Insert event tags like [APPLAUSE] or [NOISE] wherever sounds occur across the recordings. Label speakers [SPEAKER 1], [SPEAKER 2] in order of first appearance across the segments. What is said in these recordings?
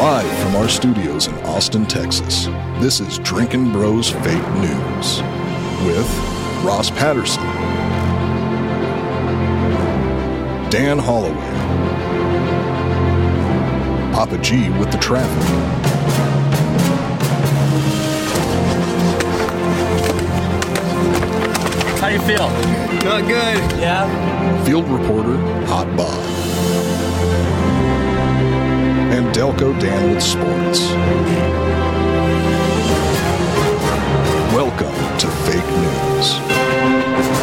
[SPEAKER 1] our studios in Austin, Texas. This is Drinking Bros Fake News with Ross Patterson, Dan Holloway, Papa G with the traffic,
[SPEAKER 2] How you feel?
[SPEAKER 3] Not good.
[SPEAKER 2] Yeah.
[SPEAKER 1] field reporter Hot Bob, and Delco Dan with sports. Welcome to Fake News.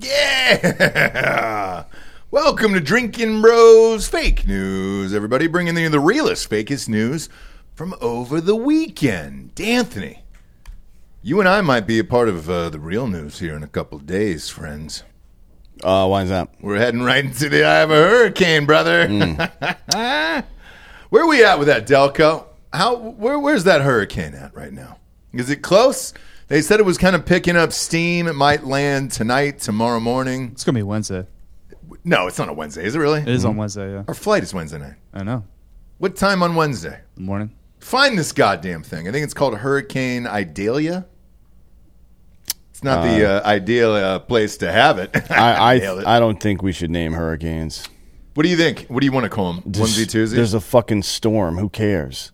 [SPEAKER 4] Yeah! [LAUGHS] Welcome to Drinking Bros Fake News, everybody. Bringing you the realest, fakest news from over the weekend. D'Anthony, you and I might be a part of uh, the real news here in a couple of days, friends.
[SPEAKER 3] Uh, why is that? Hmm.
[SPEAKER 4] We're heading right into the eye of a hurricane, brother. [LAUGHS] where we at with that, Delco? How where, where's that hurricane at right now? Is it close? They said it was kind of picking up steam. It might land tonight, tomorrow morning.
[SPEAKER 5] It's gonna be Wednesday.
[SPEAKER 4] No, it's not a Wednesday, is it really?
[SPEAKER 5] It is on Wednesday. Yeah,
[SPEAKER 4] Our flight is Wednesday night.
[SPEAKER 5] I know.
[SPEAKER 4] What time on Wednesday?
[SPEAKER 5] Morning.
[SPEAKER 4] Find this goddamn thing. I think it's called Hurricane Idalia. It's not the uh, ideal uh, place to have it. [LAUGHS]
[SPEAKER 3] I
[SPEAKER 4] Nailed it.
[SPEAKER 3] I, I don't think we should name hurricanes.
[SPEAKER 4] what do you think? What do you want to call them?
[SPEAKER 3] Just-
[SPEAKER 4] Onesie, twosies?
[SPEAKER 3] There's a fucking storm. Who cares?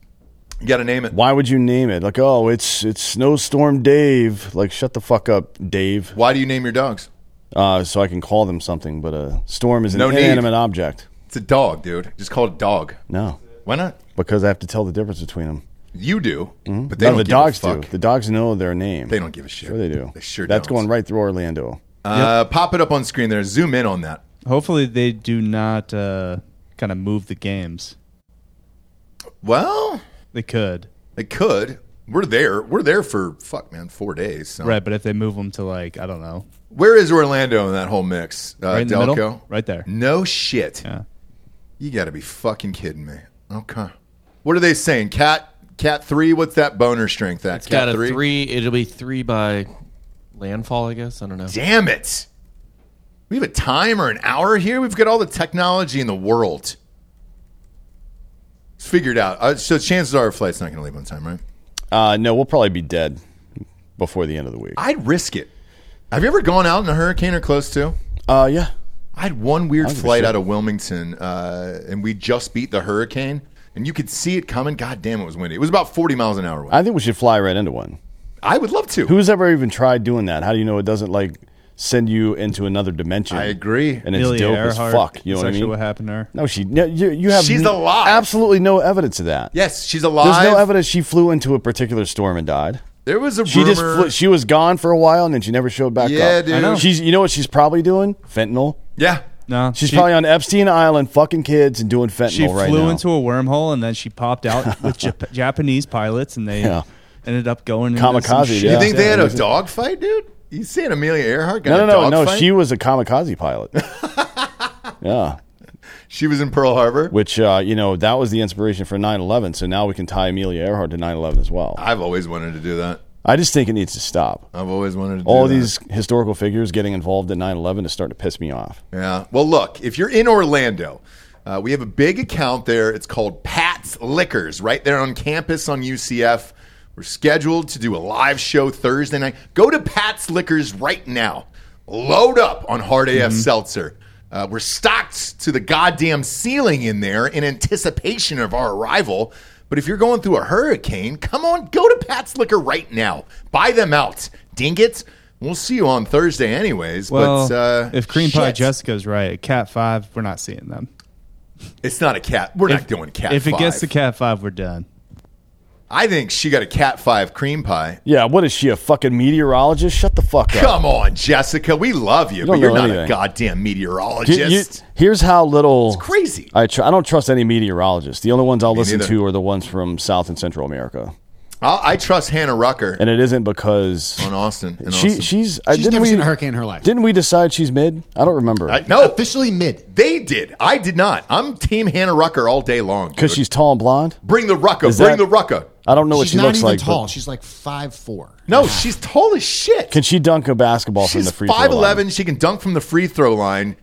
[SPEAKER 4] you got to name it.
[SPEAKER 3] Why would you name it? Like, oh, it's it's snowstorm Dave. Like, shut the fuck up, Dave.
[SPEAKER 4] Why do you name your dogs?
[SPEAKER 3] Uh, so I can call them something. But a storm is an
[SPEAKER 4] No need.
[SPEAKER 3] inanimate object.
[SPEAKER 4] It's a dog, dude. Just call it dog.
[SPEAKER 3] No,
[SPEAKER 4] Why not?
[SPEAKER 3] because I have to tell the difference between them.
[SPEAKER 4] You do, but they
[SPEAKER 3] Mm-hmm. no,
[SPEAKER 4] don't
[SPEAKER 3] the
[SPEAKER 4] give
[SPEAKER 3] dogs
[SPEAKER 4] a fuck.
[SPEAKER 3] do. The dogs know their name.
[SPEAKER 4] They don't give a shit.
[SPEAKER 3] Sure, they do.
[SPEAKER 4] They sure
[SPEAKER 3] That's
[SPEAKER 4] don't.
[SPEAKER 3] going right through Orlando.
[SPEAKER 4] Uh, Pop it up on screen there. Zoom in on that.
[SPEAKER 5] Hopefully they do not uh, kind of move the games.
[SPEAKER 4] Well,
[SPEAKER 5] They could,
[SPEAKER 4] they could. We're there. We're there for fuck, man, four days. So.
[SPEAKER 5] right? But if they move them to like I don't know,
[SPEAKER 4] Where is Orlando in that whole mix? Uh,
[SPEAKER 5] right in the
[SPEAKER 4] Delco?
[SPEAKER 5] middle, right there.
[SPEAKER 4] No shit.
[SPEAKER 5] Yeah.
[SPEAKER 4] You got to be fucking kidding me. Okay. What are they saying? Cat cat three. What's that boner strength? That
[SPEAKER 2] It's
[SPEAKER 4] cat
[SPEAKER 2] got a three. It'll be three by landfall, I guess. I don't know.
[SPEAKER 4] Damn it. We have a time or an hour here. We've got all the technology in the world. It's figured out. Uh, so chances are our flight's not going to leave on time, right?
[SPEAKER 3] Uh, no, we'll probably be dead before the end of the week.
[SPEAKER 4] I'd risk it. Have you ever gone out in a hurricane or close to?
[SPEAKER 3] Uh, yeah.
[SPEAKER 4] I had one weird
[SPEAKER 3] give a
[SPEAKER 4] flight
[SPEAKER 3] shit.
[SPEAKER 4] out of Wilmington, uh, and we just beat the hurricane, and you could see it coming. God damn, it was windy. It was about 40 miles an hour. Wind.
[SPEAKER 3] I think we should fly right into one.
[SPEAKER 4] I would love to.
[SPEAKER 3] Who's ever even tried doing that? How do you know it doesn't like send you into another dimension?
[SPEAKER 4] I agree.
[SPEAKER 3] and it's
[SPEAKER 5] Amelia
[SPEAKER 3] dope as
[SPEAKER 5] Earhart
[SPEAKER 3] fuck. You
[SPEAKER 5] is
[SPEAKER 3] know what I
[SPEAKER 5] actually
[SPEAKER 3] mean?
[SPEAKER 5] What happened to her?
[SPEAKER 3] No, she. No, you, you have.
[SPEAKER 4] She's
[SPEAKER 3] n-
[SPEAKER 4] alive.
[SPEAKER 3] Absolutely no evidence of that.
[SPEAKER 4] yes, she's
[SPEAKER 3] There's
[SPEAKER 4] alive.
[SPEAKER 3] no evidence she flew into a particular storm and died.
[SPEAKER 4] There was a
[SPEAKER 3] She
[SPEAKER 4] rumor.
[SPEAKER 3] just flew, she was gone for a while and then she never showed back
[SPEAKER 4] Yeah,
[SPEAKER 3] up.
[SPEAKER 4] dude. I know.
[SPEAKER 3] She's you know what she's probably doing? Fentanyl.
[SPEAKER 4] yeah.
[SPEAKER 5] No,
[SPEAKER 3] She's
[SPEAKER 5] she,
[SPEAKER 3] probably on Epstein Island fucking kids and doing fentanyl
[SPEAKER 5] she
[SPEAKER 3] right
[SPEAKER 5] flew
[SPEAKER 3] now.
[SPEAKER 5] into a wormhole and then she popped
[SPEAKER 4] [LAUGHS]
[SPEAKER 5] out with Jap- Japanese pilots and they
[SPEAKER 3] Yeah.
[SPEAKER 5] ended up going into
[SPEAKER 3] Kamikaze,
[SPEAKER 5] Some shit.
[SPEAKER 3] yeah.
[SPEAKER 4] You think they had a
[SPEAKER 3] Yeah.
[SPEAKER 4] dog fight, dude? You saying Amelia Earhart got
[SPEAKER 3] no,
[SPEAKER 4] a
[SPEAKER 3] no,
[SPEAKER 4] dog
[SPEAKER 3] no, no.
[SPEAKER 4] fight?
[SPEAKER 3] She was a
[SPEAKER 4] [LAUGHS]
[SPEAKER 3] kamikaze pilot. yeah.
[SPEAKER 4] She was in Pearl Harbor.
[SPEAKER 3] Which, uh, you know, that was the inspiration for 9 11. So now we can tie Amelia Earhart to 9 11 as well.
[SPEAKER 4] I've always wanted to do that.
[SPEAKER 3] I just think it needs to stop.
[SPEAKER 4] I've always wanted to do
[SPEAKER 3] All
[SPEAKER 4] that.
[SPEAKER 3] these historical figures getting involved in 9 11 is starting to piss me off.
[SPEAKER 4] Yeah. Well, look, if you're in Orlando, uh, we have a big account there. It's called Pat's Liquors, right there on campus on UCF. We're scheduled to do a live show Thursday night. Go to Pat's Liquors right now. Load up on Hard AF
[SPEAKER 5] Mm-hmm.
[SPEAKER 4] Seltzer. Uh, we're stocked to the goddamn ceiling in there in anticipation of our arrival. But if you're going through a hurricane, come on, go to Pat's Liquor right now. Buy them out. Ding it. We'll see you on Thursday, anyways.
[SPEAKER 5] Well,
[SPEAKER 4] but uh,
[SPEAKER 5] if Cream Pie
[SPEAKER 4] shit.
[SPEAKER 5] Jessica's right, Cat Five, we're not seeing them.
[SPEAKER 4] It's not a cat. We're
[SPEAKER 5] If-
[SPEAKER 4] not doing cat.
[SPEAKER 5] If it gets to
[SPEAKER 4] five.
[SPEAKER 5] Cat Five, we're done.
[SPEAKER 4] I think she got a cat five cream pie.
[SPEAKER 3] Yeah, what is she, a fucking meteorologist? Shut the fuck up.
[SPEAKER 4] Come on, Jessica. We love you,
[SPEAKER 3] don't
[SPEAKER 4] but you're
[SPEAKER 3] know
[SPEAKER 4] not a
[SPEAKER 3] anything.
[SPEAKER 4] goddamn
[SPEAKER 3] You-
[SPEAKER 4] meteorologist.
[SPEAKER 3] you- here's how little
[SPEAKER 4] Crazy.
[SPEAKER 3] I tr- I don't trust any meteorologists. The only ones I'll listen
[SPEAKER 4] neither.
[SPEAKER 3] to are the ones from South and Central America,
[SPEAKER 4] I, I trust Hannah Rucker
[SPEAKER 3] and it isn't because
[SPEAKER 4] on Austin. in
[SPEAKER 3] she
[SPEAKER 4] Austin.
[SPEAKER 3] she's I,
[SPEAKER 6] She's
[SPEAKER 3] didn't
[SPEAKER 6] never
[SPEAKER 3] we,
[SPEAKER 6] seen a hurricane in her life.
[SPEAKER 3] Didn't we decide she's mid? I don't
[SPEAKER 4] I,
[SPEAKER 3] remember
[SPEAKER 4] no,
[SPEAKER 6] Officially mid.
[SPEAKER 4] they did. I did not. I'm Team Hannah Rucker all day long.
[SPEAKER 3] because
[SPEAKER 4] dude.
[SPEAKER 3] she's tall and blonde.
[SPEAKER 4] bring the Rucka.
[SPEAKER 3] Is
[SPEAKER 4] Bring
[SPEAKER 3] that-
[SPEAKER 4] the Rucka.
[SPEAKER 3] I don't know what
[SPEAKER 6] she's
[SPEAKER 3] she
[SPEAKER 6] not
[SPEAKER 3] looks
[SPEAKER 6] even
[SPEAKER 3] like. but
[SPEAKER 6] tall. She's like five four.
[SPEAKER 3] [SIGHS]
[SPEAKER 4] No, she's tall as shit.
[SPEAKER 3] Can she dunk a basketball from
[SPEAKER 4] She's
[SPEAKER 3] the free throw line? Mm.
[SPEAKER 4] 5'11. She can dunk from the free throw line.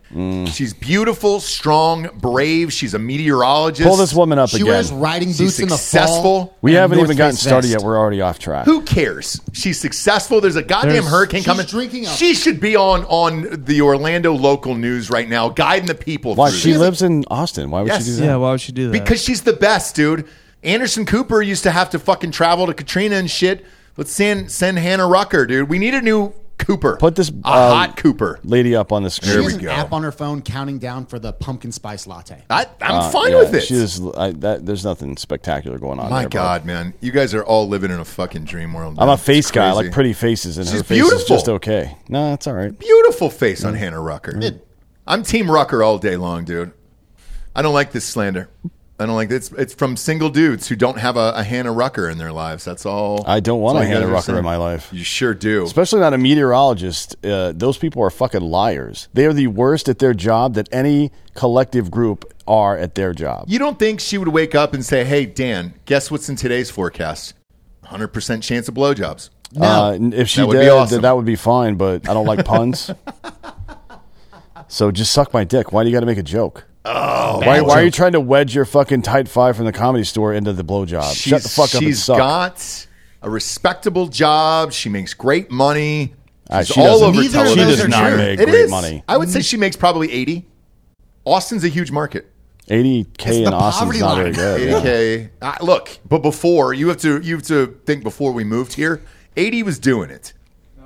[SPEAKER 4] She's beautiful, strong, brave. She's a meteorologist.
[SPEAKER 3] Pull this woman up
[SPEAKER 6] She
[SPEAKER 3] again.
[SPEAKER 6] wears riding boots
[SPEAKER 4] She's
[SPEAKER 6] in the
[SPEAKER 4] successful.
[SPEAKER 6] fall.
[SPEAKER 3] we
[SPEAKER 6] and
[SPEAKER 3] haven't
[SPEAKER 6] North
[SPEAKER 3] even gotten
[SPEAKER 6] Face
[SPEAKER 3] started
[SPEAKER 6] vest.
[SPEAKER 3] yet. We're already off track.
[SPEAKER 4] Who cares? She's successful. There's a goddamn
[SPEAKER 5] There's-
[SPEAKER 4] hurricane
[SPEAKER 6] she's
[SPEAKER 4] coming.
[SPEAKER 6] drinking up.
[SPEAKER 4] She should be on on the Orlando local news right now, guiding the people.
[SPEAKER 3] Why
[SPEAKER 4] through
[SPEAKER 3] she
[SPEAKER 4] this.
[SPEAKER 3] lives in Austin? Why would
[SPEAKER 4] Yes.
[SPEAKER 3] she do that?
[SPEAKER 5] Yeah, why would she do that?
[SPEAKER 4] because she's the best, dude. Anderson Cooper used to have to fucking travel to Katrina and shit. Let's send send Hannah Rucker, dude. We need a new Cooper.
[SPEAKER 3] Put this,
[SPEAKER 4] a
[SPEAKER 3] uh,
[SPEAKER 4] hot Cooper.
[SPEAKER 3] Lady up on the
[SPEAKER 6] She
[SPEAKER 3] screen.
[SPEAKER 6] has
[SPEAKER 4] we
[SPEAKER 6] an
[SPEAKER 4] go.
[SPEAKER 6] app on her phone counting down for the pumpkin spice latte.
[SPEAKER 4] I, I'm
[SPEAKER 3] Uh,
[SPEAKER 4] fine
[SPEAKER 3] yeah,
[SPEAKER 4] with it.
[SPEAKER 3] She is. I, that, there's nothing spectacular going on.
[SPEAKER 4] My
[SPEAKER 3] there, bro.
[SPEAKER 4] God, man, you guys are all living in a fucking dream world.
[SPEAKER 3] I'm
[SPEAKER 4] man.
[SPEAKER 3] a face
[SPEAKER 4] It's
[SPEAKER 3] guy. I
[SPEAKER 4] crazy.
[SPEAKER 3] like pretty faces, and
[SPEAKER 4] She's
[SPEAKER 3] her face is
[SPEAKER 4] beautiful.
[SPEAKER 3] just okay. No, it's all right.
[SPEAKER 4] beautiful face on Hannah Rucker. I'm Team Rucker all day long, dude. I don't like this slander. I don't like this. It's from single dudes who don't have a, a Hannah Rucker in their lives. That's all.
[SPEAKER 3] I don't want
[SPEAKER 4] that's all
[SPEAKER 3] a
[SPEAKER 4] you guys
[SPEAKER 3] Hannah
[SPEAKER 4] are
[SPEAKER 3] Rucker
[SPEAKER 4] saying.
[SPEAKER 3] in my life.
[SPEAKER 4] You sure do.
[SPEAKER 3] Especially not a meteorologist. Uh, those people are fucking liars. They are the worst at their job that any collective group are at their job.
[SPEAKER 4] You don't think she would wake up and say, "Hey, Dan, guess what's in today's forecast? 100% chance of blowjobs."
[SPEAKER 3] Uh, n- if she
[SPEAKER 4] That would be
[SPEAKER 3] did,
[SPEAKER 4] awesome.
[SPEAKER 3] then that would be fine, but I don't like puns. so just suck my dick. Why do you got to make a joke? Oh, why, why are you trying to wedge your fucking tight five from the comedy store into the blowjob?
[SPEAKER 4] She's,
[SPEAKER 3] Shut the fuck up and
[SPEAKER 4] she's
[SPEAKER 3] suck.
[SPEAKER 4] got a respectable job. She makes great money.
[SPEAKER 3] Uh,
[SPEAKER 4] She's
[SPEAKER 3] she
[SPEAKER 4] all
[SPEAKER 3] doesn't-
[SPEAKER 4] over
[SPEAKER 6] Neither of
[SPEAKER 4] television.
[SPEAKER 6] those She does are not true.
[SPEAKER 3] make
[SPEAKER 4] It
[SPEAKER 3] great
[SPEAKER 4] is.
[SPEAKER 3] money.
[SPEAKER 4] I would say she makes probably 80. Austin's a huge market.
[SPEAKER 3] 80k
[SPEAKER 6] It's
[SPEAKER 3] in
[SPEAKER 6] the
[SPEAKER 3] Austin's
[SPEAKER 6] poverty
[SPEAKER 3] not very
[SPEAKER 6] line.
[SPEAKER 3] good. yeah.
[SPEAKER 4] 80k. Uh, look, but before you have to you have to think before we moved here, 80 was doing it.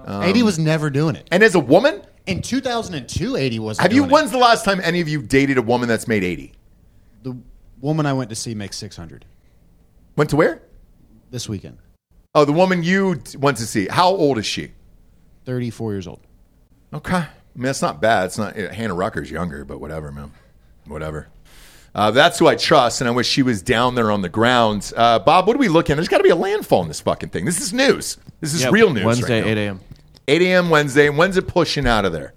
[SPEAKER 4] Um,
[SPEAKER 6] Eighty was never doing it.
[SPEAKER 4] And as a woman,
[SPEAKER 6] In 2002, Eighty was.
[SPEAKER 4] have you when's the last time any of you dated a woman that's made 80?
[SPEAKER 6] The woman I went to see makes 600
[SPEAKER 4] Went to where?
[SPEAKER 6] this weekend.
[SPEAKER 4] Oh, the woman you t- went to see. How old is she?
[SPEAKER 6] 34 years old.
[SPEAKER 4] Okay. I mean, that's not bad. It's not yeah, Hannah Rucker's younger, but whatever, man. Whatever. Uh, that's who I trust, and I wish she was down there on the ground. Uh, Bob, what are we looking? There's got to be a landfall in this fucking thing. This is news. This is
[SPEAKER 2] Yeah,
[SPEAKER 4] real news.
[SPEAKER 2] Wednesday,
[SPEAKER 4] right now.
[SPEAKER 2] 8 a.m.
[SPEAKER 4] 8 a.m. Wednesday. And when's it pushing out of there?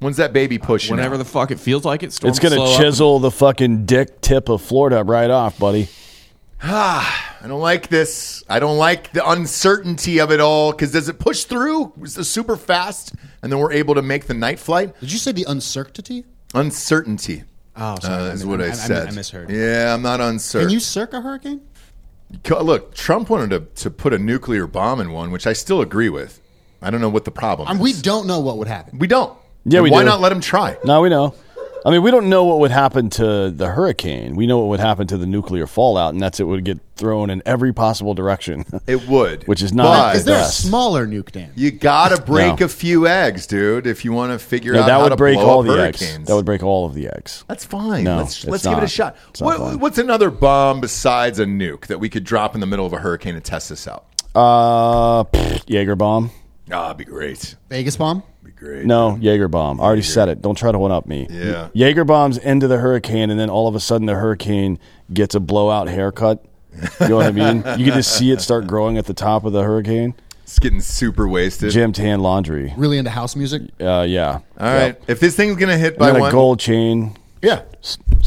[SPEAKER 4] When's that baby pushing?
[SPEAKER 2] Whenever
[SPEAKER 4] out?
[SPEAKER 2] the fuck it feels like it, storm
[SPEAKER 3] It's going to chisel the fucking dick tip of Florida right off, buddy.
[SPEAKER 4] I don't like this. I don't like the uncertainty of it all. Because does it push through Is it super fast, and then we're able to make the night flight?
[SPEAKER 6] Did you say the uncertainty?
[SPEAKER 4] Uncertainty.
[SPEAKER 6] Oh, sorry.
[SPEAKER 4] Uh,
[SPEAKER 6] I
[SPEAKER 4] is
[SPEAKER 6] mi-
[SPEAKER 4] what
[SPEAKER 6] I-
[SPEAKER 4] I,
[SPEAKER 6] I mi-
[SPEAKER 4] said.
[SPEAKER 6] I misheard.
[SPEAKER 4] Yeah, I'm not uncertain.
[SPEAKER 6] Can you circ a hurricane?
[SPEAKER 4] Co- Look, Trump wanted to, to put a nuclear bomb in one, which I still agree with. I don't know what the problem
[SPEAKER 6] And
[SPEAKER 4] is.
[SPEAKER 6] Um, we don't know what would happen.
[SPEAKER 4] we don't.
[SPEAKER 3] Yeah, we
[SPEAKER 4] Why
[SPEAKER 3] do.
[SPEAKER 4] not let him try?
[SPEAKER 3] No, we know. I mean, we don't know what would happen to the hurricane. We know what would happen to the nuclear fallout, and that's it would get thrown in every possible direction. [LAUGHS]
[SPEAKER 4] It would.
[SPEAKER 3] Which is not-
[SPEAKER 4] But
[SPEAKER 6] Is there a
[SPEAKER 3] Yes.
[SPEAKER 6] smaller nuke dam?
[SPEAKER 4] you got to break
[SPEAKER 3] No.
[SPEAKER 4] a few eggs, dude, if you want to figure
[SPEAKER 3] No,
[SPEAKER 4] out
[SPEAKER 3] that
[SPEAKER 4] how
[SPEAKER 3] would
[SPEAKER 4] to
[SPEAKER 3] break
[SPEAKER 4] blow
[SPEAKER 3] all
[SPEAKER 4] up
[SPEAKER 3] the eggs.
[SPEAKER 4] hurricanes.
[SPEAKER 3] That would break all of the eggs.
[SPEAKER 4] That's fine.
[SPEAKER 3] No,
[SPEAKER 4] let's
[SPEAKER 3] it's
[SPEAKER 4] let's give it a
[SPEAKER 3] not.
[SPEAKER 4] shot.
[SPEAKER 3] It's not
[SPEAKER 4] What,
[SPEAKER 3] fun.
[SPEAKER 4] what's another bomb besides a nuke that we could drop in the middle of a hurricane to test this out?
[SPEAKER 3] Uh, pfft, Jaeger bomb.
[SPEAKER 4] Ah, it'd be great.
[SPEAKER 6] Vegas bomb?
[SPEAKER 4] Be great.
[SPEAKER 3] No, Jaeger bomb. I already said it. Don't try to one up me.
[SPEAKER 4] Yeah.
[SPEAKER 3] Jaeger bombs into the hurricane, and then all of a sudden the hurricane gets a blowout haircut. You know what I mean? You can just see it start growing at the top of the hurricane.
[SPEAKER 4] It's getting super wasted.
[SPEAKER 3] Jim Tan Laundry.
[SPEAKER 6] Really into house music?
[SPEAKER 3] Uh, yeah.
[SPEAKER 4] All right. If this thing's gonna hit by
[SPEAKER 3] And then
[SPEAKER 4] one,
[SPEAKER 3] a gold chain.
[SPEAKER 4] yeah,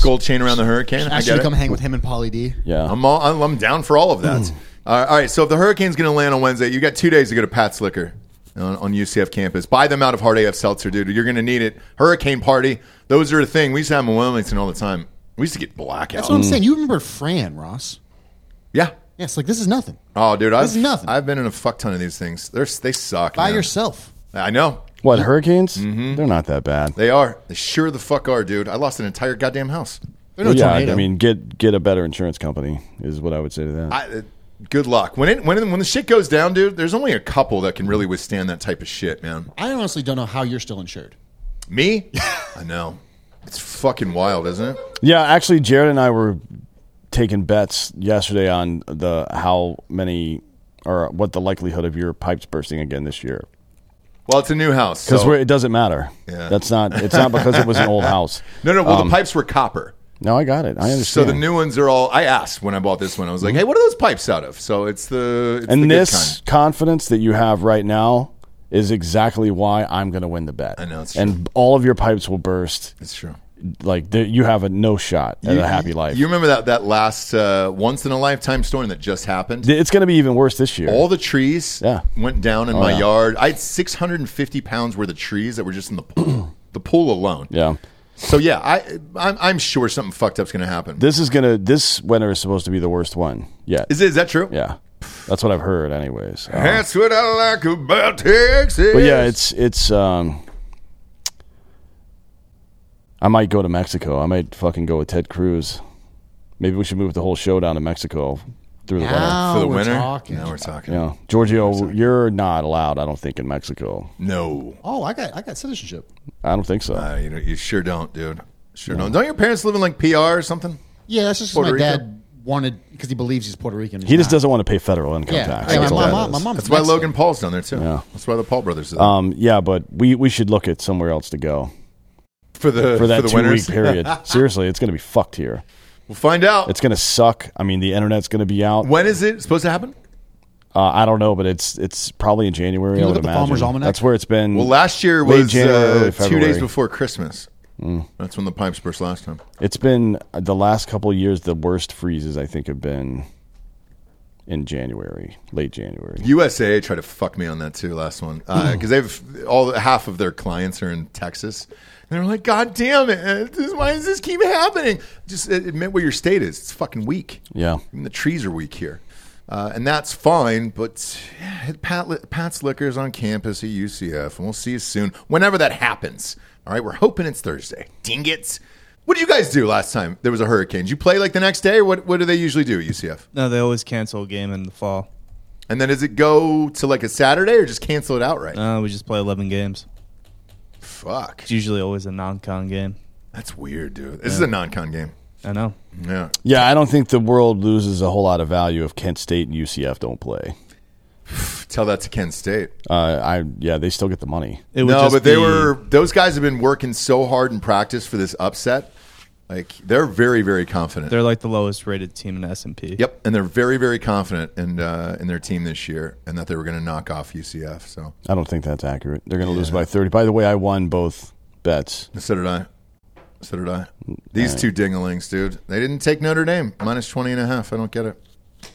[SPEAKER 4] gold chain around the hurricane. I
[SPEAKER 6] I
[SPEAKER 4] get
[SPEAKER 6] should
[SPEAKER 4] it.
[SPEAKER 6] come hang with him and Polly D.
[SPEAKER 3] Yeah.
[SPEAKER 4] I'm all, I'm I'm down for all of that.
[SPEAKER 6] Hmm.
[SPEAKER 4] all, right, all right, so if the Hurricane's going to land on Wednesday, you got two days to go to Pat Slicker on, on UCF campus. Buy them out of Hard AF Seltzer, dude. You're going to need it. Hurricane party, those are a thing. We used to have them in Wilmington all the time. We used to get
[SPEAKER 6] That's what I'm
[SPEAKER 4] blackouts.
[SPEAKER 6] saying. You remember Fran, Ross?
[SPEAKER 4] Yeah.
[SPEAKER 6] Yes, like this is nothing.
[SPEAKER 4] Oh, dude, I've
[SPEAKER 6] This is nothing.
[SPEAKER 4] I've been in a fuck ton of these things. They're, they suck.
[SPEAKER 6] By
[SPEAKER 4] man.
[SPEAKER 6] yourself.
[SPEAKER 4] I know
[SPEAKER 3] What hurricanes? They're not that bad.
[SPEAKER 4] mm-hmm. they are. They sure the fuck are, dude. I lost an entire goddamn house.
[SPEAKER 6] There's no
[SPEAKER 3] yeah,
[SPEAKER 6] tornado.
[SPEAKER 3] I mean, get get a better insurance company is what I would say to that.
[SPEAKER 4] I, uh, good luck when it when it, when the shit goes down, dude. There's only a couple that can really withstand that type of shit, man.
[SPEAKER 6] I honestly don't know how you're still insured.
[SPEAKER 4] Me? [LAUGHS] I know. It's fucking wild, isn't it?
[SPEAKER 3] yeah, actually, Jared and I were taking bets yesterday on the how many or what the likelihood of your pipes bursting again this year
[SPEAKER 4] Well, it's a new house.
[SPEAKER 3] because
[SPEAKER 4] so-
[SPEAKER 3] it doesn't matter.
[SPEAKER 4] Yeah.
[SPEAKER 3] That's not. It's not because it was an old
[SPEAKER 4] [LAUGHS]
[SPEAKER 3] house.
[SPEAKER 4] no, no. Well, the pipes were copper,
[SPEAKER 3] No, I got it. I um, understand. Mm-hmm.
[SPEAKER 4] so the new ones are all. I asked when I bought this one. I was like, "Hey, what are those pipes out of?" So it's the it's the
[SPEAKER 3] and
[SPEAKER 4] good
[SPEAKER 3] this confidence that you have right now is exactly why I'm going to win the bet.
[SPEAKER 4] I know, it's
[SPEAKER 3] and all of your pipes will burst.
[SPEAKER 4] kind. It's true.
[SPEAKER 3] like there, you have a no shot at a happy life.
[SPEAKER 4] You remember that that last uh, once in a lifetime storm that just happened?
[SPEAKER 3] it's going to be even worse this year.
[SPEAKER 4] All the trees
[SPEAKER 3] Yeah. Oh,
[SPEAKER 4] went down in my
[SPEAKER 3] yeah.
[SPEAKER 4] yard. I had 650 pounds worth of trees that were just in the
[SPEAKER 3] [CLEARS THROAT]
[SPEAKER 4] pool, the pool alone.
[SPEAKER 3] yeah.
[SPEAKER 4] So yeah, I I'm, I'm sure something fucked up's gonna happen.
[SPEAKER 3] This is gonna. This winter is supposed to be the worst one yet.
[SPEAKER 4] Is, it- is that true?
[SPEAKER 3] yeah, that's what I've heard, anyways. Uh,
[SPEAKER 4] That's what I like about Texas.
[SPEAKER 3] but yeah, it's it's. um I might go to Mexico. I might fucking go with Ted Cruz. Maybe we should move the whole show down to Mexico through the winter.
[SPEAKER 6] Now
[SPEAKER 4] for the
[SPEAKER 6] Oh, we're
[SPEAKER 4] winter.
[SPEAKER 6] talking.
[SPEAKER 4] Now we're talking.
[SPEAKER 3] Yeah, Giorgio, you're not allowed. I don't think in Mexico.
[SPEAKER 4] No,
[SPEAKER 6] Oh, I got I got citizenship.
[SPEAKER 3] I don't think so.
[SPEAKER 4] Uh, you know, you sure don't, dude. Sure don't. Don't your parents live in like PR or something?
[SPEAKER 6] Yeah, that's just 'cause
[SPEAKER 4] Puerto
[SPEAKER 6] my
[SPEAKER 4] Rico?
[SPEAKER 6] dad wanted because he believes he's Puerto Rican.
[SPEAKER 3] he just doesn't want to pay federal income
[SPEAKER 6] Yeah,
[SPEAKER 3] tax.
[SPEAKER 6] yeah my,
[SPEAKER 3] That's all
[SPEAKER 6] mom,
[SPEAKER 3] that
[SPEAKER 6] my,
[SPEAKER 3] is.
[SPEAKER 6] my mom's
[SPEAKER 4] That's why
[SPEAKER 6] Mexican.
[SPEAKER 4] Logan Paul's down there too. That's why the Paul brothers are there.
[SPEAKER 3] Um, yeah, but we, we should look at somewhere else to go
[SPEAKER 4] for the
[SPEAKER 3] for that
[SPEAKER 4] the
[SPEAKER 3] two
[SPEAKER 4] winters.
[SPEAKER 3] week period. Seriously, it's going to be fucked here.
[SPEAKER 4] [LAUGHS] We'll find out.
[SPEAKER 3] It's going to suck. I mean, the internet's going to be out.
[SPEAKER 4] when is it supposed to happen?
[SPEAKER 3] Uh, I don't know, but it's it's probably in January.
[SPEAKER 6] Can you
[SPEAKER 3] I
[SPEAKER 6] look
[SPEAKER 3] would
[SPEAKER 6] at the
[SPEAKER 3] imagine.
[SPEAKER 6] Farmer's Almanac?
[SPEAKER 3] That's where it's been.
[SPEAKER 4] Well, last year
[SPEAKER 3] late
[SPEAKER 4] was uh,
[SPEAKER 3] January, early
[SPEAKER 4] two days
[SPEAKER 3] February. Mm.
[SPEAKER 4] before Christmas. That's when the pipes burst last time.
[SPEAKER 3] It's been uh, the last couple of years. The worst freezes I think have been in January, late January.
[SPEAKER 4] USA tried to fuck me on that too last one because they've all half of their clients are in Texas. And they're like, God damn it! uh, This, why does this keep happening? Just a- admit where your state is. It's fucking weak.
[SPEAKER 3] Yeah.
[SPEAKER 4] Even the trees are weak here, uh, and that's fine. But yeah, Pat, Li- Pat's Liquors on campus at UCF, and we'll see you soon. Whenever that happens, all right. We're hoping it's Thursday. Dingits. What did you guys do last time there was a hurricane? Did you play like the next day? Or what What do they usually do at UCF?
[SPEAKER 5] No, they always cancel a game in the fall.
[SPEAKER 4] And then does it go to like a Saturday or just cancel it outright?
[SPEAKER 5] Uh, we just play 11 games.
[SPEAKER 4] Fuck.
[SPEAKER 5] It's usually always a non-con game.
[SPEAKER 4] That's weird, dude. This is a non-con game.
[SPEAKER 5] I know.
[SPEAKER 4] Yeah.
[SPEAKER 3] Yeah, I don't think the world loses a whole lot of value if Kent State and UCF don't play.
[SPEAKER 4] Tell that to Kent State.
[SPEAKER 3] Uh, I yeah, they still get the money.
[SPEAKER 5] It would
[SPEAKER 4] No,
[SPEAKER 5] just
[SPEAKER 4] but they
[SPEAKER 5] be-
[SPEAKER 4] were those guys have been working so hard in practice for this upset. Like they're very, very confident.
[SPEAKER 5] They're like the lowest rated team in S and P.
[SPEAKER 4] yep, and they're very, very confident in uh, in their team this year, and that they were going to knock off UCF. So,
[SPEAKER 3] I don't think that's accurate. They're going to lose by 30. By the way, I won both bets.
[SPEAKER 4] so did I. So did I. These two dingalings, dude. They didn't take Notre Dame. Minus 20 and a half. I don't get it.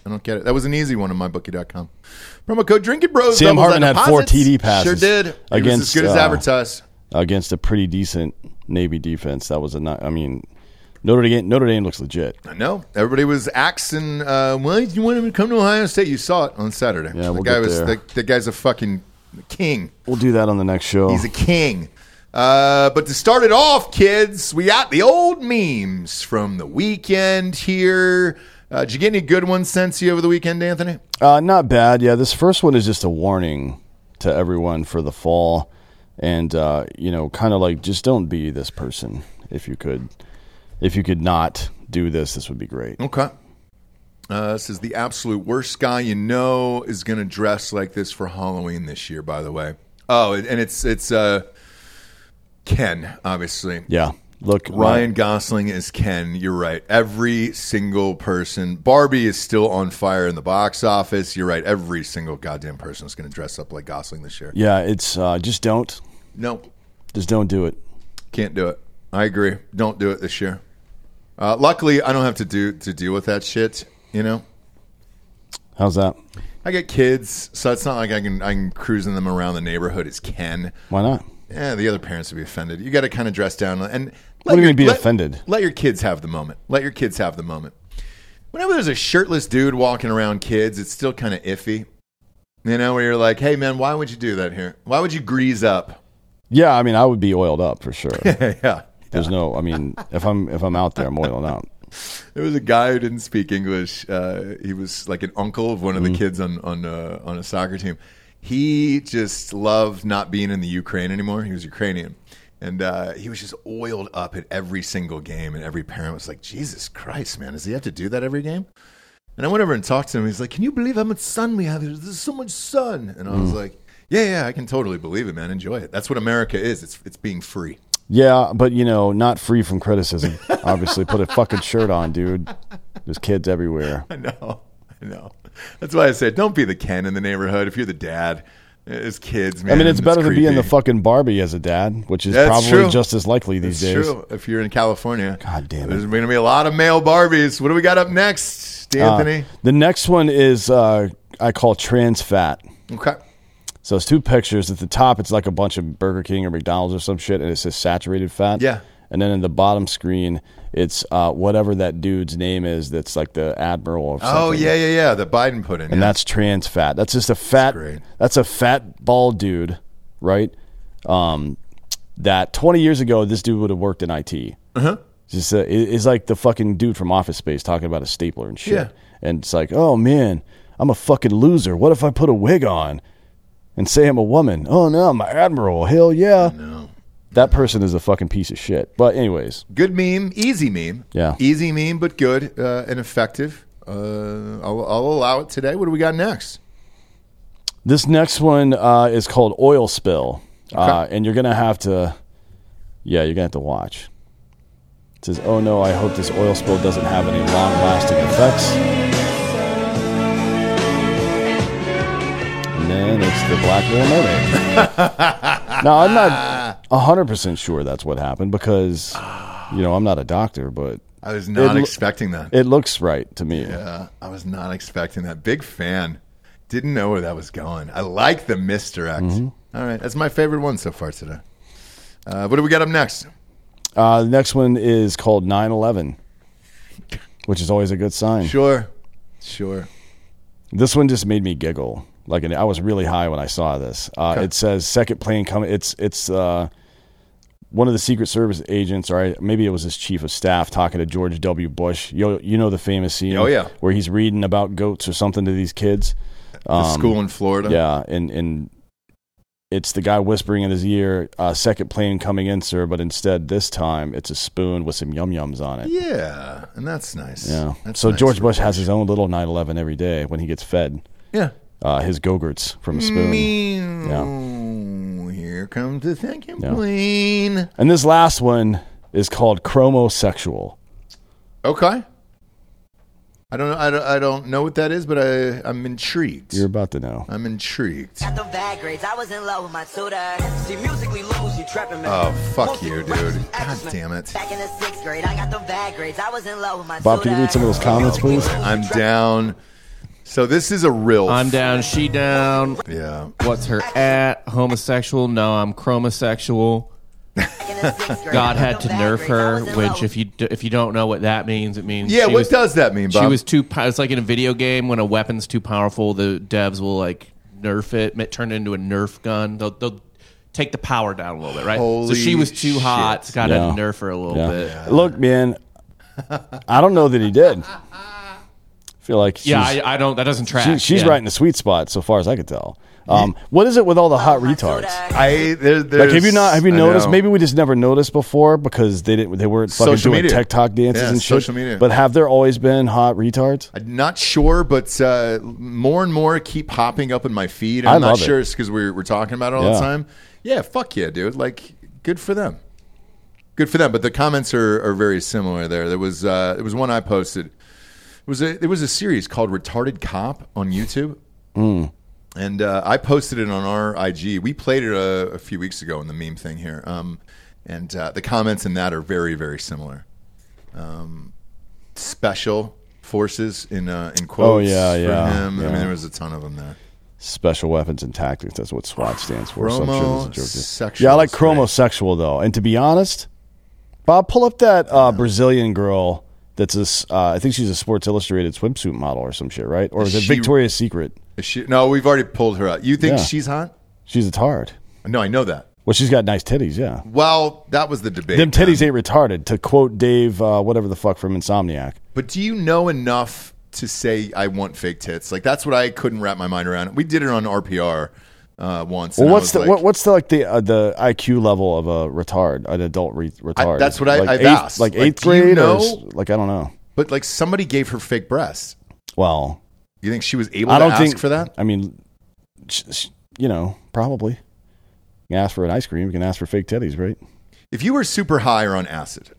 [SPEAKER 4] I don't get it. That was an easy one on mybookie.com. Promo code Drinking Bros.
[SPEAKER 3] Sam
[SPEAKER 4] doubles
[SPEAKER 3] Hartman
[SPEAKER 4] on
[SPEAKER 3] had four
[SPEAKER 4] deposits.
[SPEAKER 3] TD passes
[SPEAKER 4] Sure did. He was as
[SPEAKER 3] against,
[SPEAKER 4] good as
[SPEAKER 3] uh,
[SPEAKER 4] advertised.
[SPEAKER 3] against a pretty decent Navy defense. That was a not, I mean, Notre Dame. Notre Dame looks legit.
[SPEAKER 4] I know. Everybody was axing, uh, why did you want him to come to Ohio State? You saw it on Saturday.
[SPEAKER 3] Yeah,
[SPEAKER 4] the
[SPEAKER 3] we'll
[SPEAKER 4] guy
[SPEAKER 3] get
[SPEAKER 4] was
[SPEAKER 3] there.
[SPEAKER 4] the, the guy's a fucking king.
[SPEAKER 3] We'll do that on the next show.
[SPEAKER 4] He's a king. Uh, but to start it off, kids, we got the old memes from the weekend here. Uh, did you get any good ones sent to you over the weekend, Anthony?
[SPEAKER 3] Uh, not bad. Yeah, this first one is just a warning to everyone for the fall, and uh, you know, kind of like just don't be this person. If you could, if you could not do this, this would be great.
[SPEAKER 4] Okay. Uh, this is the absolute worst guy you know is going to dress like this for Halloween this year. By the way, oh, and it's it's uh, Ken, obviously.
[SPEAKER 3] Yeah. Look, uh,
[SPEAKER 4] Ryan Gosling is Ken. You're right. Every single person. Barbie is still on fire in the box office. You're right. Every single goddamn person is going to dress up like Gosling this year.
[SPEAKER 3] Yeah, it's uh, just don't,
[SPEAKER 4] No,
[SPEAKER 3] just don't do it.
[SPEAKER 4] can't do it. I agree. Don't do it this year. Uh, luckily, I don't have to do to deal with that shit. You know,
[SPEAKER 3] How's that?
[SPEAKER 4] I get kids, so it's not like I can I can cruising them around the neighborhood as Ken.
[SPEAKER 3] Why not?
[SPEAKER 4] Yeah, Eh, the other parents would be offended. You got to kind of dress down and let
[SPEAKER 3] What do you
[SPEAKER 4] your-
[SPEAKER 3] mean be
[SPEAKER 4] let-
[SPEAKER 3] offended?
[SPEAKER 4] Let your kids have the moment. Let your kids have the moment. Whenever there's a shirtless dude walking around kids, it's still kind of iffy. You know, where you're like, "Hey, man, why would you do that here? Why would you grease up?" [LAUGHS]
[SPEAKER 3] Yeah, I mean, I would be oiled up for sure.
[SPEAKER 4] yeah.
[SPEAKER 3] There's no, I mean, if I'm if I'm out there, I'm oiling up.
[SPEAKER 4] There was a guy who didn't speak English. Uh, he was like an uncle of one of the kids on on uh, on a soccer team. He just loved not being in the Ukraine anymore. He was Ukrainian, and uh, he was just oiled up at every single game. And every parent was like, "Jesus Christ, man, does he have to do that every game?" And I went over and talked to him. He's like, "Can you believe how much sun we have here? There's so much sun." And I was like, "Yeah, yeah, I can totally believe it, man. Enjoy it. That's what America is. It's it's being free."
[SPEAKER 3] Yeah, but you know, not free from criticism. Obviously, put a fucking shirt on, dude. There's
[SPEAKER 4] [LAUGHS]
[SPEAKER 3] kids everywhere.
[SPEAKER 4] I know. I know. That's why I said, don't be the Ken in the neighborhood. If you're the dad, As kids, man.
[SPEAKER 3] I mean, it's better than being the
[SPEAKER 4] creepy.
[SPEAKER 3] fucking Barbie as a dad, which is
[SPEAKER 4] That's
[SPEAKER 3] probably
[SPEAKER 4] true.
[SPEAKER 3] just as likely these
[SPEAKER 4] It's
[SPEAKER 3] days.
[SPEAKER 4] true. If you're in California,
[SPEAKER 3] God damn it.
[SPEAKER 4] there's going to be a lot of male Barbies. What do we got up next,
[SPEAKER 3] Uh,
[SPEAKER 4] Anthony?
[SPEAKER 3] the next one is uh, I call trans fat.
[SPEAKER 4] okay.
[SPEAKER 3] So it's two pictures. At the top, it's like a bunch of Burger King or McDonald's or some shit, and it says saturated fat.
[SPEAKER 4] Yeah.
[SPEAKER 3] And then in the bottom screen, it's uh, whatever that dude's name is. That's like the admiral of.
[SPEAKER 4] Oh
[SPEAKER 3] something.
[SPEAKER 4] yeah, yeah, yeah. That Biden put in.
[SPEAKER 3] and
[SPEAKER 4] yeah.
[SPEAKER 3] that's trans fat. That's just a fat.
[SPEAKER 4] great.
[SPEAKER 3] That's a fat bald dude, right? Um, that 20 years ago, this dude would have worked in IT. Uh-huh. Just uh, it- it's like the fucking dude from Office Space talking about a stapler and shit.
[SPEAKER 4] Yeah.
[SPEAKER 3] And it's like, oh man, I'm a fucking loser. What if I put a wig on and say I'm a woman? Oh no, I'm an admiral. Hell yeah. That person is a fucking piece of shit. But anyways,
[SPEAKER 4] good meme, easy meme.
[SPEAKER 3] Yeah.
[SPEAKER 4] easy meme, but good uh, and effective. Uh, I'll, I'll allow it today. What do we got next?
[SPEAKER 3] This next one uh, is called Oil Spill, uh, and you're gonna have to, yeah, you're gonna have to watch. It says, "Oh no, I hope this oil spill doesn't have any long-lasting effects." And then it's the Black Whale Motor. now I'm not hundred percent sure that's what happened because, you know, I'm not a doctor, but
[SPEAKER 4] I was not
[SPEAKER 3] It lo-
[SPEAKER 4] expecting that.
[SPEAKER 3] it looks right to me.
[SPEAKER 4] Uh, I was not expecting that. Big fan. Didn't know where that was going. I like the misdirect.
[SPEAKER 3] Mm-hmm.
[SPEAKER 4] All right, that's my favorite one so far today. Uh, what do we got up next?
[SPEAKER 3] Uh, the next one is called 9/11, which is always a good sign.
[SPEAKER 4] Sure, sure.
[SPEAKER 3] This one just made me giggle. Like, and I was really high when I saw this. Uh, It says second plane coming. It's it's uh, one of the Secret Service agents, or I, maybe it was his chief of staff, talking to George W. Bush. You you know the famous scene,
[SPEAKER 4] Oh, yeah.
[SPEAKER 3] where he's reading about goats or something to these kids. Um,
[SPEAKER 4] The school in Florida.
[SPEAKER 3] Yeah, and and it's the guy whispering in his ear, uh, "Second plane coming in, sir." But instead, this time it's a spoon with some yum yums on it.
[SPEAKER 4] Yeah, and that's nice.
[SPEAKER 3] Yeah.
[SPEAKER 4] That's
[SPEAKER 3] so
[SPEAKER 4] nice
[SPEAKER 3] George
[SPEAKER 4] for
[SPEAKER 3] Bush has his own little 9/11 every day when he gets fed
[SPEAKER 4] Yeah.
[SPEAKER 3] uh, his gogurts from a spoon.
[SPEAKER 4] Meow. Here comes the second
[SPEAKER 3] Yeah.
[SPEAKER 4] plane.
[SPEAKER 3] And this last one is called chromosexual.
[SPEAKER 4] Okay. I don't know. I don't, I don't know what that is, but I I'm intrigued.
[SPEAKER 3] You're about to know.
[SPEAKER 4] I'm intrigued.
[SPEAKER 7] Got them bad grades. I was in love with my tutor. She musically loose, you trapping man.
[SPEAKER 4] Oh, fuck you,
[SPEAKER 7] Mostly
[SPEAKER 4] dude.
[SPEAKER 7] rappers,
[SPEAKER 4] God
[SPEAKER 7] actors,
[SPEAKER 4] damn it.
[SPEAKER 7] Back in the sixth grade, I got them bad grades. I was in love with my
[SPEAKER 3] Bob,
[SPEAKER 7] tutor.
[SPEAKER 3] can you read some of those comments, please?
[SPEAKER 4] I'm down. So this is a real.
[SPEAKER 2] I'm down, she down.
[SPEAKER 4] yeah.
[SPEAKER 2] What's her at? Homosexual? No, I'm chromosexual.
[SPEAKER 7] Back in the sixth grade,
[SPEAKER 2] God
[SPEAKER 7] I got
[SPEAKER 2] had to
[SPEAKER 7] them bad
[SPEAKER 2] nerf
[SPEAKER 7] grades. I
[SPEAKER 2] her,
[SPEAKER 7] was in love
[SPEAKER 2] which
[SPEAKER 7] with-
[SPEAKER 2] if you d- if you don't know what that means, it means
[SPEAKER 4] Yeah.
[SPEAKER 2] she
[SPEAKER 4] what
[SPEAKER 2] was-
[SPEAKER 4] does that mean, Bob?
[SPEAKER 2] She was too. po- It's like in a video game when a weapon's too powerful, the devs will like nerf it, ma- turn it into a Nerf gun. They'll they'll take the power down a little bit, right? so
[SPEAKER 4] Holy
[SPEAKER 2] she was too
[SPEAKER 4] shit.
[SPEAKER 2] hot. Scott
[SPEAKER 3] Yeah.
[SPEAKER 2] had to nerf her a little
[SPEAKER 3] Yeah.
[SPEAKER 2] bit.
[SPEAKER 3] Look, man, I don't know that he did. I feel like she's,
[SPEAKER 2] Yeah, I, I don't. That doesn't track.
[SPEAKER 3] she- she's
[SPEAKER 2] yeah.
[SPEAKER 3] right in the sweet spot so far as I could tell. Um, What is it with all the hot
[SPEAKER 7] my tutor.
[SPEAKER 3] retards?
[SPEAKER 4] I there,
[SPEAKER 3] Like,
[SPEAKER 4] there's,
[SPEAKER 3] have you not? Have you
[SPEAKER 4] I
[SPEAKER 3] noticed?
[SPEAKER 4] know.
[SPEAKER 3] Maybe we just never noticed before because they didn't. They weren't fucking
[SPEAKER 4] Social
[SPEAKER 3] doing
[SPEAKER 4] media.
[SPEAKER 3] TikTok dances
[SPEAKER 4] Yeah,
[SPEAKER 3] and shit.
[SPEAKER 4] social media.
[SPEAKER 3] But have there always been hot retards?
[SPEAKER 4] I'm not sure, but uh, more and more keep popping up in my feed. I'm
[SPEAKER 3] I
[SPEAKER 4] not
[SPEAKER 3] love it.
[SPEAKER 4] sure it's because we're we're talking about it all
[SPEAKER 3] Yeah.
[SPEAKER 4] the time. Yeah. Fuck yeah, dude. Like, good for them. Good for them. But the comments are, are very similar there. There was uh, there was one I posted. It was a it was a series called Retarded Cop on YouTube. And uh, I posted it on our IG. We played it uh, a, a few weeks ago in the meme thing here. Um, and uh, the comments in that are very, very similar. Um, special forces in uh, in quotes
[SPEAKER 3] Oh, yeah,
[SPEAKER 4] for
[SPEAKER 3] yeah,
[SPEAKER 4] him. I
[SPEAKER 3] yeah.
[SPEAKER 4] mean, there was a ton of them there.
[SPEAKER 3] Special weapons and tactics. That's what SWAT stands for. So I'm sure there's a joke there.
[SPEAKER 4] Chromosexual
[SPEAKER 3] Yeah, I like
[SPEAKER 4] is great.
[SPEAKER 3] chromosexual though. And to be honest, Bob, pull up that uh, Brazilian girl. That's a s Uh, I think she's a Sports Illustrated swimsuit model or some shit, right? Or is it
[SPEAKER 4] She-
[SPEAKER 3] Victoria's Secret?
[SPEAKER 4] Is she- no, we've already pulled her out. You think
[SPEAKER 3] Yeah.
[SPEAKER 4] she's hot?
[SPEAKER 3] She's a tard.
[SPEAKER 4] No, I know that.
[SPEAKER 3] Well, she's got nice titties. Yeah,
[SPEAKER 4] Well, that was the debate. man.
[SPEAKER 3] them titties ain't retarded. To quote Dave, uh, whatever the fuck from Insomniac.
[SPEAKER 4] But do you know enough to say I want fake tits? Like that's what I couldn't wrap my mind around. We did it on RPR uh, once.
[SPEAKER 3] Well,
[SPEAKER 4] and I
[SPEAKER 3] what's
[SPEAKER 4] was
[SPEAKER 3] the
[SPEAKER 4] like-
[SPEAKER 3] what, what's the like the uh, the IQ level of a retard, an adult re- retard?
[SPEAKER 4] that's what I-
[SPEAKER 3] like
[SPEAKER 4] I've
[SPEAKER 3] eighth,
[SPEAKER 4] asked.
[SPEAKER 3] Like
[SPEAKER 4] Like,
[SPEAKER 3] eighth
[SPEAKER 4] do you
[SPEAKER 3] grade, or
[SPEAKER 4] know?
[SPEAKER 3] s- like I don't know.
[SPEAKER 4] But like somebody gave her fake breasts.
[SPEAKER 3] Well,
[SPEAKER 4] You think she was able
[SPEAKER 3] I
[SPEAKER 4] to
[SPEAKER 3] don't
[SPEAKER 4] ask
[SPEAKER 3] think
[SPEAKER 4] for that?
[SPEAKER 3] I mean, sh- sh- you know, probably. You can ask for an ice cream. You can ask for fake teddies, right?
[SPEAKER 4] If you were super high or on acid,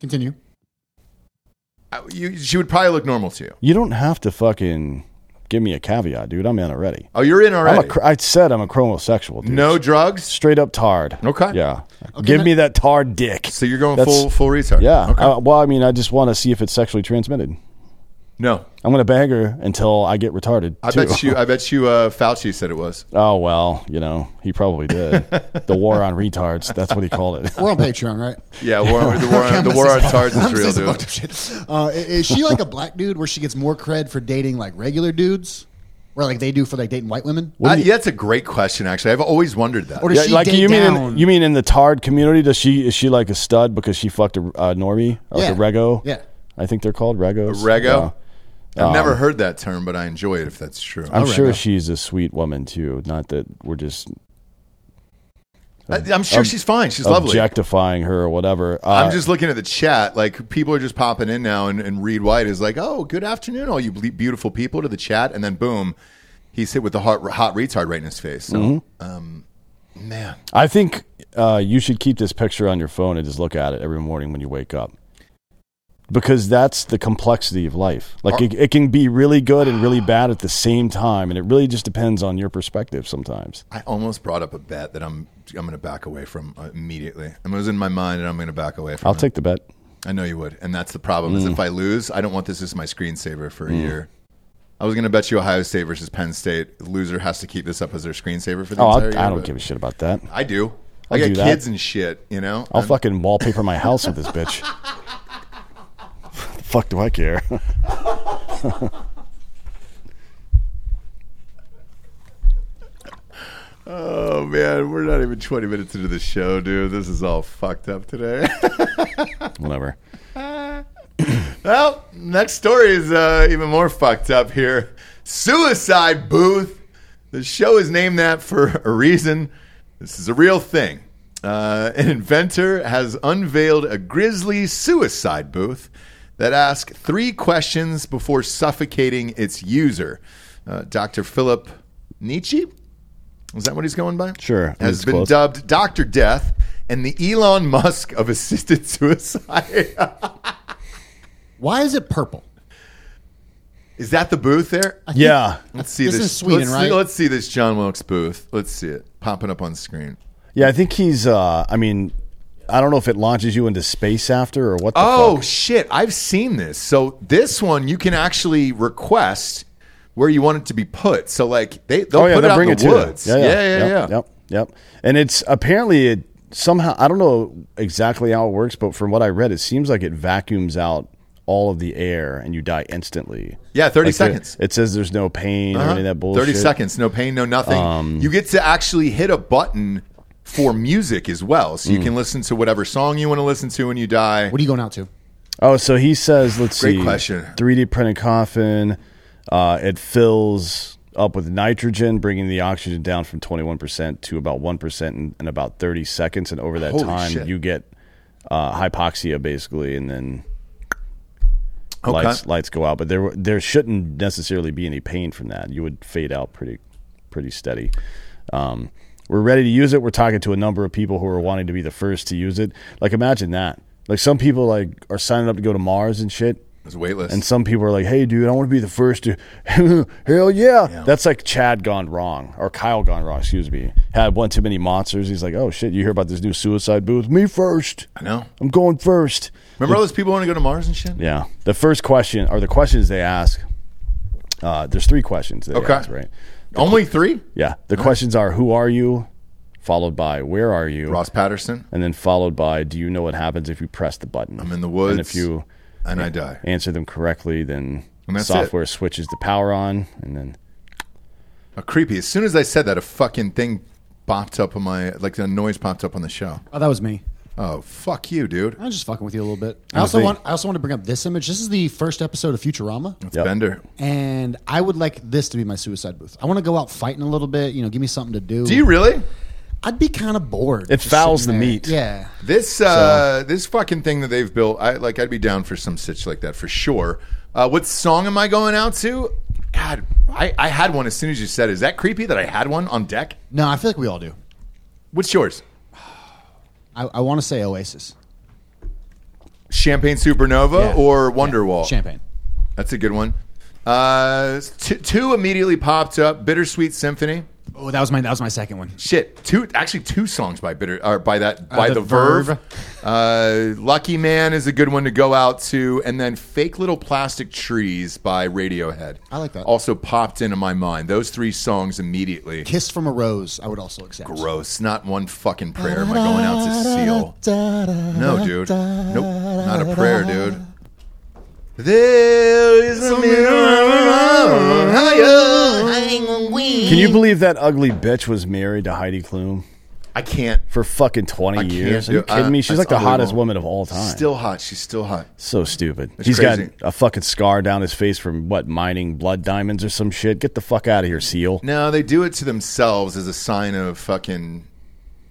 [SPEAKER 6] Continue.
[SPEAKER 4] [LAUGHS] I- you, she would probably look normal to you.
[SPEAKER 3] You don't have to fucking Give me a caveat, dude. I'm in already.
[SPEAKER 4] Oh, you're in
[SPEAKER 3] I'm a
[SPEAKER 4] already.
[SPEAKER 3] cr- I said I'm a chromosexual, dude.
[SPEAKER 4] no drugs.
[SPEAKER 3] Straight up tarred.
[SPEAKER 4] Okay.
[SPEAKER 3] Yeah. Give me that tarred dick.
[SPEAKER 4] So you're going
[SPEAKER 3] That's-
[SPEAKER 4] full full retard.
[SPEAKER 3] Yeah.
[SPEAKER 4] Okay.
[SPEAKER 3] Uh, well, I mean, I just want to see if it's sexually transmitted.
[SPEAKER 4] no.
[SPEAKER 3] I'm going to bang her until I get retarded.
[SPEAKER 4] I
[SPEAKER 3] too.
[SPEAKER 4] bet you. I bet you. Uh, Fauci said it was.
[SPEAKER 3] [LAUGHS] Oh well, you know he
[SPEAKER 4] [LAUGHS]
[SPEAKER 3] probably did. the war on retards. That's what he called it.
[SPEAKER 6] We're on Patreon, right?
[SPEAKER 4] Yeah, war,
[SPEAKER 3] [LAUGHS]
[SPEAKER 4] the war
[SPEAKER 6] [LAUGHS]
[SPEAKER 4] on, the war on tards is real,
[SPEAKER 6] dude.
[SPEAKER 4] dude.
[SPEAKER 6] Uh, i- is she like a black dude where she gets more cred for dating like regular dudes, or like they do for like dating white women?
[SPEAKER 4] Uh, yeah, that's a great question. Actually, I've always wondered that.
[SPEAKER 6] Or does
[SPEAKER 3] Yeah,
[SPEAKER 6] she
[SPEAKER 3] like
[SPEAKER 6] date
[SPEAKER 3] you mean in,
[SPEAKER 6] down?
[SPEAKER 3] you mean in the tard community? Does she is she like a stud because she fucked a uh, normie or
[SPEAKER 6] Yeah.
[SPEAKER 3] like a rego?
[SPEAKER 6] Yeah.
[SPEAKER 3] I think they're called regos.
[SPEAKER 4] Rego? I've
[SPEAKER 3] Um,
[SPEAKER 4] never heard that term, but I enjoy it if that's true.
[SPEAKER 3] I'm
[SPEAKER 6] A
[SPEAKER 3] sure
[SPEAKER 6] rego.
[SPEAKER 3] she's a sweet woman too. Not that we're just
[SPEAKER 4] I, am sure she's fine. She's lovely.
[SPEAKER 3] objectifying her or whatever. Uh,
[SPEAKER 4] I'm just looking at the chat. Like people are just popping in now, and, and Reed White is like, "Oh, good afternoon, all you ble- beautiful people," to the chat, and then boom, he's hit with the hot, hot retard right in his face. So,
[SPEAKER 3] Mm-hmm.
[SPEAKER 4] um, man,
[SPEAKER 3] I think uh, you should keep this picture on your phone and just look at it every morning when you wake up. Because that's the complexity of life. Like it, it can be really good and really bad at the same time, and it really just depends on your perspective sometimes.
[SPEAKER 4] I almost brought up a bet that I'm I'm going to back away from uh, immediately. It was in my mind, and I'm going to back away from.
[SPEAKER 3] I'll Mm.
[SPEAKER 4] it.
[SPEAKER 3] take the bet.
[SPEAKER 4] I know you would, and that's the problem. Is if I lose, I don't want this as my screensaver for a
[SPEAKER 3] Mm.
[SPEAKER 4] year. I was going to bet you Ohio State versus Penn State. Loser has to keep this up as their screensaver for the
[SPEAKER 3] Oh,
[SPEAKER 4] entire
[SPEAKER 3] I'll,
[SPEAKER 4] year.
[SPEAKER 3] I don't
[SPEAKER 4] but
[SPEAKER 3] give a shit about that.
[SPEAKER 4] I do. i
[SPEAKER 3] I'll
[SPEAKER 4] got
[SPEAKER 3] do that.
[SPEAKER 4] kids and shit. You know.
[SPEAKER 3] I'll
[SPEAKER 4] I'm-
[SPEAKER 3] fucking wallpaper my house with this bitch. [LAUGHS] Fuck, do I care? [LAUGHS]
[SPEAKER 4] Oh man, we're not even 20 minutes into the show, dude. This is all fucked up today. [LAUGHS]
[SPEAKER 3] Whatever.
[SPEAKER 4] well, next story is uh, even more fucked up here. Suicide booth. The show is named that for a reason. This is a real thing. Uh, an inventor has unveiled a grisly suicide booth that asks three questions before suffocating its user. Uh, Dr. Philip Nietzsche. Is that what he's going by?
[SPEAKER 3] Sure.
[SPEAKER 4] Has
[SPEAKER 3] It's
[SPEAKER 4] been
[SPEAKER 3] close.
[SPEAKER 4] dubbed Dr. Death and the Elon Musk of assisted [LAUGHS] suicide. [LAUGHS]
[SPEAKER 6] Why is it purple?
[SPEAKER 4] is that the booth there?
[SPEAKER 3] Yeah.
[SPEAKER 4] Let's see
[SPEAKER 6] This
[SPEAKER 4] this.
[SPEAKER 6] is Sweden,
[SPEAKER 4] let's see-
[SPEAKER 6] right?
[SPEAKER 4] let's see this John Wilkes booth. Let's see it popping up on screen.
[SPEAKER 3] Yeah, I think he's, uh, I mean, I don't know if it launches you into space after or what the
[SPEAKER 4] Oh
[SPEAKER 3] fuck.
[SPEAKER 4] shit! I've seen this. So this one you can actually request where you want it to be put. So like they Oh, they'll put it
[SPEAKER 3] Oh, they'll
[SPEAKER 4] out in the
[SPEAKER 3] to you.
[SPEAKER 4] woods. Yeah, yeah, yeah.
[SPEAKER 3] yep, Yep, yep. And it's apparently it somehow I don't know exactly how it works, but from what I read, it seems like it vacuums out all of the air and you die instantly.
[SPEAKER 4] Yeah, 30
[SPEAKER 3] Like,
[SPEAKER 4] seconds.
[SPEAKER 3] It, says there's no pain or
[SPEAKER 4] Uh-huh.
[SPEAKER 3] any of that bullshit.
[SPEAKER 4] 30 seconds, no pain, no nothing. you get to actually hit a button for music as well. So you can listen to whatever song you want to listen to when you die.
[SPEAKER 6] What are you going out to?
[SPEAKER 3] Oh, so he says, let's
[SPEAKER 4] Great
[SPEAKER 3] see,
[SPEAKER 4] question.
[SPEAKER 3] 3D printed coffin. Uh, it fills up with nitrogen, bringing the oxygen down from 21% to about 1% in, in about 30 seconds. And over that
[SPEAKER 4] Holy
[SPEAKER 3] time,
[SPEAKER 4] shit.
[SPEAKER 3] you get uh, hypoxia basically, and then
[SPEAKER 4] Okay.
[SPEAKER 3] lights lights go out. But there were- there shouldn't necessarily be any pain from that. You would fade out pretty pretty steady. Um, we're ready to use it. We're talking to a number of people who are wanting to be the first to use it. Like imagine that. Like some people like are signing up to go to Mars and shit.
[SPEAKER 4] It's weightless.
[SPEAKER 3] And some people are like, "Hey, dude, I want to be the first to." [LAUGHS] Hell yeah. That's like Chad gone wrong or Kyle gone wrong. Excuse me. Had one too many monsters. He's like, "Oh shit, you hear about this new suicide booth? Me first.
[SPEAKER 4] I know.
[SPEAKER 3] I'm going first.
[SPEAKER 4] Remember all those people want to go to Mars and shit?
[SPEAKER 3] Yeah. The first question or the questions they ask. Uh, there's three questions. They
[SPEAKER 4] Okay.
[SPEAKER 3] Ask, right.
[SPEAKER 4] Only three?
[SPEAKER 3] Yeah. The questions are, "Who are you?" Followed by, "Where are you?"
[SPEAKER 4] Ross Patterson.
[SPEAKER 3] And then followed by, "Do you know what happens if you press the button?"
[SPEAKER 4] I'm in the
[SPEAKER 3] And
[SPEAKER 4] woods.
[SPEAKER 3] if you
[SPEAKER 4] And I die.
[SPEAKER 3] answer them correctly, then
[SPEAKER 4] And that's
[SPEAKER 3] software switches the power on, and then
[SPEAKER 4] How creepy. As soon as I said that, a fucking thing popped up on my, like a noise popped up on the show.
[SPEAKER 6] Oh, that was me.
[SPEAKER 4] Oh, fuck you, dude.
[SPEAKER 6] I was just fucking with you a little bit. I also
[SPEAKER 4] think-
[SPEAKER 6] want. I also want to bring up this image. This is the first episode of Futurama,
[SPEAKER 4] It's
[SPEAKER 3] Yep.
[SPEAKER 4] Bender.
[SPEAKER 6] and I would like this to be my suicide booth. I want to go out fighting a little bit. You know, give me something to do.
[SPEAKER 4] Do you really?
[SPEAKER 6] I'd be kind of bored.
[SPEAKER 3] It
[SPEAKER 6] just
[SPEAKER 3] fouls
[SPEAKER 6] sitting
[SPEAKER 3] the
[SPEAKER 6] there.
[SPEAKER 3] meat.
[SPEAKER 6] Yeah.
[SPEAKER 4] This uh, this fucking thing that they've built, I like. I'd be down for some sitch like that for sure. Uh, what song am I going out to? God, I, I had one as soon as you said. it. Is that creepy that I had one on deck?
[SPEAKER 6] No, I feel like we all do.
[SPEAKER 4] What's yours?
[SPEAKER 6] I, I want to say Oasis,
[SPEAKER 4] Champagne Supernova
[SPEAKER 6] Yeah.
[SPEAKER 4] or Wonderwall?
[SPEAKER 6] Champagne.
[SPEAKER 4] That's a good one. Uh, two, two immediately popped up. Bittersweet Symphony.
[SPEAKER 6] Oh, that was my that was my second one.
[SPEAKER 4] Shit, two actually two songs by bitter or by that by the,
[SPEAKER 5] The
[SPEAKER 4] Verve. Uh, Lucky Man is a good one to go out to, and then Fake Little Plastic Trees by Radiohead.
[SPEAKER 6] I like that.
[SPEAKER 4] Also popped into my mind. Those three songs immediately.
[SPEAKER 6] Kiss from a Rose, I would also accept.
[SPEAKER 4] Gross. Not one fucking prayer am I going out to seal. No, dude. Nope. Not a prayer, dude. There is a mirror higher.
[SPEAKER 3] Can you believe that ugly bitch was married to Heidi Klum
[SPEAKER 4] I can't.
[SPEAKER 3] for fucking twenty
[SPEAKER 4] can't
[SPEAKER 3] years? Are
[SPEAKER 4] do-
[SPEAKER 3] you kidding
[SPEAKER 4] uh,
[SPEAKER 3] me? She's
[SPEAKER 4] that's
[SPEAKER 3] like the hottest
[SPEAKER 4] unbelievable.
[SPEAKER 3] woman of all time.
[SPEAKER 4] Still hot. She's still hot.
[SPEAKER 3] so stupid.
[SPEAKER 4] It's
[SPEAKER 3] He's
[SPEAKER 4] crazy.
[SPEAKER 3] got a fucking scar down his face from what mining blood diamonds or some shit. Get the fuck out of here, seal.
[SPEAKER 4] No, they do it to themselves as a sign of fucking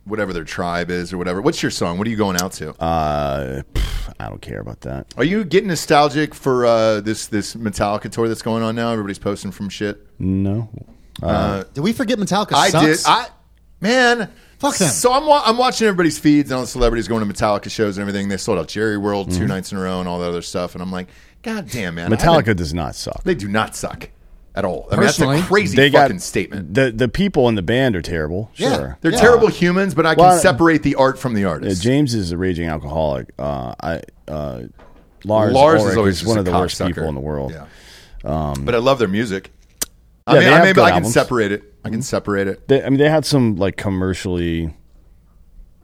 [SPEAKER 4] whatever their tribe is or whatever. What's your song? What are you going out to?
[SPEAKER 3] Uh, pff, I don't care about that.
[SPEAKER 4] are you getting nostalgic for uh, this this Metallica tour that's going on now? Everybody's posting from shit.
[SPEAKER 3] No,
[SPEAKER 6] Did we forget Metallica?
[SPEAKER 4] I
[SPEAKER 6] sucks?
[SPEAKER 4] did. I man.
[SPEAKER 6] Fuck them.
[SPEAKER 4] So I'm, wa- I'm watching everybody's feeds and all the celebrities going to Metallica shows and everything. They sold out Jerry World
[SPEAKER 3] Mm-hmm.
[SPEAKER 4] two nights in a row and all that other stuff. And I'm like, God damn, man. I haven't-
[SPEAKER 3] Metallica does not suck.
[SPEAKER 4] They do not suck at all. I mean, that's a
[SPEAKER 6] Personally,
[SPEAKER 4] crazy
[SPEAKER 3] They
[SPEAKER 4] fucking
[SPEAKER 3] got
[SPEAKER 4] statement.
[SPEAKER 3] The the people in the band are terrible.
[SPEAKER 6] Yeah.
[SPEAKER 3] Sure,
[SPEAKER 4] They're
[SPEAKER 6] Yeah.
[SPEAKER 4] terrible humans, but I can
[SPEAKER 3] Well,
[SPEAKER 4] separate the art from the artist.
[SPEAKER 3] Uh, James is a raging alcoholic. Uh, I uh, Lars,
[SPEAKER 4] Lars
[SPEAKER 3] Ulrich
[SPEAKER 4] is always just
[SPEAKER 3] one
[SPEAKER 4] a
[SPEAKER 3] of the worst
[SPEAKER 4] cocksucker.
[SPEAKER 3] people in the world. Um,
[SPEAKER 4] Yeah. but I love their music. I
[SPEAKER 3] Yeah,
[SPEAKER 4] mean,
[SPEAKER 3] they
[SPEAKER 4] I,
[SPEAKER 3] have
[SPEAKER 4] maybe
[SPEAKER 3] good
[SPEAKER 4] I can
[SPEAKER 3] albums. Mm-hmm.
[SPEAKER 4] separate it. I can separate it.
[SPEAKER 3] They, I mean, they had some like commercially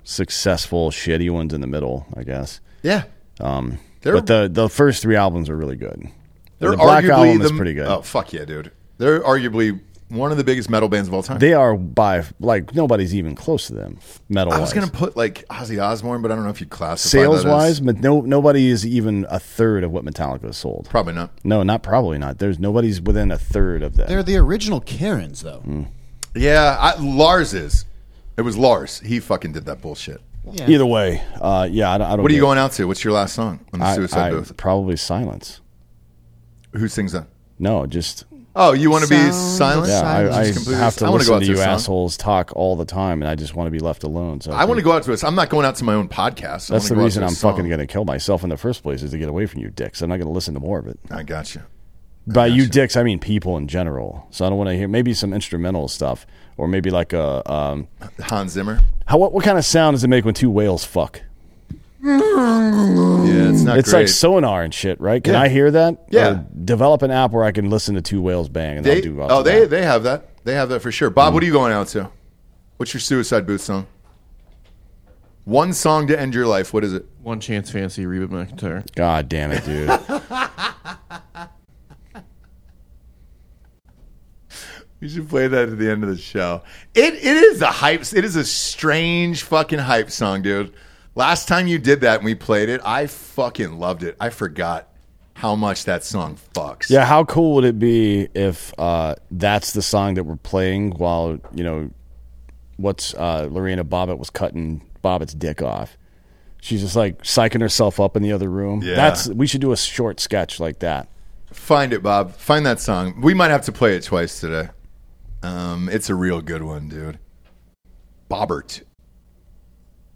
[SPEAKER 3] successful shitty ones in the middle, I guess.
[SPEAKER 4] Yeah.
[SPEAKER 3] Um,
[SPEAKER 4] They're-
[SPEAKER 3] but the the first three albums are really good.
[SPEAKER 4] They're
[SPEAKER 3] the Black
[SPEAKER 4] arguably
[SPEAKER 3] album
[SPEAKER 4] the,
[SPEAKER 3] is pretty good.
[SPEAKER 4] Oh fuck yeah, dude. They're arguably one of the biggest metal bands of all time.
[SPEAKER 3] They are by like nobody's even close to them metal.
[SPEAKER 4] I was gonna put like Ozzy Osbourne, but I don't know if you classify
[SPEAKER 3] sales
[SPEAKER 4] that as-
[SPEAKER 3] wise, but no nobody is even a third of what Metallica sold.
[SPEAKER 4] Probably not.
[SPEAKER 3] no, not probably not. There's nobody's within a third of that.
[SPEAKER 6] They're the original Karens, though.
[SPEAKER 3] Mm.
[SPEAKER 4] Yeah, I, Lars is. It was Lars. He fucking did that bullshit.
[SPEAKER 3] Either way, uh, yeah, I, don't- I don't.
[SPEAKER 4] What are you
[SPEAKER 3] get-
[SPEAKER 4] going out to? What's your last song on the
[SPEAKER 3] I,
[SPEAKER 4] Suicide
[SPEAKER 3] I-
[SPEAKER 4] Booth?
[SPEAKER 3] Probably silence.
[SPEAKER 4] Who sings that?
[SPEAKER 3] No, just
[SPEAKER 4] Oh, you want to be
[SPEAKER 6] Sounds of
[SPEAKER 4] silent?
[SPEAKER 3] yeah. I, I
[SPEAKER 4] Just completely-
[SPEAKER 3] have to
[SPEAKER 4] I wanna
[SPEAKER 3] listen
[SPEAKER 4] go out
[SPEAKER 3] to
[SPEAKER 4] to a
[SPEAKER 3] you
[SPEAKER 4] song.
[SPEAKER 3] assholes talk all the time, and I just want to be left alone. So
[SPEAKER 4] I want to go out to this. I'm not going out to my own podcast. I
[SPEAKER 3] That's
[SPEAKER 4] wanna
[SPEAKER 3] the
[SPEAKER 4] go out
[SPEAKER 3] reason
[SPEAKER 4] to a
[SPEAKER 3] I'm
[SPEAKER 4] song.
[SPEAKER 3] fucking going to kill myself in the first place is to get away from you dicks. I'm not going to listen to more of it.
[SPEAKER 4] I got you.
[SPEAKER 3] By you dicks, I mean people in general. So I don't want to hear maybe some instrumental stuff or maybe like a um,
[SPEAKER 4] Hans Zimmer.
[SPEAKER 3] how what, what kind of sound does it make when two whales fuck?
[SPEAKER 4] Yeah, it's not.
[SPEAKER 3] It's
[SPEAKER 4] great.
[SPEAKER 3] like sonar and shit, right? Can
[SPEAKER 4] Yeah.
[SPEAKER 3] I hear that?
[SPEAKER 4] Yeah.
[SPEAKER 3] Or develop an app where I can listen to two whales bang and
[SPEAKER 4] They,
[SPEAKER 3] I'll do. I'll
[SPEAKER 4] oh,
[SPEAKER 3] do
[SPEAKER 4] they
[SPEAKER 3] that.
[SPEAKER 4] they have that. They have that for sure. Bob, what are you going out to? What's your suicide booth song? One song to end your life. What is it?
[SPEAKER 2] One Chance Fancy, Reba McIntyre.
[SPEAKER 3] God damn
[SPEAKER 4] [LAUGHS]
[SPEAKER 3] it, dude.
[SPEAKER 4] You should play that at the end of the show. It it is a hype. It is a strange fucking hype song, dude. Last time you did that and we played it, I fucking loved it. I forgot how much that song fucks.
[SPEAKER 3] Yeah, how cool would it be if uh, that's the song that we're playing while you know what's uh, Lorena Bobbitt was cutting Bobbitt's dick off? She's just like psyching herself up in the other room.
[SPEAKER 4] Yeah.
[SPEAKER 3] That's we should do a short sketch like that.
[SPEAKER 4] Find it, Bob. Find that song. We might have to play it twice today. Um, it's a real good one, dude. Bobbert.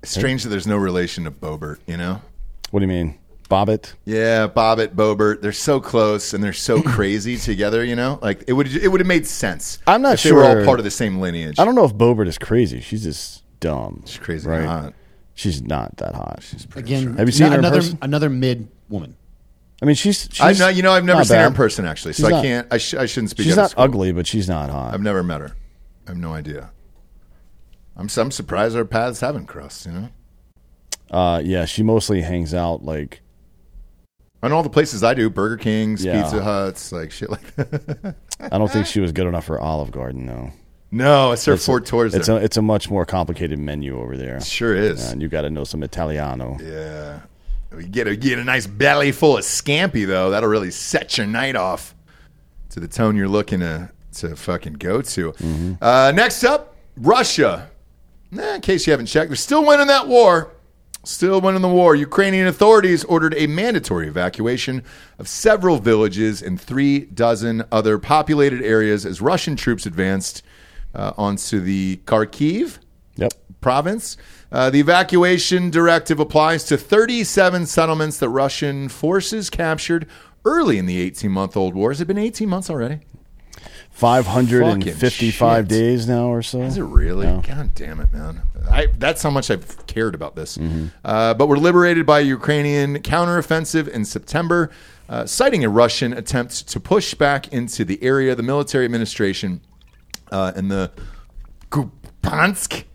[SPEAKER 4] Strange that there's no relation to Bobert, you know?
[SPEAKER 3] What do you mean, Bobbitt?
[SPEAKER 4] Yeah, Bobbert, Bobert. They're so close and they're so
[SPEAKER 3] [LAUGHS]
[SPEAKER 4] crazy together, you know? Like it would it would have made sense.
[SPEAKER 3] I'm not
[SPEAKER 4] if They were all
[SPEAKER 3] sure-
[SPEAKER 4] part of the same lineage.
[SPEAKER 3] I don't know if Bobert is crazy. She's just dumb.
[SPEAKER 4] She's crazy
[SPEAKER 3] right?
[SPEAKER 4] hot.
[SPEAKER 3] She's not that hot.
[SPEAKER 6] Again,
[SPEAKER 3] Have you seen
[SPEAKER 6] not
[SPEAKER 3] her in
[SPEAKER 6] another
[SPEAKER 3] person?
[SPEAKER 6] another mid woman?
[SPEAKER 3] I mean, she's. she's
[SPEAKER 4] I've not, you know, I've never
[SPEAKER 3] not
[SPEAKER 4] seen her in
[SPEAKER 3] bad.
[SPEAKER 4] person actually, so
[SPEAKER 3] She's
[SPEAKER 4] I
[SPEAKER 3] not-
[SPEAKER 4] can't I, sh- I shouldn't speak
[SPEAKER 3] She's
[SPEAKER 4] out of
[SPEAKER 3] not
[SPEAKER 4] school.
[SPEAKER 3] ugly, but she's not hot.
[SPEAKER 4] I've never met her. I have no idea. I'm I'm surprised our paths haven't crossed, you know?
[SPEAKER 3] Uh, yeah, she mostly hangs out like
[SPEAKER 4] On all the places I do, Burger Kings,
[SPEAKER 3] Yeah.
[SPEAKER 4] Pizza Huts, like shit like that. [LAUGHS]
[SPEAKER 3] I don't think she was good enough for Olive Garden though.
[SPEAKER 4] No, I served four
[SPEAKER 3] a-
[SPEAKER 4] tours
[SPEAKER 3] It's
[SPEAKER 4] there.
[SPEAKER 3] a it's a much more complicated menu over there,
[SPEAKER 4] sure is.
[SPEAKER 3] and you got to know some Italiano.
[SPEAKER 4] Yeah. You get a get a nice belly full of scampi though. That'll really set your night off to the tone you're looking to to fucking go to. Uh, next up, Russia. Nah, in case you haven't checked, they're still winning that war. Still winning the war. Ukrainian authorities ordered a mandatory evacuation of several villages and three dozen other populated areas as Russian troops advanced uh, onto the Kharkiv
[SPEAKER 3] Yep.
[SPEAKER 4] province. Uh, the evacuation directive applies to 37 settlements that Russian forces captured early in the 18 month old war. Has it been 18 months already?
[SPEAKER 3] Five hundred and fifty-five
[SPEAKER 4] shit.
[SPEAKER 3] days now or so.
[SPEAKER 4] Is it really? God damn it, man. I, that's how much I've cared about this. Uh, but we're liberated by Ukrainian counteroffensive in September, uh, citing a Russian attempt to push back into the area. The military administration uh, in the Kupansk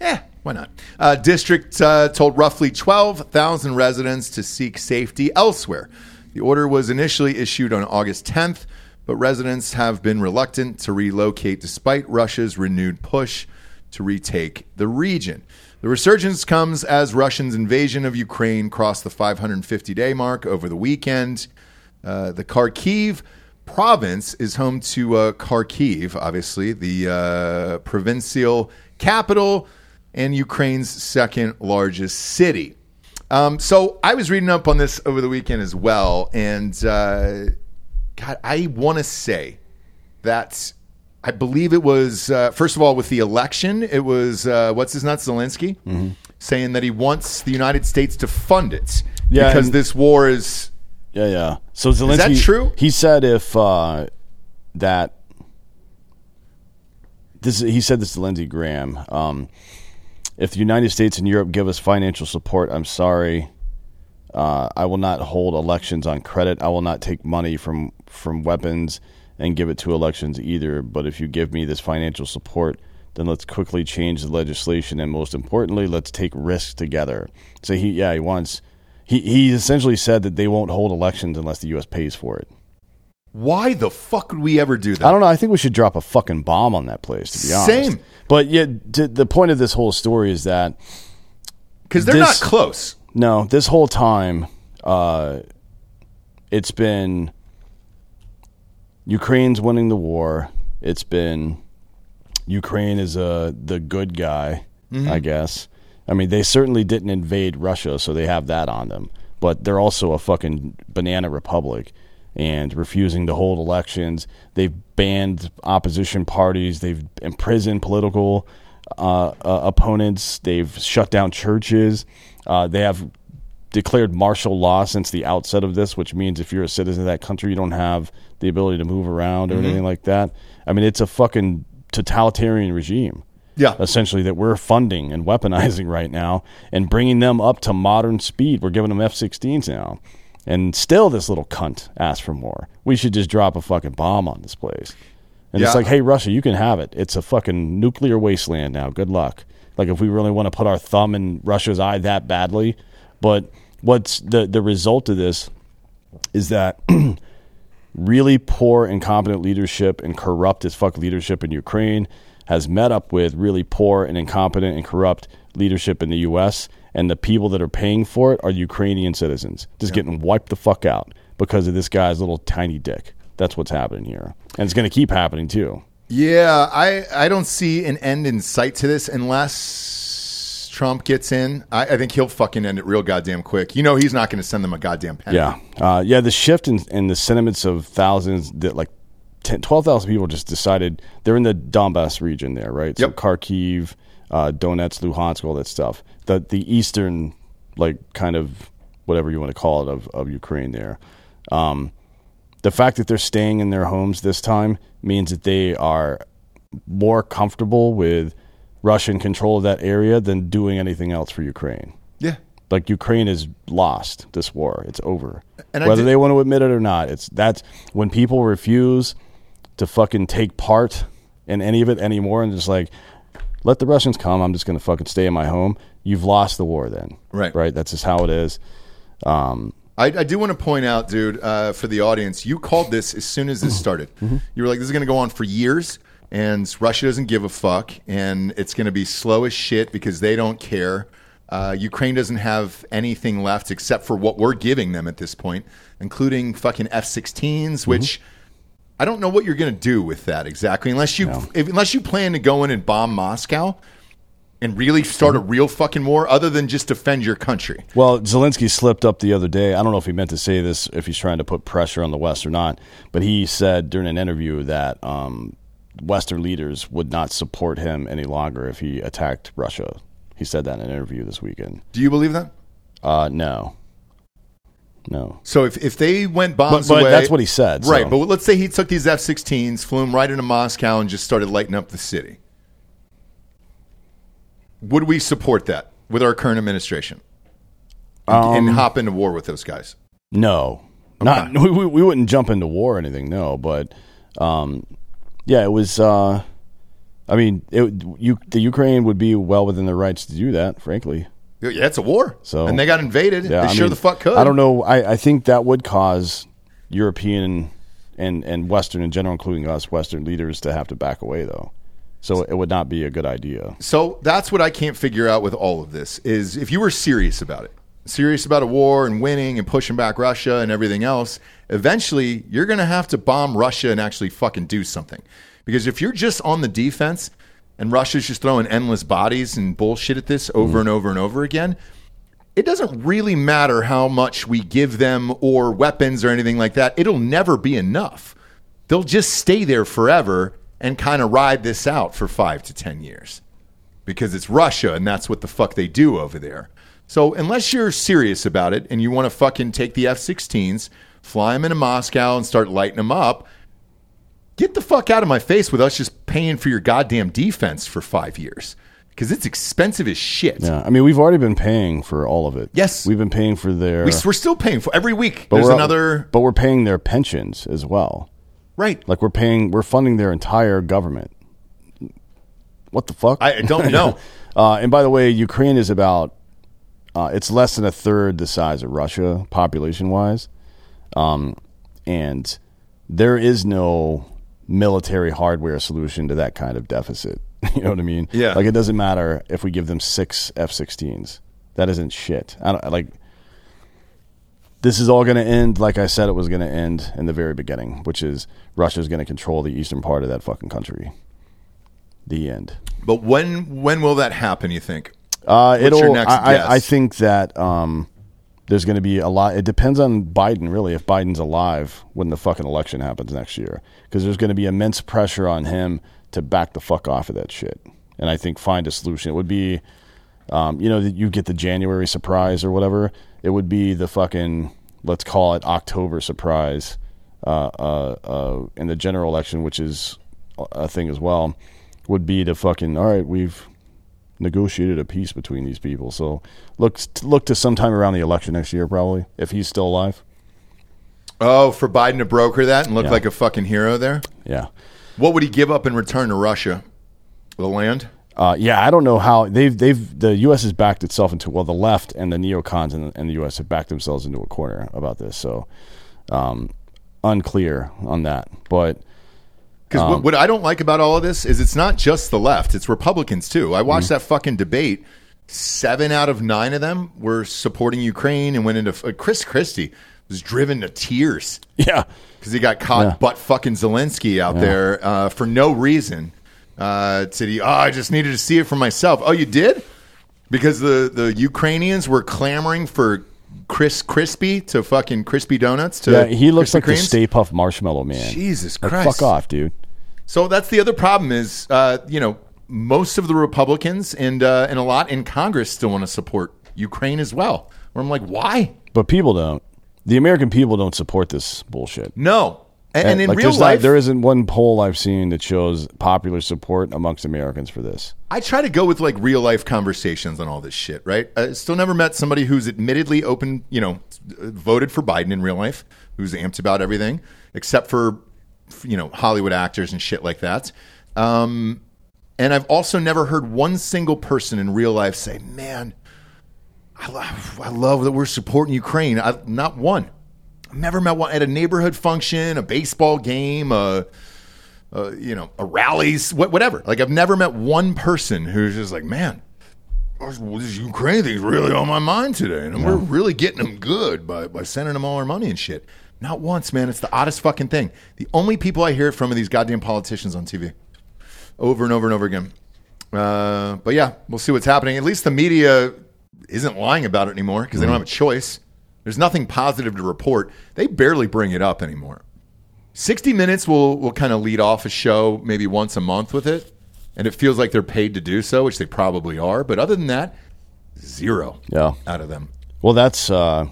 [SPEAKER 4] yeah, why not? Uh, district uh, told roughly 12,000 residents to seek safety elsewhere. The order was initially issued on August 10th, but residents have been reluctant to relocate despite Russia's renewed push to retake the region. The resurgence comes as Russians' invasion of Ukraine crossed the 550 day mark over the weekend. Uh, the Kharkiv province is home to uh, Kharkiv, obviously, the uh, provincial capital and Ukraine's second largest city. Um, so I was reading up on this over the weekend as well, and uh, God, I want to say that I believe it was uh, first of all with the election, it was uh, what's his not Zelensky
[SPEAKER 3] Mm-hmm.
[SPEAKER 4] saying that he wants the United States to fund it
[SPEAKER 3] Yeah,
[SPEAKER 4] because
[SPEAKER 3] and-
[SPEAKER 4] this war is
[SPEAKER 3] Yeah, yeah. So Zelensky,
[SPEAKER 4] that true?
[SPEAKER 3] He said if uh, that this he said this to Lindsey Graham. Um, if the United States and Europe give us financial support, I'm sorry. Uh, I will not hold elections on credit. I will not take money from from weapons and give it to elections either. But if you give me this financial support, then let's quickly change the legislation, and most importantly, let's take risks together. So he, yeah, he wants. He he essentially said that they won't hold elections unless the U.S. pays for it.
[SPEAKER 4] why the fuck would we ever do that?
[SPEAKER 3] I don't know. I think we should drop a fucking bomb on that place. To be honest,
[SPEAKER 4] Same.
[SPEAKER 3] But yet, t- the point of this whole story is that
[SPEAKER 4] because they're
[SPEAKER 3] This-
[SPEAKER 4] not close.
[SPEAKER 3] no, this whole time, uh, it's been Ukraine's winning the war. It's been Ukraine is uh, the good guy, I guess. I mean, they certainly didn't invade Russia, so they have that on them. But they're also a fucking banana republic and refusing to hold elections. They've banned opposition parties. They've imprisoned political uh, uh, opponents. They've shut down churches. Uh, they have declared martial law since the outset of this, which means if you're a citizen of that country, you don't have the ability to move around or anything like that. I mean, it's a fucking totalitarian regime.
[SPEAKER 4] Yeah.
[SPEAKER 3] Essentially, that we're funding and weaponizing right now and bringing them up to modern speed. We're giving them F 16s now. And still, this little cunt asks for more. We should just drop a fucking bomb on this place. And it's
[SPEAKER 4] Yeah.
[SPEAKER 3] like, hey, Russia, you can have it. It's a fucking nuclear wasteland now. Good luck. Like, if we really want to put our thumb in Russia's eye that badly. But what's the, the result of this is that [CLEARS THROAT] really poor, incompetent leadership and corrupt as fuck leadership in Ukraine has met up with really poor and incompetent and corrupt leadership in the U.S. And the people that are paying for it are Ukrainian citizens, just getting wiped the fuck out because of this guy's little tiny dick. That's what's happening here, and it's going to keep happening too.
[SPEAKER 4] Yeah, I, I don't see an end in sight to this unless Trump gets in. I, I think he'll fucking end it real goddamn quick. You know he's not going to send them a goddamn penny.
[SPEAKER 3] Yeah, uh, yeah. The shift in, in the sentiments of thousands that like 10 12,000 people just decided they're in the Donbass region there, right? So
[SPEAKER 4] Yep.
[SPEAKER 3] Kharkiv, uh, Donetsk, Luhansk, all that stuff. The the eastern like kind of whatever you want to call it of of Ukraine there. Um, the fact that they're staying in their homes this time means that they are more comfortable with Russian control of that area than doing anything else for Ukraine
[SPEAKER 4] Yeah.
[SPEAKER 3] like Ukraine is lost this war. It's over.
[SPEAKER 4] And I
[SPEAKER 3] Whether
[SPEAKER 4] did-
[SPEAKER 3] they want to admit it or not, it's that's when people refuse to fucking take part in any of it anymore and just like let the Russians come, I'm just going to fucking stay in my home. You've lost the war then.
[SPEAKER 4] Right.
[SPEAKER 3] Right? That's just how it is.
[SPEAKER 4] I, I do want to point out, dude, uh, for the audience, you called this as soon as this started. You were like, this is going to go on for years, and Russia doesn't give a fuck, and it's going to be slow as shit because they don't care. Uh, Ukraine doesn't have anything left except for what we're giving them at this point, including fucking F 16s, which. I don't know what you're going to do with that exactly, unless you if, unless you plan to go in and bomb Moscow and really start a real fucking war, other than just defend your country.
[SPEAKER 3] Well, Zelensky slipped up the other day. I don't know if he meant to say this, if he's trying to put pressure on the West or not, but he said during an interview that um, Western leaders would not support him any longer if he attacked Russia. He said that in an interview this weekend.
[SPEAKER 4] Do you believe that?
[SPEAKER 3] Uh, no. Uh, No.
[SPEAKER 4] So if, if they went bombs
[SPEAKER 3] But- but
[SPEAKER 4] away,
[SPEAKER 3] that's what he said, so.
[SPEAKER 4] right? But let's say he took these F-16s, flew them right into Moscow, and just started lighting up the city. Would we support that with our current administration
[SPEAKER 3] Um,
[SPEAKER 4] and hop into war with those guys?
[SPEAKER 3] No, not [LAUGHS] we, we. We wouldn't jump into war or anything. No, but um, yeah, it was. Uh, I mean, it you the Ukraine would be well within their rights to do that. Frankly,
[SPEAKER 4] Yeah, it's a war.
[SPEAKER 3] So-
[SPEAKER 4] and they got invaded.
[SPEAKER 3] yeah,
[SPEAKER 4] they
[SPEAKER 3] I
[SPEAKER 4] sure
[SPEAKER 3] mean,
[SPEAKER 4] the fuck could.
[SPEAKER 3] I don't know. I, I think that would cause European and and Western in general, including us, Western leaders to have to back away though. So it would not be a good idea.
[SPEAKER 4] So that's what I can't figure out with all of this is if you were serious about it, serious about a war and winning and pushing back Russia and everything else, eventually you're going to have to bomb Russia and actually fucking do something. Because if you're just on the defense and Russia's just throwing endless bodies and bullshit at this over and over and over again, it doesn't really matter how much we give them or weapons or anything like that. It'll never be enough. They'll just stay there forever and kind of ride this out for five to 10 years because it's Russia and that's what the fuck they do over there. So unless you're serious about it and you want to fucking take the F-16s, fly them into Moscow and start lighting them up, get the fuck out of my face with us just paying for your goddamn defense for five years because it's expensive as shit.
[SPEAKER 3] Yeah, I mean, we've already been paying for all of it.
[SPEAKER 4] Yes.
[SPEAKER 3] we've been paying for their.
[SPEAKER 4] We, are still paying for every week.
[SPEAKER 3] but
[SPEAKER 4] there's
[SPEAKER 3] we're-
[SPEAKER 4] another
[SPEAKER 3] But we're paying their pensions as well.
[SPEAKER 4] right.
[SPEAKER 3] Like we're paying, we're funding their entire government. What the fuck?
[SPEAKER 4] I I
[SPEAKER 3] [LAUGHS]
[SPEAKER 4] don't know.
[SPEAKER 3] uh, and by the way, Ukraine is about, uh, it's less than a third the size of Russia population wise. Um, and there is no military hardware solution to that kind of deficit. [LAUGHS] You know what I mean?
[SPEAKER 4] Yeah.
[SPEAKER 3] Like it doesn't matter if we give them six F 16s. That isn't shit. I don't like. This is all going to end like I said it was going to end in the very beginning, which is Russia's going to control the eastern part of that fucking country. The end.
[SPEAKER 4] but when when will that happen? You think?
[SPEAKER 3] Uh,
[SPEAKER 4] your
[SPEAKER 3] it'll.
[SPEAKER 4] next
[SPEAKER 3] I,
[SPEAKER 4] guess?
[SPEAKER 3] I, I think that um, there's going to be a lot. It depends on Biden, really. If Biden's alive when the fucking election happens next year, because there's going to be immense pressure on him to back the fuck off of that shit, and I think find a solution. It would be, um, you know, that you get the January surprise or whatever. It would be the fucking let's call it October surprise uh, uh, uh, in the general election, which is a- a thing as well. Would be the fucking all right. We've negotiated a peace between these people. So look look to sometime around the election next year, probably if he's still alive.
[SPEAKER 4] Oh, for Biden to broker that and look
[SPEAKER 3] Yeah.
[SPEAKER 4] like a fucking hero there.
[SPEAKER 3] Yeah,
[SPEAKER 4] What would he give up in return to Russia? The land.
[SPEAKER 3] uh, yeah. I don't know how they've they've the U.S. has backed itself into well the left and the neocons and, and the U.S. have backed themselves into a corner about this. So um, unclear on that, but. [LAUGHS]
[SPEAKER 4] Because
[SPEAKER 3] Um,
[SPEAKER 4] what, what I don't like about all of this is it's not just the left; it's Republicans too. I
[SPEAKER 3] Mm.
[SPEAKER 4] watched that fucking debate. Seven out of nine of them were supporting Ukraine and went into uh, Chris Christie was driven to tears
[SPEAKER 3] Yeah,
[SPEAKER 4] because he got caught butt fucking Zelensky out there uh, for no reason. Uh, said he, oh, I just needed to see it for myself. Oh, you did? Because the, the Ukrainians were clamoring for Chris Crispy to fucking crispy donuts. To
[SPEAKER 3] yeah, he looks
[SPEAKER 4] Krispy
[SPEAKER 3] like the
[SPEAKER 4] Kremes?
[SPEAKER 3] Stay Puff Marshmallow Man.
[SPEAKER 4] Jesus
[SPEAKER 3] Like,
[SPEAKER 4] Christ.
[SPEAKER 3] fuck off, dude.
[SPEAKER 4] So that's the other problem is, uh, you know, most of the Republicans and uh, and a lot in Congress still want to support Ukraine as well. Where I'm like, why?
[SPEAKER 3] But people don't. The American people don't support this bullshit.
[SPEAKER 4] No. And, and in
[SPEAKER 3] like,
[SPEAKER 4] real
[SPEAKER 3] there's not-
[SPEAKER 4] life,
[SPEAKER 3] there isn't one poll I've seen that shows popular support amongst Americans for this.
[SPEAKER 4] I try to go with like real life conversations on all this shit, right? I still never met somebody who's admittedly open, you know, voted for Biden in real life, who's amped about everything, except for, you know, Hollywood actors and shit like that. Um, and I've also never heard one single person in real life say, man, I love, I love that we're supporting Ukraine. I, not one. I've never met one at a neighborhood function, a baseball game, a uh, you know, a rallies, wh- whatever. Like I've never met one person who's just like, man, this this Ukraine thing's really on my mind today, and we're really getting them good by by sending them all our money and shit. Not once, man. It's the oddest fucking thing. The only people I hear it from are these goddamn politicians on TV, over and over and over again. Uh, but yeah, we'll see what's happening. At least the media isn't lying about it anymore because they don't have a choice. There's nothing positive to report. They barely bring it up anymore. 60 Minutes will will kind of lead off a show maybe once a month with it, and it feels like they're paid to do so, which they probably are. But other than that, zero
[SPEAKER 3] Yeah.
[SPEAKER 4] out of them.
[SPEAKER 3] Well, that's uh,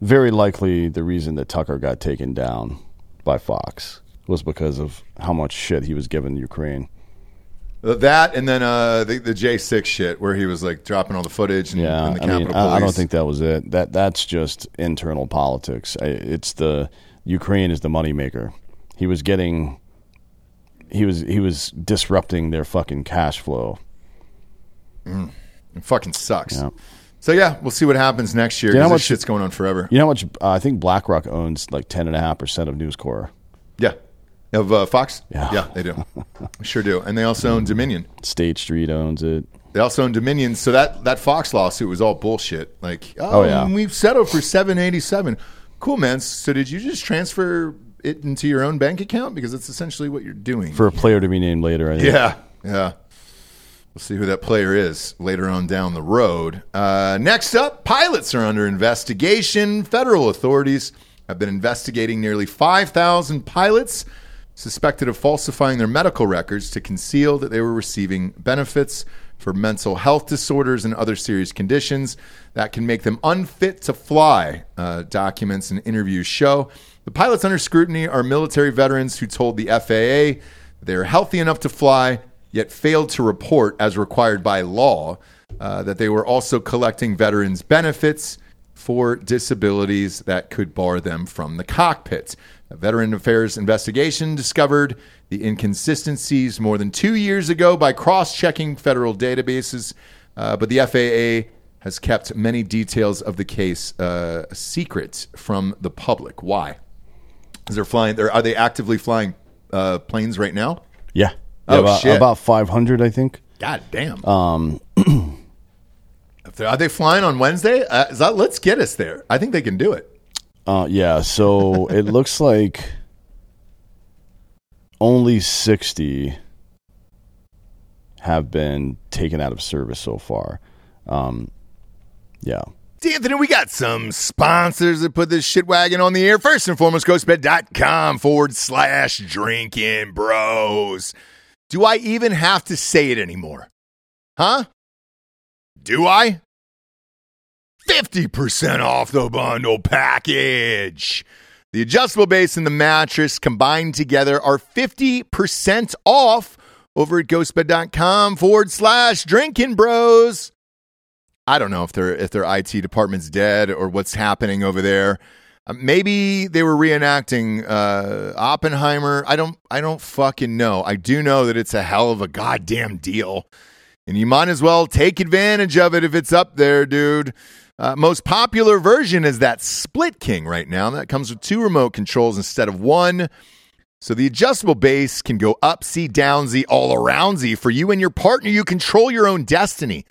[SPEAKER 3] very likely the reason that Tucker got taken down by Fox was because of how much shit he was giving Ukraine.
[SPEAKER 4] That and then uh, the, the J6 shit where he was like dropping all the footage and,
[SPEAKER 3] Yeah,
[SPEAKER 4] and the
[SPEAKER 3] I
[SPEAKER 4] Capitol
[SPEAKER 3] mean,
[SPEAKER 4] Police.
[SPEAKER 3] I, I don't think that was it. That that's just internal politics. I, it's the Ukraine is the moneymaker. He was getting, he was he was disrupting their fucking cash flow.
[SPEAKER 4] It fucking sucks.
[SPEAKER 3] Yeah.
[SPEAKER 4] So yeah, we'll see what happens next year.
[SPEAKER 3] You know
[SPEAKER 4] 'cause
[SPEAKER 3] how
[SPEAKER 4] this
[SPEAKER 3] much-
[SPEAKER 4] shit's going on forever.
[SPEAKER 3] You know how much? Uh, I think BlackRock owns like ten and a half percent of News Corp.
[SPEAKER 4] Yeah. Of uh, Fox?
[SPEAKER 3] Yeah.
[SPEAKER 4] they
[SPEAKER 3] [LAUGHS]
[SPEAKER 4] do. sure do. And they also own Dominion.
[SPEAKER 3] State Street owns it.
[SPEAKER 4] They also own Dominion. So that, that Fox lawsuit was all bullshit. Like, oh,
[SPEAKER 3] Oh, yeah.
[SPEAKER 4] we've settled for 787. Cool, man. So did you just transfer it into your own bank account? Because that's essentially what you're doing.
[SPEAKER 3] for a player to be named later. I think.
[SPEAKER 4] Yeah, yeah. We'll see who that player is later on down the road. Uh, next up, pilots are under investigation. Federal authorities have been investigating nearly 5,000 pilots suspected of falsifying their medical records to conceal that they were receiving benefits for mental health disorders and other serious conditions that can make them unfit to fly, uh, documents and interviews show. The pilots under scrutiny are military veterans who told the FAA they are healthy enough to fly, yet failed to report as required by law uh, that they were also collecting veterans' benefits for disabilities that could bar them from the cockpit. A Veteran Affairs investigation discovered the inconsistencies more than two years ago by cross checking federal databases, uh, but the FAA has kept many details of the case uh, secret from the public. Why? Is they're flying? They're, are they actively flying uh, planes right now?
[SPEAKER 3] yeah.
[SPEAKER 4] Oh,
[SPEAKER 3] about,
[SPEAKER 4] shit.
[SPEAKER 3] About five hundred, I think.
[SPEAKER 4] God damn. Um, are they flying on Wednesday? Uh, is that, let's get us there. I think they can do it.
[SPEAKER 3] Uh,
[SPEAKER 4] [LAUGHS]
[SPEAKER 3] yeah. So it looks like only sixty have been taken out of service so far. Um, yeah.
[SPEAKER 4] D'Anthony, we got some sponsors that put this shit wagon on the air. First and foremost, ghostbed.com forward slash drinking bros. Do I even have to say it anymore? Huh? Do I? 50% off the bundle package. The adjustable base and the mattress combined together are 50% off over at ghostbed.com forward slash drinking bros. I don't know if their if their IT department's dead or what's happening over there. Uh, Maybe they were reenacting uh, Oppenheimer. I don't I don't fucking know. I do know that it's a hell of a goddamn deal, and you might as well take advantage of it if it's up there, dude. Uh, most popular version is that Split King right now. That comes with two remote controls instead of one. So the adjustable base can go upsy, downsy, all aroundsy. For you and your partner, you control your own destiny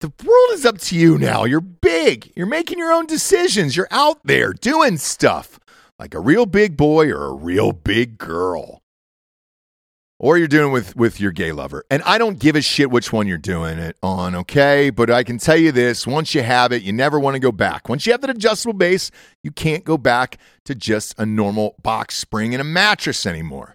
[SPEAKER 4] the world is up to you now. You're big. You're making your own decisions. You're out there doing stuff like a real big boy or a real big girl. Or you're doing with with your gay lover. And I don't give a shit which one you're doing it on, okay? But I can tell you this, once you have it, you never want to go back. Once you have that adjustable base, you can't go back to just a normal box spring and a mattress anymore.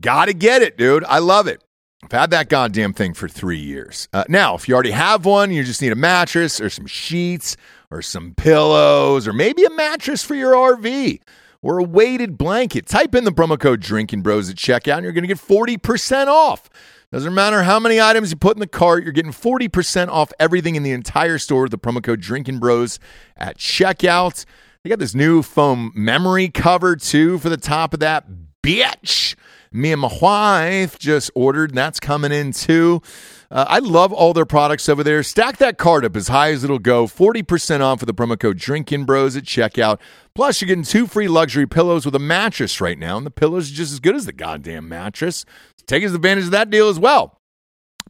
[SPEAKER 4] Got to get it, dude. I love it. I've had that goddamn thing for three years. Uh, now, if you already have one, you just need a mattress or some sheets or some pillows or maybe a mattress for your RV or a weighted blanket. Type in the promo code Drinking Bros at checkout and you're going to get 40% off. Doesn't matter how many items you put in the cart, you're getting 40% off everything in the entire store with the promo code Drinking Bros at checkout. They got this new foam memory cover too for the top of that bitch. Me and my wife just ordered, and that's coming in too. Uh, I love all their products over there. Stack that card up as high as it'll go. 40% off with the promo code Drinking Bros at checkout. Plus, you're getting two free luxury pillows with a mattress right now, and the pillows are just as good as the goddamn mattress. So take advantage of that deal as well.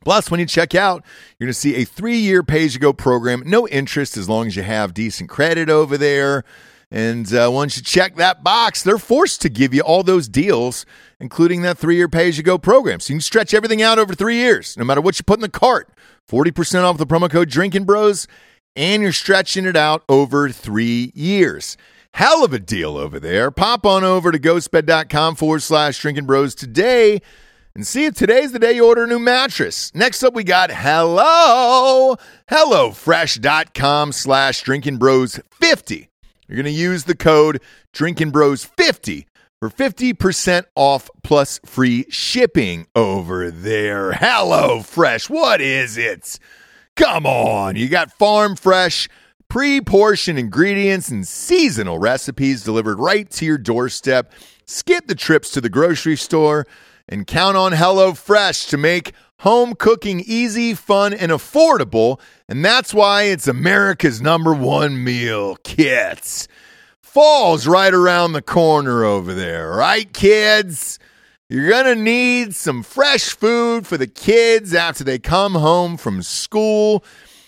[SPEAKER 4] Plus, when you check out, you're going to see a three year pay as you go program. No interest as long as you have decent credit over there. And uh, once you check that box, they're forced to give you all those deals, including that three year pay as you go program. So you can stretch everything out over three years, no matter what you put in the cart. 40% off the promo code Drinking Bros, and you're stretching it out over three years. Hell of a deal over there. Pop on over to ghostbed.com forward slash drinking bros today and see if today's the day you order a new mattress. Next up, we got hello, hellofresh.com slash drinking bros 50 You're going to use the code Drinking Bros 50 for 50% off plus free shipping over there. Hello Fresh, what is it? Come on, you got farm fresh, pre portioned ingredients and seasonal recipes delivered right to your doorstep. Skip the trips to the grocery store and count on HelloFresh to make home cooking easy, fun, and affordable. And that's why it's America's number one meal kits. Fall's right around the corner over there, right, kids? You're going to need some fresh food for the kids after they come home from school.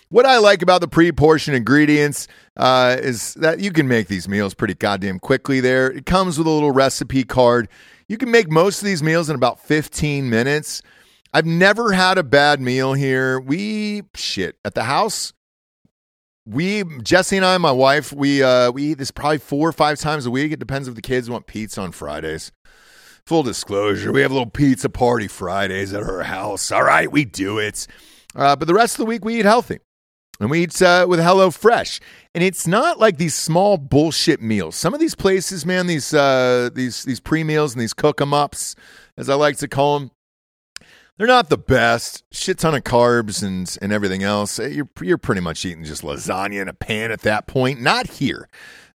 [SPEAKER 4] What I like about the pre portioned ingredients uh, is that you can make these meals pretty goddamn quickly there. It comes with a little recipe card. You can make most of these meals in about 15 minutes. I've never had a bad meal here. We, shit, at the house, we Jesse and I, my wife, we uh we eat this probably four or five times a week. It depends if the kids want pizza on Fridays. Full disclosure, we have a little pizza party Fridays at her house. All right, we do it. Uh, but the rest of the week we eat healthy. And we eat uh, with HelloFresh. And it's not like these small bullshit meals. Some of these places, man, these uh, these these pre-meals and these cook 'em ups, as I like to call them, they're not the best. Shit ton of carbs and and everything else. Uh, You're you're pretty much eating just lasagna in a pan at that point. Not here.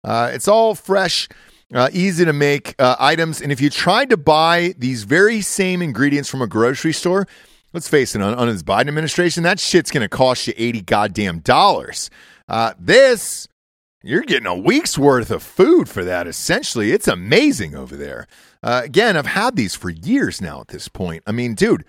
[SPEAKER 4] Uh, it's all fresh, uh, easy to make uh, items. And if you tried to buy these very same ingredients from a grocery store, let's face it, on, on this Biden administration, that shit's going to cost you eighty goddamn dollars. Uh, this you're getting a week's worth of food for that. Essentially, it's amazing over there. Uh, again, I've had these for years now. At this point, I mean, dude.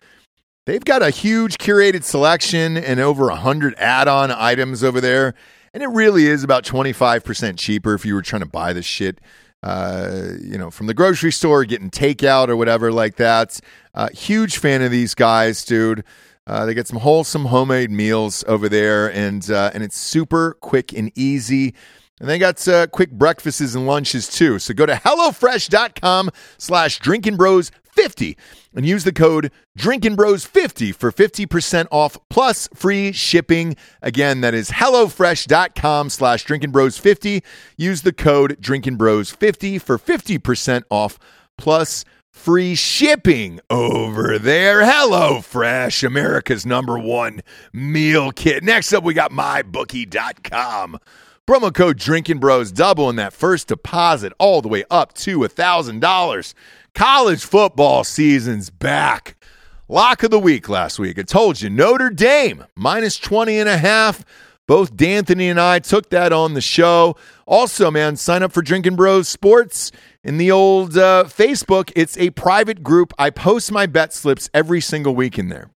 [SPEAKER 4] They've got a huge curated selection and over 100 add on items over there. And it really is about 25% cheaper if you were trying to buy this shit. Uh, you know, from the grocery store, getting takeout or whatever like that. Uh, huge fan of these guys, dude. Uh, they get some wholesome homemade meals over there, and uh, and it's super quick and easy. And they got uh, quick breakfasts and lunches too. So go to HelloFresh.com slash Drinkin' Bros 50 and use the code Drinkin' Bros 50 for 50% off plus free shipping. Again, that is HelloFresh.com slash Drinkin' Bros 50. Use the code Drinkin' Bros 50 for 50% off plus free shipping over there. Hello Fresh, America's number one meal kit. Next up, we got MyBookie.com. Promo code Drinking Bros doubling that first deposit all the way up to $1,000. College football season's back. Lock of the week last week. I told you Notre Dame minus 20 and a half. Both D'Anthony and I took that on the show. Also, man, sign up for Drinking Bros Sports in the old uh, Facebook. It's a private group. I post my bet slips every single week in there.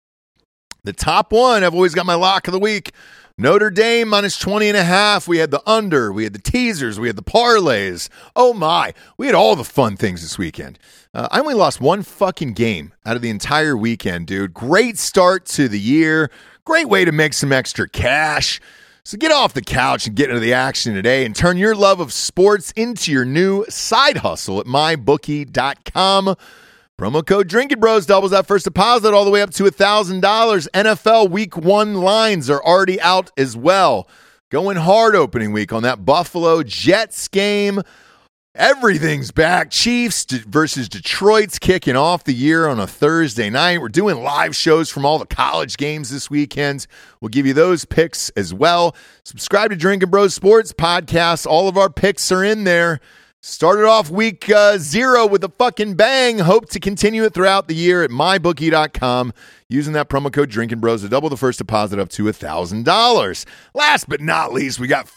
[SPEAKER 4] The top one, I've always got my lock of the week. Notre Dame minus 20 and a half. We had the under, we had the teasers, we had the parlays. Oh my. We had all the fun things this weekend. Uh, I only lost one fucking game out of the entire weekend, dude. Great start to the year. Great way to make some extra cash. So get off the couch and get into the action today and turn your love of sports into your new side hustle at mybookie.com. Promo code Drinking Bros doubles that first deposit all the way up to $1,000. NFL Week 1 lines are already out as well. Going hard opening week on that Buffalo Jets game. Everything's back. Chiefs d- versus Detroit's kicking off the year on a Thursday night. We're doing live shows from all the college games this weekend. We'll give you those picks as well. Subscribe to Drinking Bros Sports Podcast. All of our picks are in there. Started off week uh, zero with a fucking bang. Hope to continue it throughout the year at mybookie.com using that promo code Drinking Bros to double the first deposit up to $1,000. Last but not least, we got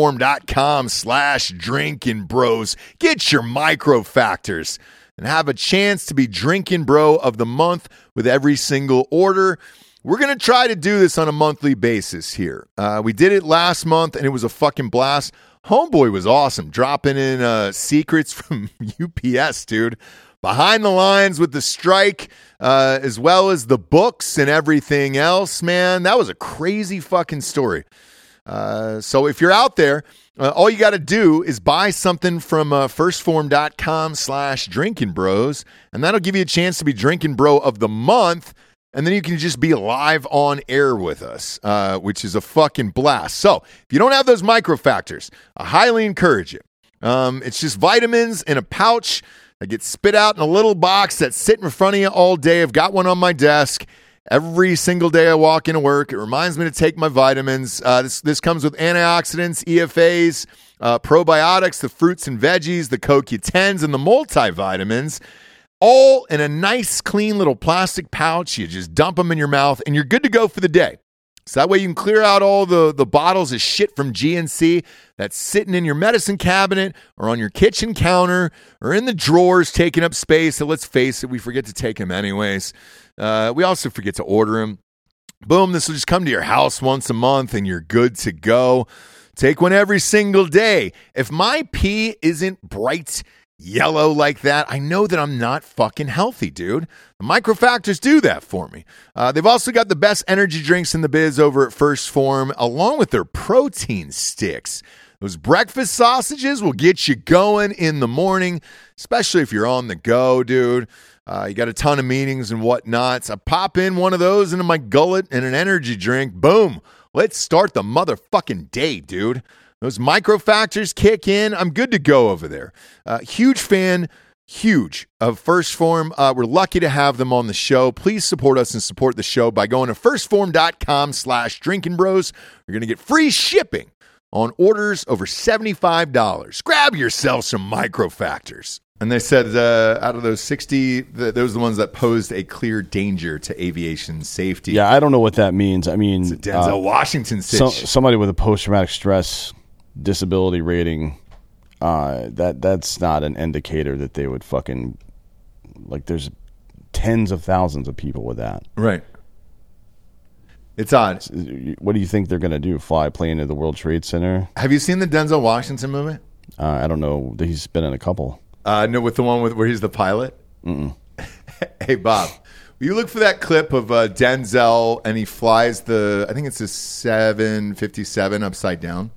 [SPEAKER 4] firstform.com slash Drinking Bros. Get your micro factors and have a chance to be Drinking Bro of the month with every single order. We're going to try to do this on a monthly basis here. Uh, we did it last month and it was a fucking blast. Homeboy was awesome, dropping in uh, secrets [LAUGHS] from UPS, dude. Behind the lines with the strike, uh, as well as the books and everything else, man. That was a crazy fucking story. Uh, so if you're out there, uh, all you got to do is buy something from uh, firstform.com slash drinking bros, and that'll give you a chance to be drinking bro of the month and then you can just be live on air with us, uh, which is a fucking blast. So if you don't have those micro factors, I highly encourage it. Um, it's just vitamins in a pouch that gets spit out in a little box that's sitting in front of you all day. I've got one on my desk. Every single day I walk into work, it reminds me to take my vitamins. Uh, this this comes with antioxidants, EFAs, uh, probiotics, the fruits and veggies, the CoQ10s, and the multivitamins, all in a nice, clean little plastic pouch. You just dump them in your mouth, and you're good to go for the day. So that way you can clear out all the, the bottles of shit from GNC that's sitting in your medicine cabinet or on your kitchen counter or in the drawers taking up space. So let's face it, we forget to take them anyways. Uh, we also forget to order them. Boom, this will just come to your house once a month and you're good to go. Take one every single day. If my pee isn't bright yellow like that, I know that I'm not fucking healthy, dude. The microfactors do that for me. Uh, they've also got the best energy drinks in the biz over at First Form, along with their protein sticks. Those breakfast sausages will get you going in the morning, especially if you're on the go, dude. Uh, you got a ton of meetings and whatnot. So I pop in one of those into my gullet and an energy drink. Boom. Let's start the motherfucking day, dude. Those micro factors kick in. I'm good to go over there. Uh, huge fan, huge of First Form. Uh, we're lucky to have them on the show. Please support us and support the show by going to firstform.com slash drinking bros. You're going to get free shipping on orders over $75. Grab yourself some micro factors. And they said uh, out of those 60, th- those are the ones that posed a clear danger to aviation safety.
[SPEAKER 3] Yeah, I don't know what that means. I mean,
[SPEAKER 4] Denzel
[SPEAKER 3] uh,
[SPEAKER 4] Washington
[SPEAKER 3] so,
[SPEAKER 4] sitch.
[SPEAKER 3] somebody with a post traumatic stress disability rating, uh, that that's not an indicator that they would fucking like. There's tens of thousands of people with that.
[SPEAKER 4] right. It's odd.
[SPEAKER 3] What do you think they're gonna do? Fly a plane into the World Trade Center?
[SPEAKER 4] Have you seen the Denzel Washington movie?
[SPEAKER 3] Uh, I don't know. He's been in a couple.
[SPEAKER 4] Uh, no, with the one with where he's the pilot. [LAUGHS] hey Bob, will you look for that clip of uh, Denzel and he flies the I think it's a seven fifty seven upside down.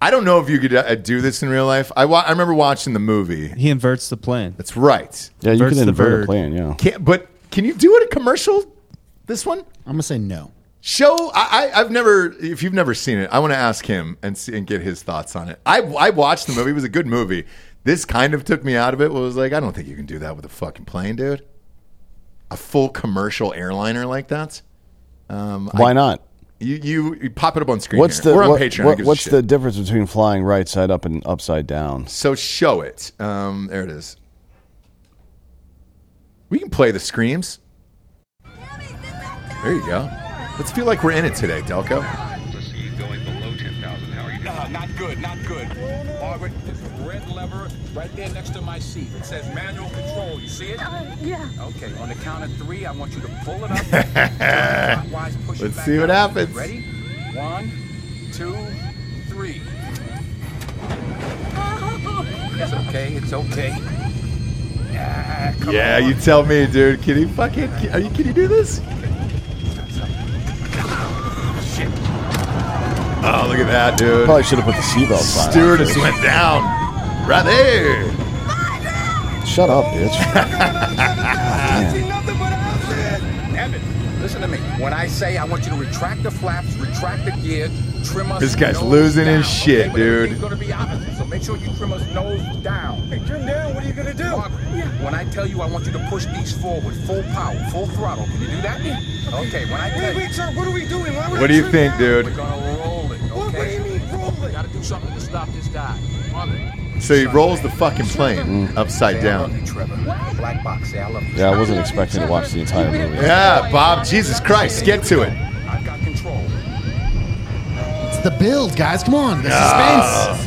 [SPEAKER 4] I don't know if you could uh, do this in real life. I wa- I remember watching the movie.
[SPEAKER 5] He inverts the plane.
[SPEAKER 4] That's right.
[SPEAKER 3] Yeah, you
[SPEAKER 5] Inverts
[SPEAKER 3] can
[SPEAKER 5] the
[SPEAKER 3] invert a
[SPEAKER 5] bird.
[SPEAKER 3] plane. Yeah.
[SPEAKER 4] Can't, but can you do it a commercial? This one
[SPEAKER 6] I'm gonna say no.
[SPEAKER 4] show. I, I I've never. If you've never seen it, I want to ask him and see, and get his thoughts on it. I I watched the movie. It was a good movie. This kind of took me out of it. Was like I don't think you can do that with a fucking plane, dude. A full commercial airliner like that. Um, I-
[SPEAKER 3] Why not?
[SPEAKER 4] you, you you pop it up on screen.
[SPEAKER 3] What's
[SPEAKER 4] here.
[SPEAKER 3] the
[SPEAKER 4] We're on
[SPEAKER 3] what-
[SPEAKER 4] Patreon.
[SPEAKER 3] what-
[SPEAKER 4] Who gives a
[SPEAKER 3] what's
[SPEAKER 4] shit?
[SPEAKER 3] the difference between flying right side up and upside down?
[SPEAKER 4] So show it. Um, there it is. We can play the screams. There you go. Let's feel like we're in it today, Delco.
[SPEAKER 8] Proceed going below 10,000. How are you doing?
[SPEAKER 9] Uh, not good, not good. Margaret, there's a red lever right there next to my seat. It says manual control. You see it?
[SPEAKER 10] yeah.
[SPEAKER 9] Okay, on the count of three, I want you to pull it up. turn clockwise, push it
[SPEAKER 4] Let's
[SPEAKER 9] back
[SPEAKER 4] see what
[SPEAKER 9] out.
[SPEAKER 4] happens.
[SPEAKER 9] Ready? One, two, three. It's okay, it's okay. Yeah, come
[SPEAKER 4] Yeah,
[SPEAKER 9] on.
[SPEAKER 4] you tell me, dude. Can you fucking? Are you? Can you do this?
[SPEAKER 9] Shit.
[SPEAKER 4] Oh, look at that, dude.
[SPEAKER 3] Probably should have put the seatbelt sign. on
[SPEAKER 4] Stewardess
[SPEAKER 3] first.
[SPEAKER 4] went down right there.
[SPEAKER 3] Shut up, bitch.
[SPEAKER 9] Evan, listen to me. When I say I want you to retract the flaps, retract the gear, trim us.
[SPEAKER 4] This guy's
[SPEAKER 9] nose
[SPEAKER 4] losing
[SPEAKER 9] down,
[SPEAKER 4] his shit,
[SPEAKER 9] okay? But
[SPEAKER 4] dude.
[SPEAKER 9] everything's gonna be opposite, so make sure you trim us nose down. Hey, trim down. What are you gonna do? Margaret, when I tell you I want you to push these forward, full power, full throttle. Can you do that? Okay. When I tell you,
[SPEAKER 10] sir, what are we doing? Why would
[SPEAKER 4] What do you think,
[SPEAKER 9] we're
[SPEAKER 4] dude?
[SPEAKER 9] gonna roll it. Okay.
[SPEAKER 10] mean,
[SPEAKER 9] We
[SPEAKER 10] rolling?
[SPEAKER 9] gotta do something to stop this guy. Margaret.
[SPEAKER 4] So he rolls the fucking plane
[SPEAKER 3] Mm.
[SPEAKER 4] upside
[SPEAKER 9] Say I love
[SPEAKER 4] down.
[SPEAKER 9] you, Trevor. Black box. Say I love you.
[SPEAKER 3] Yeah, I wasn't expecting to watch the entire movie.
[SPEAKER 4] Yeah, Bob. Jesus Christ, get to it.
[SPEAKER 9] I've got control.
[SPEAKER 6] It's the build, guys. Come on, the suspense.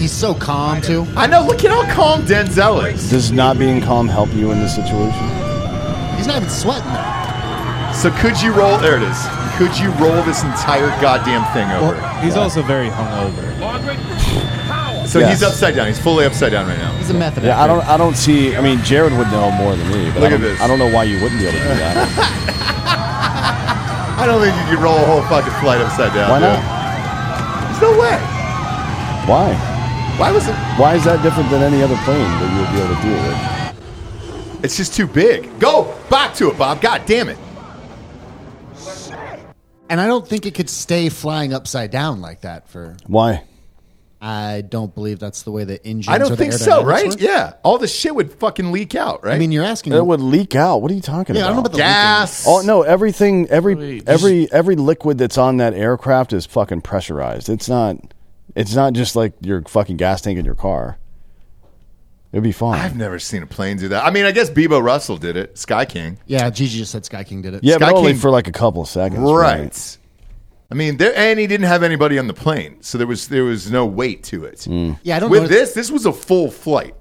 [SPEAKER 6] He's so calm too.
[SPEAKER 4] I know. Look at how calm Denzel is.
[SPEAKER 3] Does not being calm help you in this situation?
[SPEAKER 6] He's not even sweating though.
[SPEAKER 4] So could you roll? There it is. Could you roll this entire goddamn thing over?
[SPEAKER 5] He's also very hungover.
[SPEAKER 9] Margaret, power.
[SPEAKER 4] So
[SPEAKER 3] Yes.
[SPEAKER 4] he's upside down. He's fully upside down right now.
[SPEAKER 6] He's a method.
[SPEAKER 3] Yeah, I
[SPEAKER 6] actor.
[SPEAKER 3] don't. I don't see. I mean, Jared would know more than me, but
[SPEAKER 4] Look
[SPEAKER 3] I,
[SPEAKER 4] at
[SPEAKER 3] don't,
[SPEAKER 4] this.
[SPEAKER 3] I don't know why you wouldn't be able to do that.
[SPEAKER 4] I don't think you could roll a whole fucking flight upside down.
[SPEAKER 3] Why
[SPEAKER 4] dude. [LAUGHS]
[SPEAKER 3] not?
[SPEAKER 4] There's no way.
[SPEAKER 3] Why?
[SPEAKER 4] Why was it?
[SPEAKER 3] Why is that different than any other plane that you would be able to deal with?
[SPEAKER 4] It's just too big. Go back to it, Bob. God damn it.
[SPEAKER 6] And I don't think it could stay flying upside down like that for.
[SPEAKER 3] Why?
[SPEAKER 6] I don't believe that's the way the engines.
[SPEAKER 4] I
[SPEAKER 6] or
[SPEAKER 4] don't
[SPEAKER 6] the
[SPEAKER 4] think
[SPEAKER 6] aerodynamics
[SPEAKER 4] so, right?
[SPEAKER 6] work.
[SPEAKER 4] Yeah. Uh, All the shit would fucking leak out, right?
[SPEAKER 6] I mean, you're asking.
[SPEAKER 3] It would leak out. What are you talking
[SPEAKER 6] yeah, I
[SPEAKER 3] about?
[SPEAKER 6] don't know about the
[SPEAKER 4] gas.
[SPEAKER 3] Oh no! Everything, every
[SPEAKER 2] Wait,
[SPEAKER 3] every every liquid that's on that aircraft is fucking pressurized. It's not. It's not just like your fucking gas tank in your car. It'd be fine.
[SPEAKER 4] I've never seen a plane do that. I mean, I guess Bebo Russell did it. Sky King.
[SPEAKER 6] leaking. Yeah, Gigi just said Sky King did it.
[SPEAKER 3] yeah,
[SPEAKER 4] Sky
[SPEAKER 3] but only
[SPEAKER 4] King-
[SPEAKER 3] for like a couple of seconds.
[SPEAKER 4] Right. I mean, there and he didn't have anybody on the plane, so there was there was no weight to it.
[SPEAKER 3] Mm.
[SPEAKER 6] Yeah, I don't
[SPEAKER 4] With
[SPEAKER 6] know-
[SPEAKER 4] this, this was a full flight.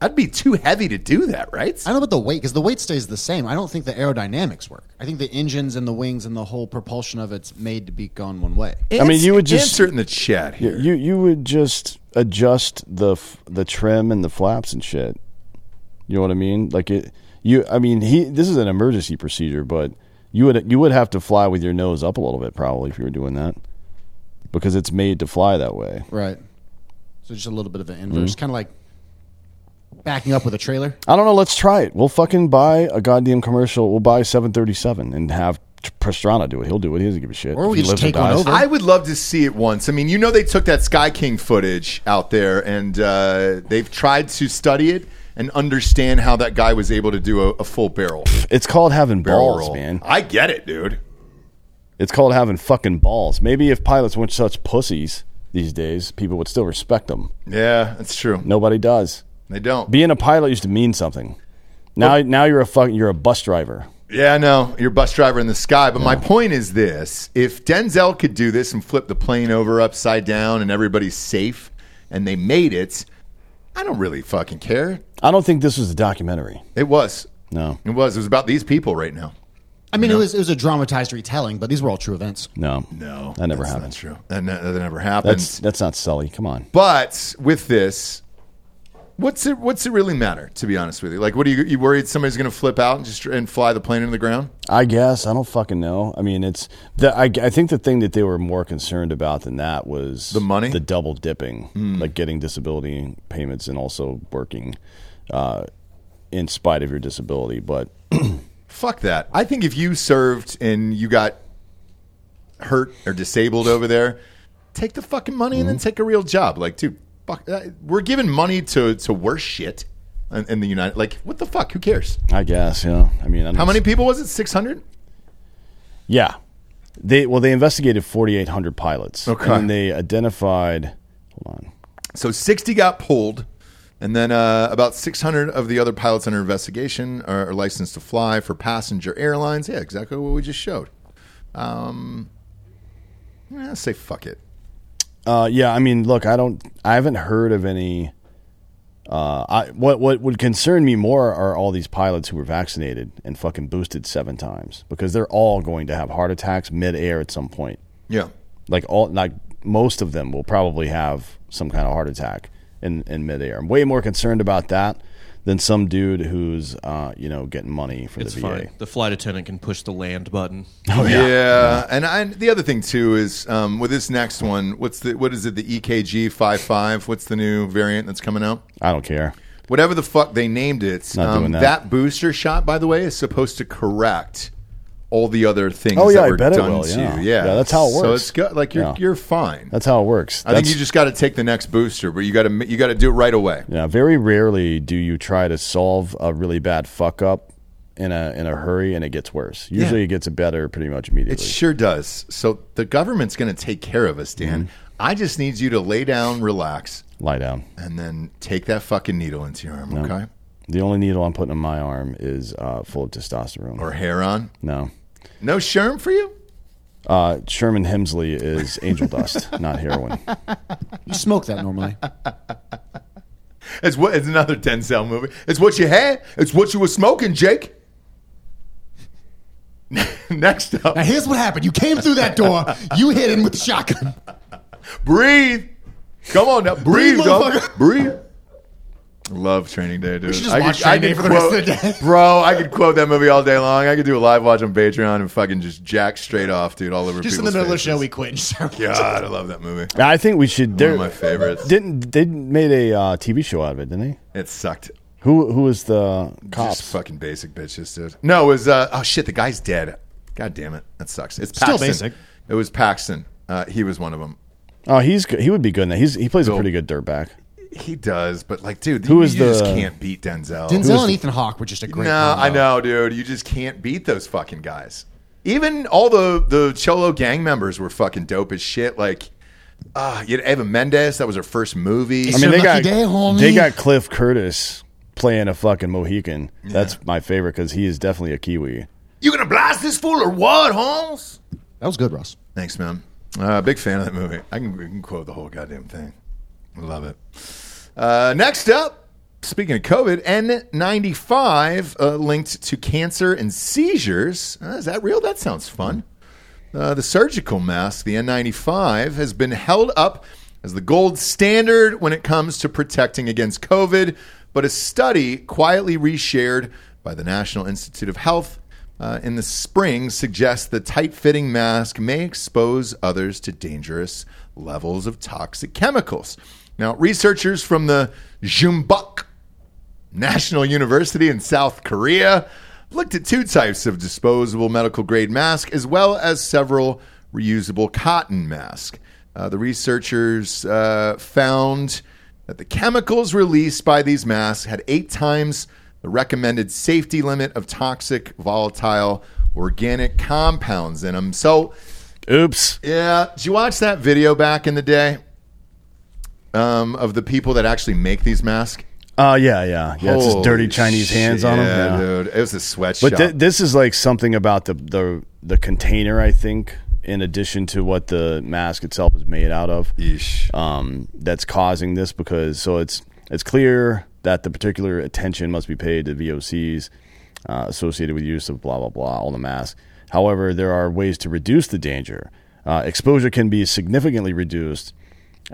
[SPEAKER 4] I'd be too heavy to do that, right?
[SPEAKER 6] I don't know about the weight because the weight stays the same. I don't think the aerodynamics work. I think the engines and the wings and the whole propulsion of it's made to be gone one way.
[SPEAKER 3] I mean, you would just-
[SPEAKER 4] insert in the chat here.
[SPEAKER 3] You you would just adjust the f- the trim and the flaps and shit. You know what I mean? Like it. You. I mean, he. This is an emergency procedure, but you would you would have to fly with your nose up a little bit probably if you were doing that, because it's made to fly that way.
[SPEAKER 6] Right. So just a little bit of an
[SPEAKER 4] Mm-hmm.
[SPEAKER 6] inverse, kind of like backing up with a trailer.
[SPEAKER 3] I don't know. Let's try it. We'll fucking buy a goddamn commercial. We'll buy 737 and have Pastrana do it. He'll do it. He doesn't give a shit.
[SPEAKER 6] Or we
[SPEAKER 3] If he
[SPEAKER 6] could
[SPEAKER 3] lives
[SPEAKER 6] just
[SPEAKER 3] or
[SPEAKER 6] take one
[SPEAKER 3] dies.
[SPEAKER 6] over.
[SPEAKER 4] I would love to see it once. I mean, you know, they took that Sky King footage out there, and uh, they've tried to study it and understand how that guy was able to do a, a full barrel
[SPEAKER 3] It's called having
[SPEAKER 4] barrel
[SPEAKER 3] balls,
[SPEAKER 4] roll.
[SPEAKER 3] man.
[SPEAKER 4] I get it, dude.
[SPEAKER 3] It's called having fucking balls. Maybe if pilots weren't such pussies these days, people would still respect them.
[SPEAKER 4] Yeah, that's true.
[SPEAKER 3] Nobody does.
[SPEAKER 4] They don't.
[SPEAKER 3] Being a pilot used to mean something. Now, now you're a fucking you're a bus driver.
[SPEAKER 4] Yeah, no, you're a bus driver in the sky. But my point is this: if Denzel could do this and flip the plane over upside down, and everybody's safe, and they made it, I don't really fucking care.
[SPEAKER 3] I don't think this was a documentary.
[SPEAKER 4] It was,
[SPEAKER 3] No,
[SPEAKER 4] it was, it was about these people right now.
[SPEAKER 6] I mean, it was it was a dramatized retelling, but these were all true events.
[SPEAKER 3] no,
[SPEAKER 4] No,
[SPEAKER 3] That never
[SPEAKER 4] that's
[SPEAKER 3] happened.
[SPEAKER 4] Not true. That, ne- that never happened.
[SPEAKER 3] That's that's not Sully. Come on.
[SPEAKER 4] but with this, what's it? What's it really matter? To be honest with you, like, what are you? You worried somebody's going to flip out and just and fly the plane into the ground?
[SPEAKER 3] I guess I don't fucking know. I mean, it's the I, I think the thing that they were more concerned about than that was the
[SPEAKER 4] money? Hmm.
[SPEAKER 3] the double dipping, like getting disability payments and also working uh, in spite of your disability. But
[SPEAKER 4] Fuck that. I think if you served and you got hurt or disabled over there, take the fucking money and then
[SPEAKER 3] Mm-hmm.
[SPEAKER 4] take a real job. Like, dude, fuck, uh, we're giving money to to worse shit in, in the United. Like, what the fuck? Who cares?
[SPEAKER 3] I guess yeah. I mean, I don't
[SPEAKER 4] How many people was it? Six hundred.
[SPEAKER 3] Yeah, they well they investigated forty eight hundred pilots.
[SPEAKER 4] Okay.
[SPEAKER 3] and they identified. Hold on.
[SPEAKER 4] So sixty got pulled, and then uh, about six hundred of the other pilots under investigation are, are licensed to fly for passenger airlines. Yeah, exactly what we just showed. Um, yeah, say fuck it.
[SPEAKER 3] Uh, yeah, I mean, look, I don't, I haven't heard of any. Uh, I what what would concern me more are all these pilots who were vaccinated and fucking boosted seven times because they're all going to have heart attacks midair at some point.
[SPEAKER 4] Yeah.
[SPEAKER 3] Like all, like most of them will probably have some kind of heart attack in in midair. I'm way more concerned about that than some dude who's uh you know getting money for
[SPEAKER 2] It's
[SPEAKER 3] the VA.
[SPEAKER 2] fine. The flight attendant can push the land [LAUGHS] button.
[SPEAKER 4] yeah. and I, the other thing too is um, with this next one, what's the what is it? The E EKG 55? What's the new variant that's coming out?
[SPEAKER 3] I don't care.
[SPEAKER 4] Whatever the fuck they named it, um,
[SPEAKER 3] Not doing that.
[SPEAKER 4] booster shot, by the way, is supposed to correct all the other things
[SPEAKER 3] Oh, yeah,
[SPEAKER 4] that
[SPEAKER 3] I
[SPEAKER 4] were
[SPEAKER 3] bet it
[SPEAKER 4] done
[SPEAKER 3] will,
[SPEAKER 4] to
[SPEAKER 3] yeah.
[SPEAKER 4] you. Yeah.
[SPEAKER 3] Yeah, that's how it
[SPEAKER 4] So
[SPEAKER 3] works.
[SPEAKER 4] it's good. Like you're
[SPEAKER 3] Yeah.
[SPEAKER 4] you're fine.
[SPEAKER 3] That's how it works.
[SPEAKER 4] I think
[SPEAKER 3] That's-
[SPEAKER 4] you just got to take the next booster, but you got to you got to do it right away.
[SPEAKER 3] Yeah, very rarely do you try to solve a really bad fuck up in a in a hurry and it gets worse. Usually it gets better pretty much
[SPEAKER 4] It
[SPEAKER 3] immediately.
[SPEAKER 4] sure does. So the government's going to take care of us, Dan.
[SPEAKER 3] Mm-hmm.
[SPEAKER 4] I just need you to lay down, relax,
[SPEAKER 3] Lie down.
[SPEAKER 4] and then take that fucking needle into your arm, okay?
[SPEAKER 3] The only needle I'm putting in my arm is uh, full of testosterone.
[SPEAKER 4] Or hair on.
[SPEAKER 3] no.
[SPEAKER 4] No sherm for you?
[SPEAKER 3] Uh, Sherman Hemsley is angel dust, [LAUGHS] not heroin.
[SPEAKER 6] You smoke that
[SPEAKER 4] [LAUGHS]
[SPEAKER 6] normally.
[SPEAKER 4] It's what it's another Denzel movie. It's what you had. It's what you were smoking, Jake. [LAUGHS] Next up,
[SPEAKER 6] now here's what happened: you came through that door, you hit him with the shotgun.
[SPEAKER 4] breathe. Come on now, breathe,
[SPEAKER 6] Breathe,
[SPEAKER 4] dog.
[SPEAKER 6] motherfucker.
[SPEAKER 4] breathe. Love Training Day, dude.
[SPEAKER 6] should just watch Training Day for the
[SPEAKER 4] quote,
[SPEAKER 6] rest of the day.
[SPEAKER 4] [LAUGHS]
[SPEAKER 6] [LAUGHS]
[SPEAKER 4] bro. I could quote that movie all day long. I could do a live watch on Patreon and fucking just jack straight off, dude, all over.
[SPEAKER 6] Just in the
[SPEAKER 4] people's
[SPEAKER 6] middle of the
[SPEAKER 4] faces.
[SPEAKER 6] show, we quit. And [LAUGHS] start-
[SPEAKER 4] God, I love that movie.
[SPEAKER 3] I think we should.
[SPEAKER 4] One of
[SPEAKER 3] There,
[SPEAKER 4] my favorites.
[SPEAKER 3] Didn't they made a uh, TV show out of it? Didn't they?
[SPEAKER 4] It sucked.
[SPEAKER 3] Who who is the
[SPEAKER 4] Just
[SPEAKER 3] cops?
[SPEAKER 4] fucking basic bitches, dude. No, it was uh, oh shit, the guy's dead. God damn it, that sucks. It's
[SPEAKER 6] Still
[SPEAKER 4] Paxton.
[SPEAKER 6] basic.
[SPEAKER 4] It was Paxton. Uh, he was one of them.
[SPEAKER 3] Oh, he's good. he would be good in that. He's he plays a pretty good dirtbag.
[SPEAKER 4] He does, but like, dude,
[SPEAKER 3] Who
[SPEAKER 4] you,
[SPEAKER 3] is
[SPEAKER 4] you just
[SPEAKER 3] the-
[SPEAKER 4] can't beat Denzel.
[SPEAKER 6] Denzel and Ethan Hawke were just a great.
[SPEAKER 4] no,
[SPEAKER 6] combo.
[SPEAKER 4] I know, dude. You just can't beat those fucking guys. Even all the the Cholo gang members were fucking dope as shit. Like, uh, you had Eva Mendes. That was her first movie.
[SPEAKER 3] I mean,
[SPEAKER 6] your
[SPEAKER 3] they got
[SPEAKER 6] lucky day, homie.
[SPEAKER 3] they got Cliff Curtis playing a fucking Mohican. That's my favorite because he is definitely a Kiwi.
[SPEAKER 4] you gonna blast this fool or what, Holmes?
[SPEAKER 6] That was good, Russ.
[SPEAKER 4] Thanks, man. Uh, big fan of that movie. I can, we can quote the whole goddamn thing. Love it. Uh, next up, speaking of COVID, N95 uh, linked to cancer and seizures. Uh, is that real? That sounds fun. Uh, the surgical mask, the N95, has been held up as the gold standard when it comes to protecting against COVID, but a study quietly reshared by the National Institute of Health uh, in the spring suggests the tight fitting mask may expose others to dangerous levels of toxic chemicals. Now, researchers from the Jumbok National University in South Korea looked at two types of disposable medical grade mask as well as several reusable cotton masks. Uh, the researchers uh, found that the chemicals released by these masks had eight times the recommended safety limit of toxic, volatile, organic compounds in them. So,
[SPEAKER 3] Oops.
[SPEAKER 4] yeah, did you watch that video back in the day um, of the people that actually make these masks?
[SPEAKER 3] Oh yeah, yeah, yeah. It's just dirty
[SPEAKER 4] Holy
[SPEAKER 3] Chinese hands
[SPEAKER 4] shit,
[SPEAKER 3] on him.
[SPEAKER 4] Yeah,
[SPEAKER 3] Yeah.
[SPEAKER 4] dude, it was a sweatshop.
[SPEAKER 3] But th- this is like something about the, the the container, I think, in addition to what the mask itself is made out of,
[SPEAKER 4] Yeesh.
[SPEAKER 3] um, that's causing this because so it's it's clear that the particular attention must be paid to VOCs uh, associated with use of blah blah blah on the mask. However, there are ways to reduce the danger. Uh, exposure can be significantly reduced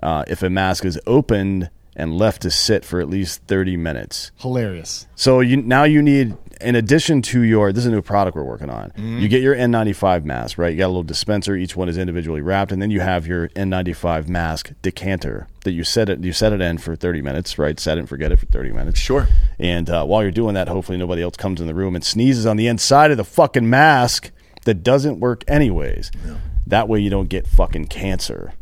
[SPEAKER 3] uh, if a mask is opened and left to sit for at least 30 minutes.
[SPEAKER 6] Hilarious.
[SPEAKER 3] So you now you need in addition to your this is a new product we're working on.
[SPEAKER 4] Mm-hmm.
[SPEAKER 3] You get your N95 mask, right? You got a little dispenser. Each one is individually wrapped, and then you have your N95 mask decanter that you set it you set it in for 30 minutes, right? Set it and forget it for 30 minutes.
[SPEAKER 4] Sure.
[SPEAKER 3] And uh, while you're doing that, hopefully nobody else comes in the room and sneezes on the inside of the fucking mask that doesn't work anyways. That way you don't get fucking cancer.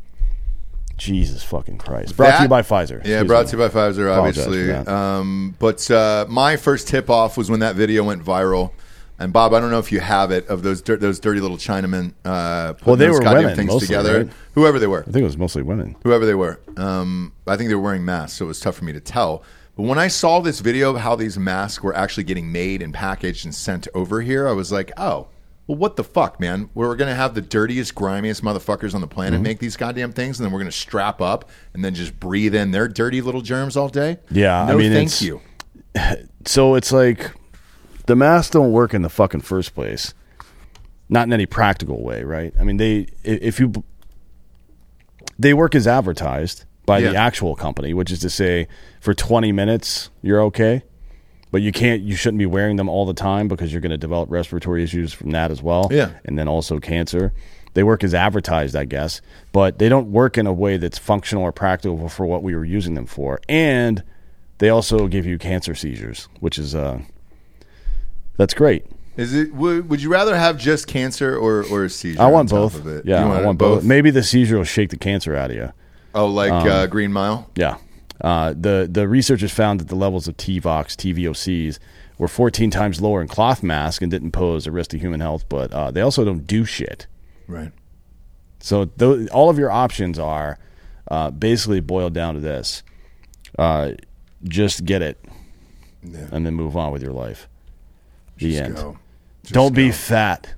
[SPEAKER 3] Jesus fucking Christ! Brought to you by
[SPEAKER 4] That-
[SPEAKER 3] Pfizer.
[SPEAKER 4] Yeah,
[SPEAKER 3] Excuse
[SPEAKER 4] brought
[SPEAKER 3] me.
[SPEAKER 4] to you by Pfizer,
[SPEAKER 3] Apologize
[SPEAKER 4] obviously.
[SPEAKER 3] for that.
[SPEAKER 4] Um, but uh, my first tip off was when that video went viral. And Bob, I don't know if you have it of those dir- those dirty little Chinamen. Uh, putting
[SPEAKER 3] Well, they
[SPEAKER 4] those
[SPEAKER 3] were
[SPEAKER 4] goddamn
[SPEAKER 3] women
[SPEAKER 4] things
[SPEAKER 3] mostly,
[SPEAKER 4] together.
[SPEAKER 3] right?
[SPEAKER 4] Whoever they were,
[SPEAKER 3] I think it was mostly women.
[SPEAKER 4] whoever they were. Um, I think they were wearing masks, so it was tough for me to tell. But when I saw this video of how these masks were actually getting made and packaged and sent over here, I was like, oh, well, what the fuck, man? We're going to have the dirtiest, grimiest motherfuckers on the planet
[SPEAKER 3] Mm-hmm.
[SPEAKER 4] make these goddamn things, and then we're going to strap up and then just breathe in their dirty little germs all day?
[SPEAKER 3] Yeah, I
[SPEAKER 4] No,
[SPEAKER 3] mean,
[SPEAKER 4] thank
[SPEAKER 3] it's-
[SPEAKER 4] you.
[SPEAKER 3] so it's like the masks don't work in the fucking first place not in any practical way right i mean they i- if you they work as advertised by the
[SPEAKER 4] Yeah.
[SPEAKER 3] actual company which is to say for 20 minutes you're okay but you can't you shouldn't be wearing them all the time because you're going to develop respiratory issues from that as well
[SPEAKER 4] Yeah.
[SPEAKER 3] and then also cancer they work as advertised i guess but they don't work in a way that's functional or practical for what we were using them for and they also give you cancer seizures which is uh that's great
[SPEAKER 4] Is it? Would, would you rather have just cancer or or a seizure?
[SPEAKER 3] i
[SPEAKER 4] on
[SPEAKER 3] want
[SPEAKER 4] top
[SPEAKER 3] both
[SPEAKER 4] Of it?
[SPEAKER 3] yeah
[SPEAKER 4] You
[SPEAKER 3] i want both. maybe um, the seizure will shake the cancer out of you
[SPEAKER 4] Oh, like uh, Green Mile.
[SPEAKER 3] Yeah. Uh, the the researchers found that the levels of TVOX, TVOCs, were 14 times lower in cloth masks and didn't pose a risk to human health, but uh, they also don't do shit.
[SPEAKER 4] Right.
[SPEAKER 3] So tho- all of your options are uh, basically boiled down to this: uh, just get it,
[SPEAKER 4] Yeah.
[SPEAKER 3] and then move on with your life. The
[SPEAKER 4] Just
[SPEAKER 3] end.
[SPEAKER 4] go. Just
[SPEAKER 3] don't be
[SPEAKER 4] go.
[SPEAKER 3] fat.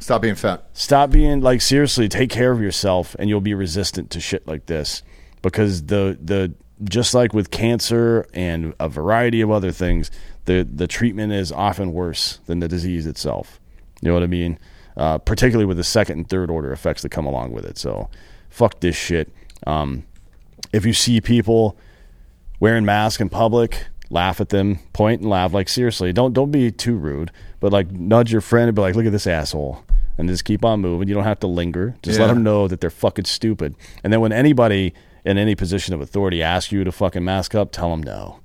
[SPEAKER 4] Stop being fat.
[SPEAKER 3] Stop being like seriously. Take care of yourself, and you'll be resistant to shit like this because the the just like with cancer and a variety of other things, the the treatment is often worse than the disease itself. You know what I mean? Uh, particularly with the second and third order effects that come along with it. So, fuck this shit. Um, if you see people wearing masks in public, laugh at them, point and laugh. Like seriously, don't don't be too rude, but like nudge your friend and be like, "Look at this asshole," and just keep on moving. You don't have to linger. Just let
[SPEAKER 4] Yeah.
[SPEAKER 3] them know that they're fucking stupid. And then when anybody in any position of authority asks you to fucking mask up, tell them no.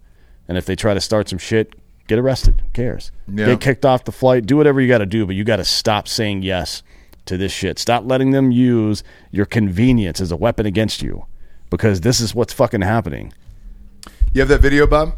[SPEAKER 3] And if they try to start some shit, get arrested. Who cares?
[SPEAKER 4] Yeah.
[SPEAKER 3] Get kicked off the flight. Do whatever you got to do, but you got to stop saying yes to this shit. Stop letting them use your convenience as a weapon against you because this is what's fucking happening.
[SPEAKER 4] You have that video, Bob?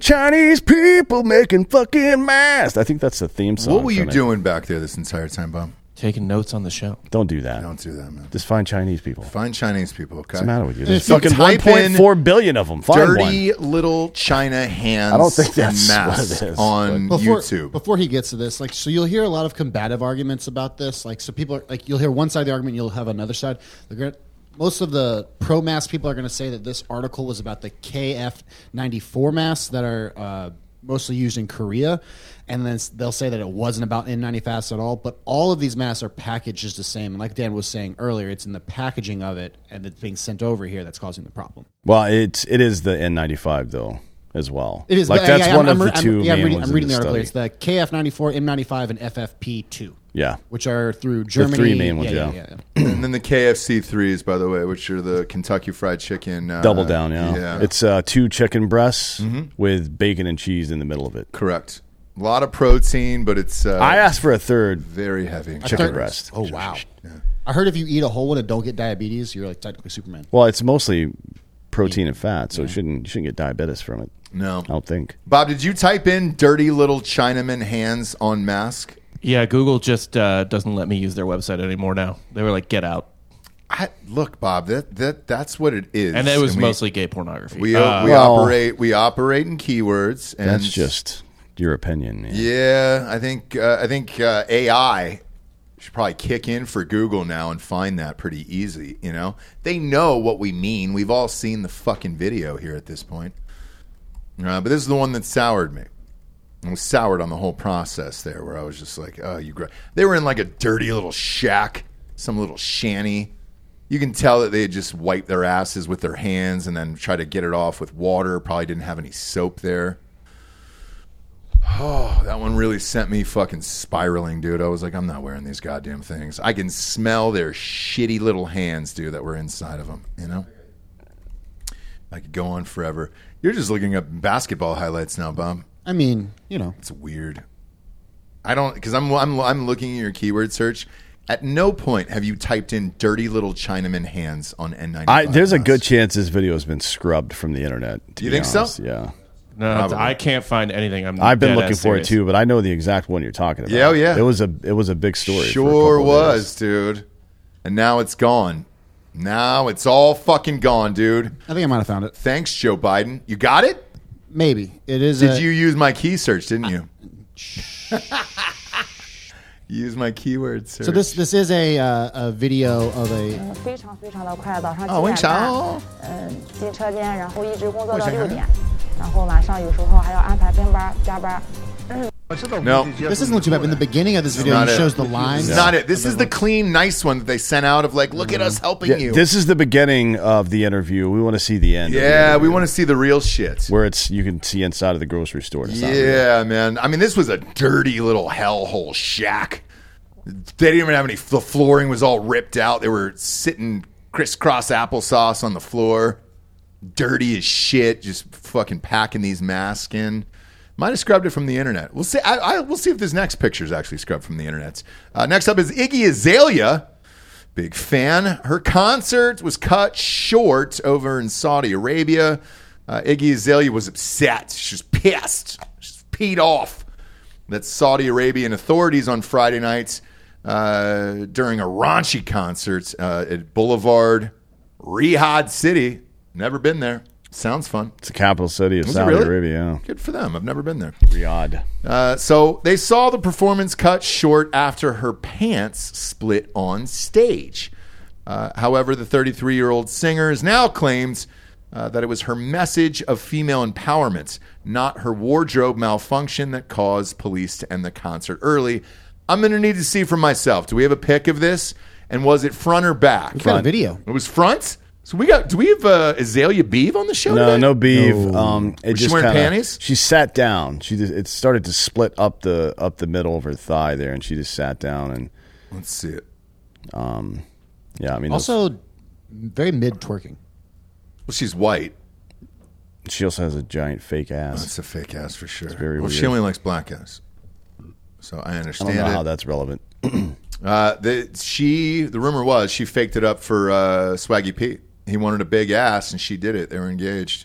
[SPEAKER 3] Chinese people making fucking masks. I think that's the theme song.
[SPEAKER 4] What were you
[SPEAKER 3] from it.
[SPEAKER 4] doing back there this entire time, Bob?
[SPEAKER 2] Taking notes on the show.
[SPEAKER 3] Don't do that.
[SPEAKER 4] Don't do that, man.
[SPEAKER 3] Just find Chinese people. What's
[SPEAKER 4] Find Chinese people, okay?
[SPEAKER 3] the matter with you? There's
[SPEAKER 4] you
[SPEAKER 3] fucking
[SPEAKER 4] type in
[SPEAKER 3] 1.4 billion of them. Find
[SPEAKER 4] Dirty
[SPEAKER 3] one.
[SPEAKER 4] little China hands
[SPEAKER 3] I don't think
[SPEAKER 4] and
[SPEAKER 3] that's what
[SPEAKER 4] masks
[SPEAKER 3] it is,
[SPEAKER 4] on
[SPEAKER 6] before,
[SPEAKER 4] YouTube. [CLEARS THROAT]
[SPEAKER 6] Before he gets to this, like, so you'll hear a lot of combative arguments about this. Like, so people are like, you'll hear one side of the argument, you'll have another side. They're gonna, most of the pro mask people are going to say that this article was about the KF94 masks that are uh, mostly used in Korea, and then s- they'll say that it wasn't about N95 masks at all. But all of these masks are packaged as the same. And like Dan was saying earlier, it's in the packaging of it and it's being sent over here that's causing the problem.
[SPEAKER 3] Well, it's it is the N95 though as well.
[SPEAKER 6] It is
[SPEAKER 3] like
[SPEAKER 6] but,
[SPEAKER 3] that's
[SPEAKER 6] yeah, yeah,
[SPEAKER 3] one
[SPEAKER 6] I'm-
[SPEAKER 3] of
[SPEAKER 6] I'm-
[SPEAKER 3] the 2
[SPEAKER 6] yeah, I'm
[SPEAKER 3] main
[SPEAKER 6] reading,
[SPEAKER 3] ones
[SPEAKER 6] I'm
[SPEAKER 3] in
[SPEAKER 6] reading the
[SPEAKER 3] the
[SPEAKER 6] article.
[SPEAKER 3] study.
[SPEAKER 6] It's the KF94, M95, and FFP2.
[SPEAKER 3] Yeah.
[SPEAKER 6] which are through Germany.
[SPEAKER 3] three main ones, yeah.
[SPEAKER 4] and then the KFC threes, by the way, which are the Kentucky Fried Chicken. Uh,
[SPEAKER 3] Double down, yeah.
[SPEAKER 4] yeah. Mm-hmm.
[SPEAKER 3] It's uh, two chicken breasts with bacon and cheese in the middle of it.
[SPEAKER 4] correct. A lot of protein, but it's uh,
[SPEAKER 3] I asked for a third
[SPEAKER 4] very heavy.
[SPEAKER 3] chicken breast.
[SPEAKER 6] Oh wow! I heard if you eat a whole one and don't get diabetes, you're like technically Superman.
[SPEAKER 3] Well, it's mostly protein and fat, so you shouldn't you shouldn't get diabetes from it.
[SPEAKER 4] No.
[SPEAKER 3] I don't think.
[SPEAKER 4] Bob, did you type in "dirty little Chinaman hands on mask"?
[SPEAKER 2] Yeah, Google just uh, doesn't let me use their website anymore now. They were like, get out.
[SPEAKER 4] I, look, Bob, that that that's what it is.
[SPEAKER 2] And it was
[SPEAKER 4] we-
[SPEAKER 2] mostly gay pornography.
[SPEAKER 4] we,
[SPEAKER 2] Uh,
[SPEAKER 4] we
[SPEAKER 3] well-
[SPEAKER 4] operate we operate in keywords, and
[SPEAKER 3] That's just your opinion. Man.
[SPEAKER 4] yeah. I think uh, I think uh, AI should probably kick in for Google now and find that pretty easy. You know, they know what we mean. We've all seen the fucking video here at this point. Uh, but this is the one that soured me. I was soured on the whole process there, where I was just like, "Oh, you." Gr-. They were in like a dirty little shack, some little shanty. You can tell that they had just wiped their asses with their hands and then try to get it off with water. Probably didn't have any soap there. Oh, that one really sent me fucking spiraling, dude. I was like, I'm not wearing these goddamn things. I can smell their shitty little hands, dude, that were inside of them. You know. I could go on forever. You're just looking up basketball highlights now, Bob.
[SPEAKER 6] I mean, you know,
[SPEAKER 4] It's weird. I don't because I'm I'm I'm looking at your keyword search. At no point have you typed in "dirty little Chinaman hands" on N95.
[SPEAKER 3] I, there's a
[SPEAKER 4] masks.
[SPEAKER 3] good chance this video has been scrubbed from the internet. to
[SPEAKER 4] You
[SPEAKER 3] be
[SPEAKER 4] think so?
[SPEAKER 3] honest. Yeah,
[SPEAKER 2] no, it's- I can't find anything. I'm
[SPEAKER 3] I've been
[SPEAKER 2] dead
[SPEAKER 3] looking
[SPEAKER 2] ass
[SPEAKER 3] for it
[SPEAKER 2] serious.
[SPEAKER 3] too, but I know the exact one you're talking about.
[SPEAKER 4] Yeah, oh, yeah.
[SPEAKER 3] It was a it was a big story. for a
[SPEAKER 4] Sure
[SPEAKER 3] couple of
[SPEAKER 4] was,
[SPEAKER 3] days.
[SPEAKER 4] dude. And now it's gone. Now it's all fucking gone, dude.
[SPEAKER 6] I think I might have found it.
[SPEAKER 4] Thanks, Joe Biden. You got it?
[SPEAKER 6] Maybe it is.
[SPEAKER 4] Did
[SPEAKER 6] a-
[SPEAKER 4] you use my key search? Didn't
[SPEAKER 6] [LAUGHS]
[SPEAKER 4] you? use my keyword search.
[SPEAKER 6] So this this is a uh, a video of a
[SPEAKER 10] 非常非常的快，早上
[SPEAKER 4] 哦为
[SPEAKER 10] 七点
[SPEAKER 4] 啥
[SPEAKER 10] 半
[SPEAKER 4] 哦，
[SPEAKER 10] 嗯，进车间，然后一直工作到
[SPEAKER 4] 为啥
[SPEAKER 10] 六点，然后晚上有时候还要安排编班儿加班儿。
[SPEAKER 4] no.
[SPEAKER 6] this doesn't look too bad. but In the beginning of this video,
[SPEAKER 4] not
[SPEAKER 6] it
[SPEAKER 4] it.
[SPEAKER 6] shows the lines.
[SPEAKER 4] It's not it. This is the clean, nice one that they sent out of like, look at us helping
[SPEAKER 3] Yeah,
[SPEAKER 4] you.
[SPEAKER 3] this is the beginning of the interview. We want to see the end. of the
[SPEAKER 4] yeah, we
[SPEAKER 3] interview,
[SPEAKER 4] want to see the real shit.
[SPEAKER 3] where it's you can see inside of the grocery store. and it's not real.
[SPEAKER 4] Yeah, man. I mean, this was a dirty little hellhole shack. They didn't even have any. The flooring was all ripped out. They were sitting crisscross applesauce on the floor, dirty as shit. Just fucking packing these masks in. Might have scrubbed it from the internet. We'll see. I, I, we'll see if this next picture is actually scrubbed from the internet. Uh, next up is Iggy Azalea. Big fan. Her concert was cut short over in Saudi Arabia. Uh, Iggy Azalea was upset. She's pissed. She's peed off that Saudi Arabian authorities on Friday night uh, during a raunchy concert uh, at Boulevard Riyadh City. Never been there. Sounds fun.
[SPEAKER 3] It's the capital city of
[SPEAKER 4] Is it
[SPEAKER 3] Saudi
[SPEAKER 4] really?
[SPEAKER 3] Arabia.
[SPEAKER 4] Good for them. I've never been there.
[SPEAKER 3] Yeah. Riyadh.
[SPEAKER 4] Uh, so they saw the performance cut short after her pants split on stage. Uh, however, the 33 year old singer has now claims uh, that it was her message of female empowerment, not her wardrobe malfunction, that caused police to end the concert early. I'm going to need to see for myself. Do we have a pic of this? And was it front or back?
[SPEAKER 6] We've got a video.
[SPEAKER 4] It was front. So we got. Do we have uh, Azalea Beeve on the show?
[SPEAKER 3] No,
[SPEAKER 4] today?
[SPEAKER 3] no beef. Um, it
[SPEAKER 4] Was she
[SPEAKER 3] just
[SPEAKER 4] wearing
[SPEAKER 3] kinda-
[SPEAKER 4] panties?
[SPEAKER 3] She sat down. She just, it started to split up the up the middle of her thigh there, and she just sat down and
[SPEAKER 4] Let's see it.
[SPEAKER 3] yeah. I mean,
[SPEAKER 6] Also, very mid twerking.
[SPEAKER 4] Well, she's white.
[SPEAKER 3] She also has a giant fake ass.
[SPEAKER 4] That's a fake ass for sure.
[SPEAKER 3] very
[SPEAKER 4] well, she
[SPEAKER 3] weird.
[SPEAKER 4] only likes black ass. So I
[SPEAKER 3] I
[SPEAKER 4] understand
[SPEAKER 3] don't know
[SPEAKER 4] it.
[SPEAKER 3] how that's relevant.
[SPEAKER 4] Uh, the, she, the rumor was she faked it up for uh, Swaggy Pete. He wanted a big ass, and she did it. They were engaged.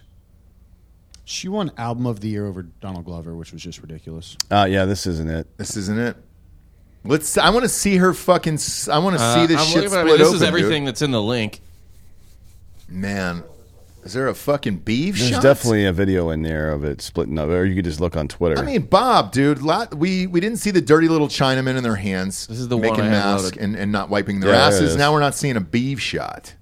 [SPEAKER 6] She won album of the year over Donald Glover, which was just ridiculous.
[SPEAKER 3] Uh, yeah, this isn't it.
[SPEAKER 4] This isn't it. Let's. I want to see her fucking. s- I want to see this
[SPEAKER 2] Uh, I'm
[SPEAKER 4] shit
[SPEAKER 2] looking-
[SPEAKER 4] split
[SPEAKER 2] I mean, this
[SPEAKER 4] open,
[SPEAKER 2] is everything
[SPEAKER 4] dude.
[SPEAKER 2] that's in the link.
[SPEAKER 4] Man, is there a fucking beef
[SPEAKER 3] There's
[SPEAKER 4] shot?
[SPEAKER 3] definitely a video in there of it splitting up, or you could just look on Twitter.
[SPEAKER 4] I mean, Bob, dude, lot, we we didn't see the dirty little Chinamen in their hands.
[SPEAKER 2] This is the
[SPEAKER 4] making
[SPEAKER 2] one I had
[SPEAKER 4] mask
[SPEAKER 2] loaded.
[SPEAKER 4] and, and not wiping their
[SPEAKER 3] Yeah, there it
[SPEAKER 4] asses.
[SPEAKER 3] is.
[SPEAKER 4] Now we're not seeing a beef shot.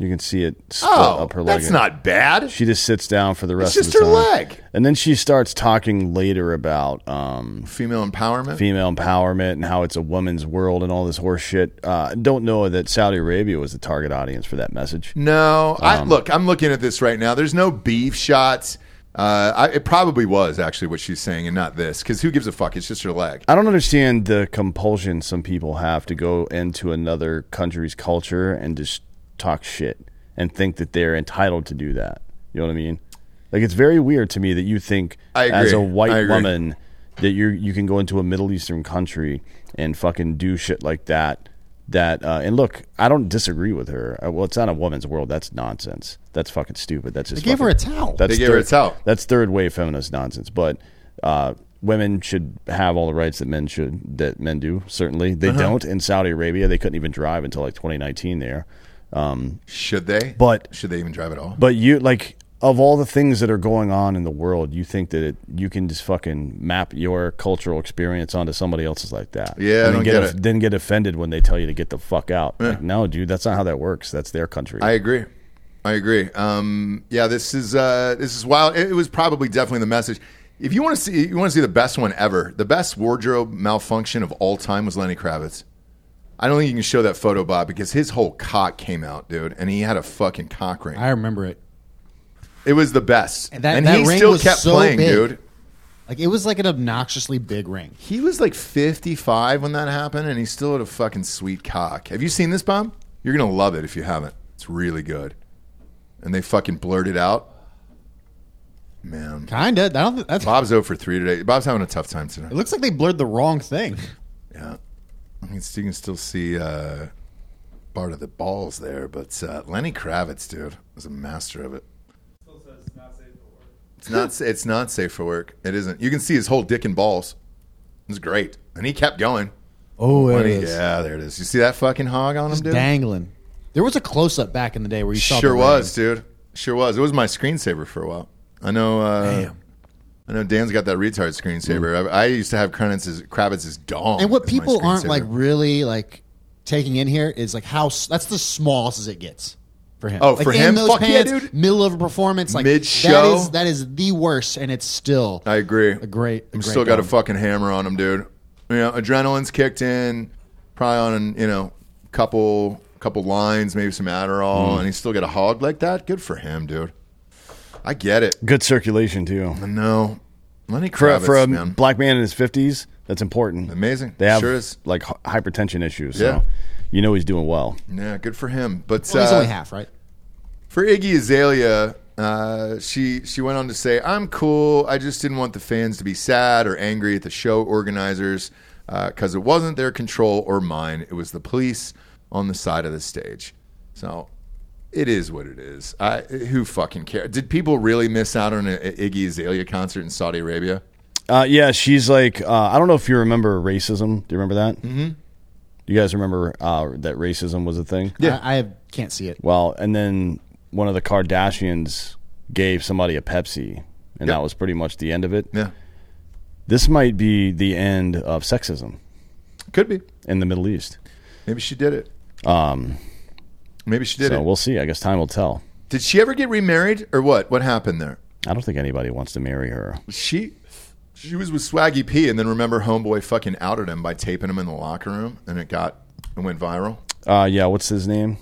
[SPEAKER 3] you can see it split
[SPEAKER 4] Oh,
[SPEAKER 3] up her leg.
[SPEAKER 4] that's
[SPEAKER 3] and-
[SPEAKER 4] not bad.
[SPEAKER 3] She just sits down for the rest
[SPEAKER 4] just
[SPEAKER 3] of the
[SPEAKER 4] her
[SPEAKER 3] time.
[SPEAKER 4] leg.
[SPEAKER 3] And then she starts talking later about um,
[SPEAKER 4] Female empowerment.
[SPEAKER 3] female empowerment and how it's a woman's world and all this horse shit. Uh, don't know that Saudi Arabia was the target audience for that message.
[SPEAKER 4] No, I
[SPEAKER 3] Um,
[SPEAKER 4] look. I'm looking at this right now. There's no beef shots. Uh, I, it probably was actually what she's saying, and not this, because who gives a fuck? It's just her leg.
[SPEAKER 3] I don't understand the compulsion some people have to go into another country's culture and just talk shit and think that they're entitled to do that. You know what I mean? Like it's very weird to me that you think
[SPEAKER 4] I agree.
[SPEAKER 3] as a
[SPEAKER 4] I
[SPEAKER 3] white
[SPEAKER 4] agree.
[SPEAKER 3] woman that you you can go into a Middle Eastern country and fucking do shit like that. That uh, and look, I don't disagree with her. Uh, Well, it's not a woman's world. That's nonsense. That's fucking stupid. That's just
[SPEAKER 6] They gave her a
[SPEAKER 3] fucking-
[SPEAKER 6] towel.
[SPEAKER 3] That's
[SPEAKER 4] They gave her a
[SPEAKER 3] third-
[SPEAKER 4] towel.
[SPEAKER 3] That's third wave feminist nonsense. But uh, women should have all the rights that men should that men do. Certainly, they
[SPEAKER 4] Uh-huh.
[SPEAKER 3] don't in Saudi Arabia. They couldn't even drive until like 2019 there.
[SPEAKER 4] Should they?
[SPEAKER 3] But-
[SPEAKER 4] should they even drive at all?
[SPEAKER 3] But you like of all the things that are going on in the world, you think that it you can just fucking map your cultural experience onto somebody else's like that.
[SPEAKER 4] Yeah, I
[SPEAKER 3] and then
[SPEAKER 4] don't
[SPEAKER 3] get,
[SPEAKER 4] get
[SPEAKER 3] of-
[SPEAKER 4] it.
[SPEAKER 3] then get offended when they tell you to get the fuck out. Like, no, dude, that's not how that works. That's their country.
[SPEAKER 4] I agree. I agree. Um, yeah, this is uh, this is wild. It, it was probably definitely the message. If you want to see, you want to see the best one ever. The best wardrobe malfunction of all time was Lenny Kravitz. I don't think you can show that photo, Bob, because his whole cock came out, dude, and he had a fucking cock ring.
[SPEAKER 6] I remember it.
[SPEAKER 4] It was the best,
[SPEAKER 6] And that-
[SPEAKER 4] and
[SPEAKER 6] that
[SPEAKER 4] he
[SPEAKER 6] ring
[SPEAKER 4] still
[SPEAKER 6] was
[SPEAKER 4] kept
[SPEAKER 6] so
[SPEAKER 4] playing,
[SPEAKER 6] big.
[SPEAKER 4] dude.
[SPEAKER 6] Like it was like an obnoxiously big ring.
[SPEAKER 4] He was like 55 when that happened, and he still had a fucking sweet cock. Have you seen this, Bob? You're gonna love it if you haven't. It's really good, and they fucking blurt it out. Man,
[SPEAKER 6] Kinda. I don't. Think, that's.
[SPEAKER 4] Bob's 0 for 3 today. Bob's having a tough time tonight.
[SPEAKER 6] It looks like they blurred the wrong thing.
[SPEAKER 4] Yeah. I mean, you can still see uh, part of the balls there, but uh, Lenny Kravitz, dude, was a master of it. It's not, it's not safe for work. It isn't. You can see his whole dick and balls. It's great. And he kept going.
[SPEAKER 6] [LAUGHS] Oh, there
[SPEAKER 4] When
[SPEAKER 6] it
[SPEAKER 4] he-
[SPEAKER 6] is.
[SPEAKER 4] yeah, there it is. You see that fucking hog on him,
[SPEAKER 6] It's
[SPEAKER 4] dude?
[SPEAKER 6] dangling. There was a close up back in the day where you saw. the
[SPEAKER 4] Sure
[SPEAKER 6] ring.
[SPEAKER 4] was, dude. Sure was. It was my screensaver for a while. I know. Uh, I know Dan's got that retard screensaver. I, I used to have Kravitz's, Kravitz's dong.
[SPEAKER 6] And what
[SPEAKER 4] as my
[SPEAKER 6] people aren't like
[SPEAKER 4] screensaver.
[SPEAKER 6] really like taking in here is like how s- that's the smallest as it gets for him.
[SPEAKER 4] Oh,
[SPEAKER 6] like,
[SPEAKER 4] for
[SPEAKER 6] in
[SPEAKER 4] him?
[SPEAKER 6] those
[SPEAKER 4] Fuck yeah,
[SPEAKER 6] pants,
[SPEAKER 4] dude.
[SPEAKER 6] Middle of a performance, like
[SPEAKER 4] Mid-show?
[SPEAKER 6] That is, that is the worst, and it's still.
[SPEAKER 4] I agree.
[SPEAKER 6] A great. a
[SPEAKER 4] I'm
[SPEAKER 6] great
[SPEAKER 4] still got a
[SPEAKER 6] album.
[SPEAKER 4] fucking hammer on him, dude. You know, adrenaline's kicked in, probably on you know, couple couple lines, maybe some Adderall,
[SPEAKER 6] Mm.
[SPEAKER 4] and he's still got a hog like that. Good for him, dude. I get it.
[SPEAKER 3] Good circulation too.
[SPEAKER 4] No, Lenny
[SPEAKER 3] for,
[SPEAKER 4] Kravitz,
[SPEAKER 3] for a
[SPEAKER 4] man.
[SPEAKER 3] black man in his 50s that's important
[SPEAKER 4] Amazing.
[SPEAKER 3] they have
[SPEAKER 4] Sure is.
[SPEAKER 3] like hy- hypertension issues
[SPEAKER 4] Yeah.
[SPEAKER 3] so you know he's doing well
[SPEAKER 4] yeah, good for him. But
[SPEAKER 6] Well, he's
[SPEAKER 4] uh,
[SPEAKER 6] only half, right?
[SPEAKER 4] for Iggy Azalea, uh, she she went on to say, "I'm cool. I just didn't want the fans to be sad or angry at the show organizers because it wasn't their control or mine. It was the police on the side of the stage. So it is what it is. I, who fucking care? Did people really miss out on an Iggy Azalea concert in Saudi Arabia?
[SPEAKER 3] uh, yeah she's like uh, i don't know if you remember racism do you remember that mm-hmm. you guys remember uh, that racism was a thing
[SPEAKER 6] Yeah, I, I can't see it.
[SPEAKER 3] well and then one of the kardashians gave somebody a pepsi and
[SPEAKER 4] Yep.
[SPEAKER 3] that was pretty much the end of it
[SPEAKER 4] Yeah,
[SPEAKER 3] this might be the end of sexism
[SPEAKER 4] could be.
[SPEAKER 3] in the middle east
[SPEAKER 4] Maybe she did it.
[SPEAKER 3] um,
[SPEAKER 4] Maybe she did
[SPEAKER 3] so
[SPEAKER 4] it.
[SPEAKER 3] we'll see i guess time will tell
[SPEAKER 4] did she ever get remarried or what? What happened there?
[SPEAKER 3] i don't think anybody wants to marry her
[SPEAKER 4] she she was with Swaggy P, and then remember homeboy fucking outed him by taping him in the locker room, and it got it went viral.
[SPEAKER 3] uh, yeah what's his name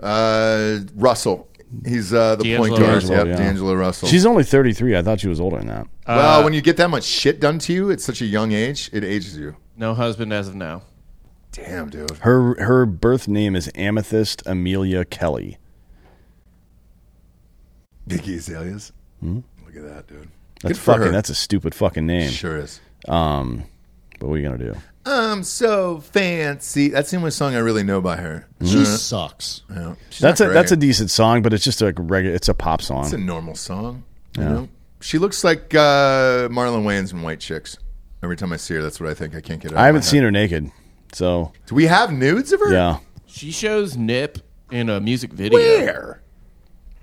[SPEAKER 4] Uh, Russell, he's uh, the point
[SPEAKER 2] D'Angelo
[SPEAKER 4] guard.
[SPEAKER 3] Russell,
[SPEAKER 4] yep,
[SPEAKER 3] yeah.
[SPEAKER 4] D'Angelo Russell.
[SPEAKER 3] She's only 33. I thought she was older than that.
[SPEAKER 4] well, when you get that much shit done to you at such a young age, it ages you.
[SPEAKER 2] No husband as of now.
[SPEAKER 4] Damn, dude.
[SPEAKER 3] Her her birth name is Amethyst Amelia Kelly.
[SPEAKER 4] Iggy Azalea's Look at that, dude.
[SPEAKER 3] Hmm? That's
[SPEAKER 4] Good for
[SPEAKER 3] fucking.
[SPEAKER 4] her.
[SPEAKER 3] That's a stupid fucking name.
[SPEAKER 4] Sure is.
[SPEAKER 3] Um, but what are you gonna do?
[SPEAKER 4] I'm so fancy. That's the only song I really know by her.
[SPEAKER 6] She sucks.
[SPEAKER 4] Yeah. She's
[SPEAKER 3] Mm. that's
[SPEAKER 4] not
[SPEAKER 3] a that's a
[SPEAKER 4] great.
[SPEAKER 3] decent song, but it's just like regular. It's a pop song.
[SPEAKER 4] It's a normal song. You know? She looks like uh, Marlon Wayans in White Chicks. Every time I see her, that's what I think. I can't get it.
[SPEAKER 3] I haven't seen her naked, so
[SPEAKER 4] Do we have nudes of her?
[SPEAKER 3] yeah.
[SPEAKER 2] She shows nip in a music video.
[SPEAKER 4] Where?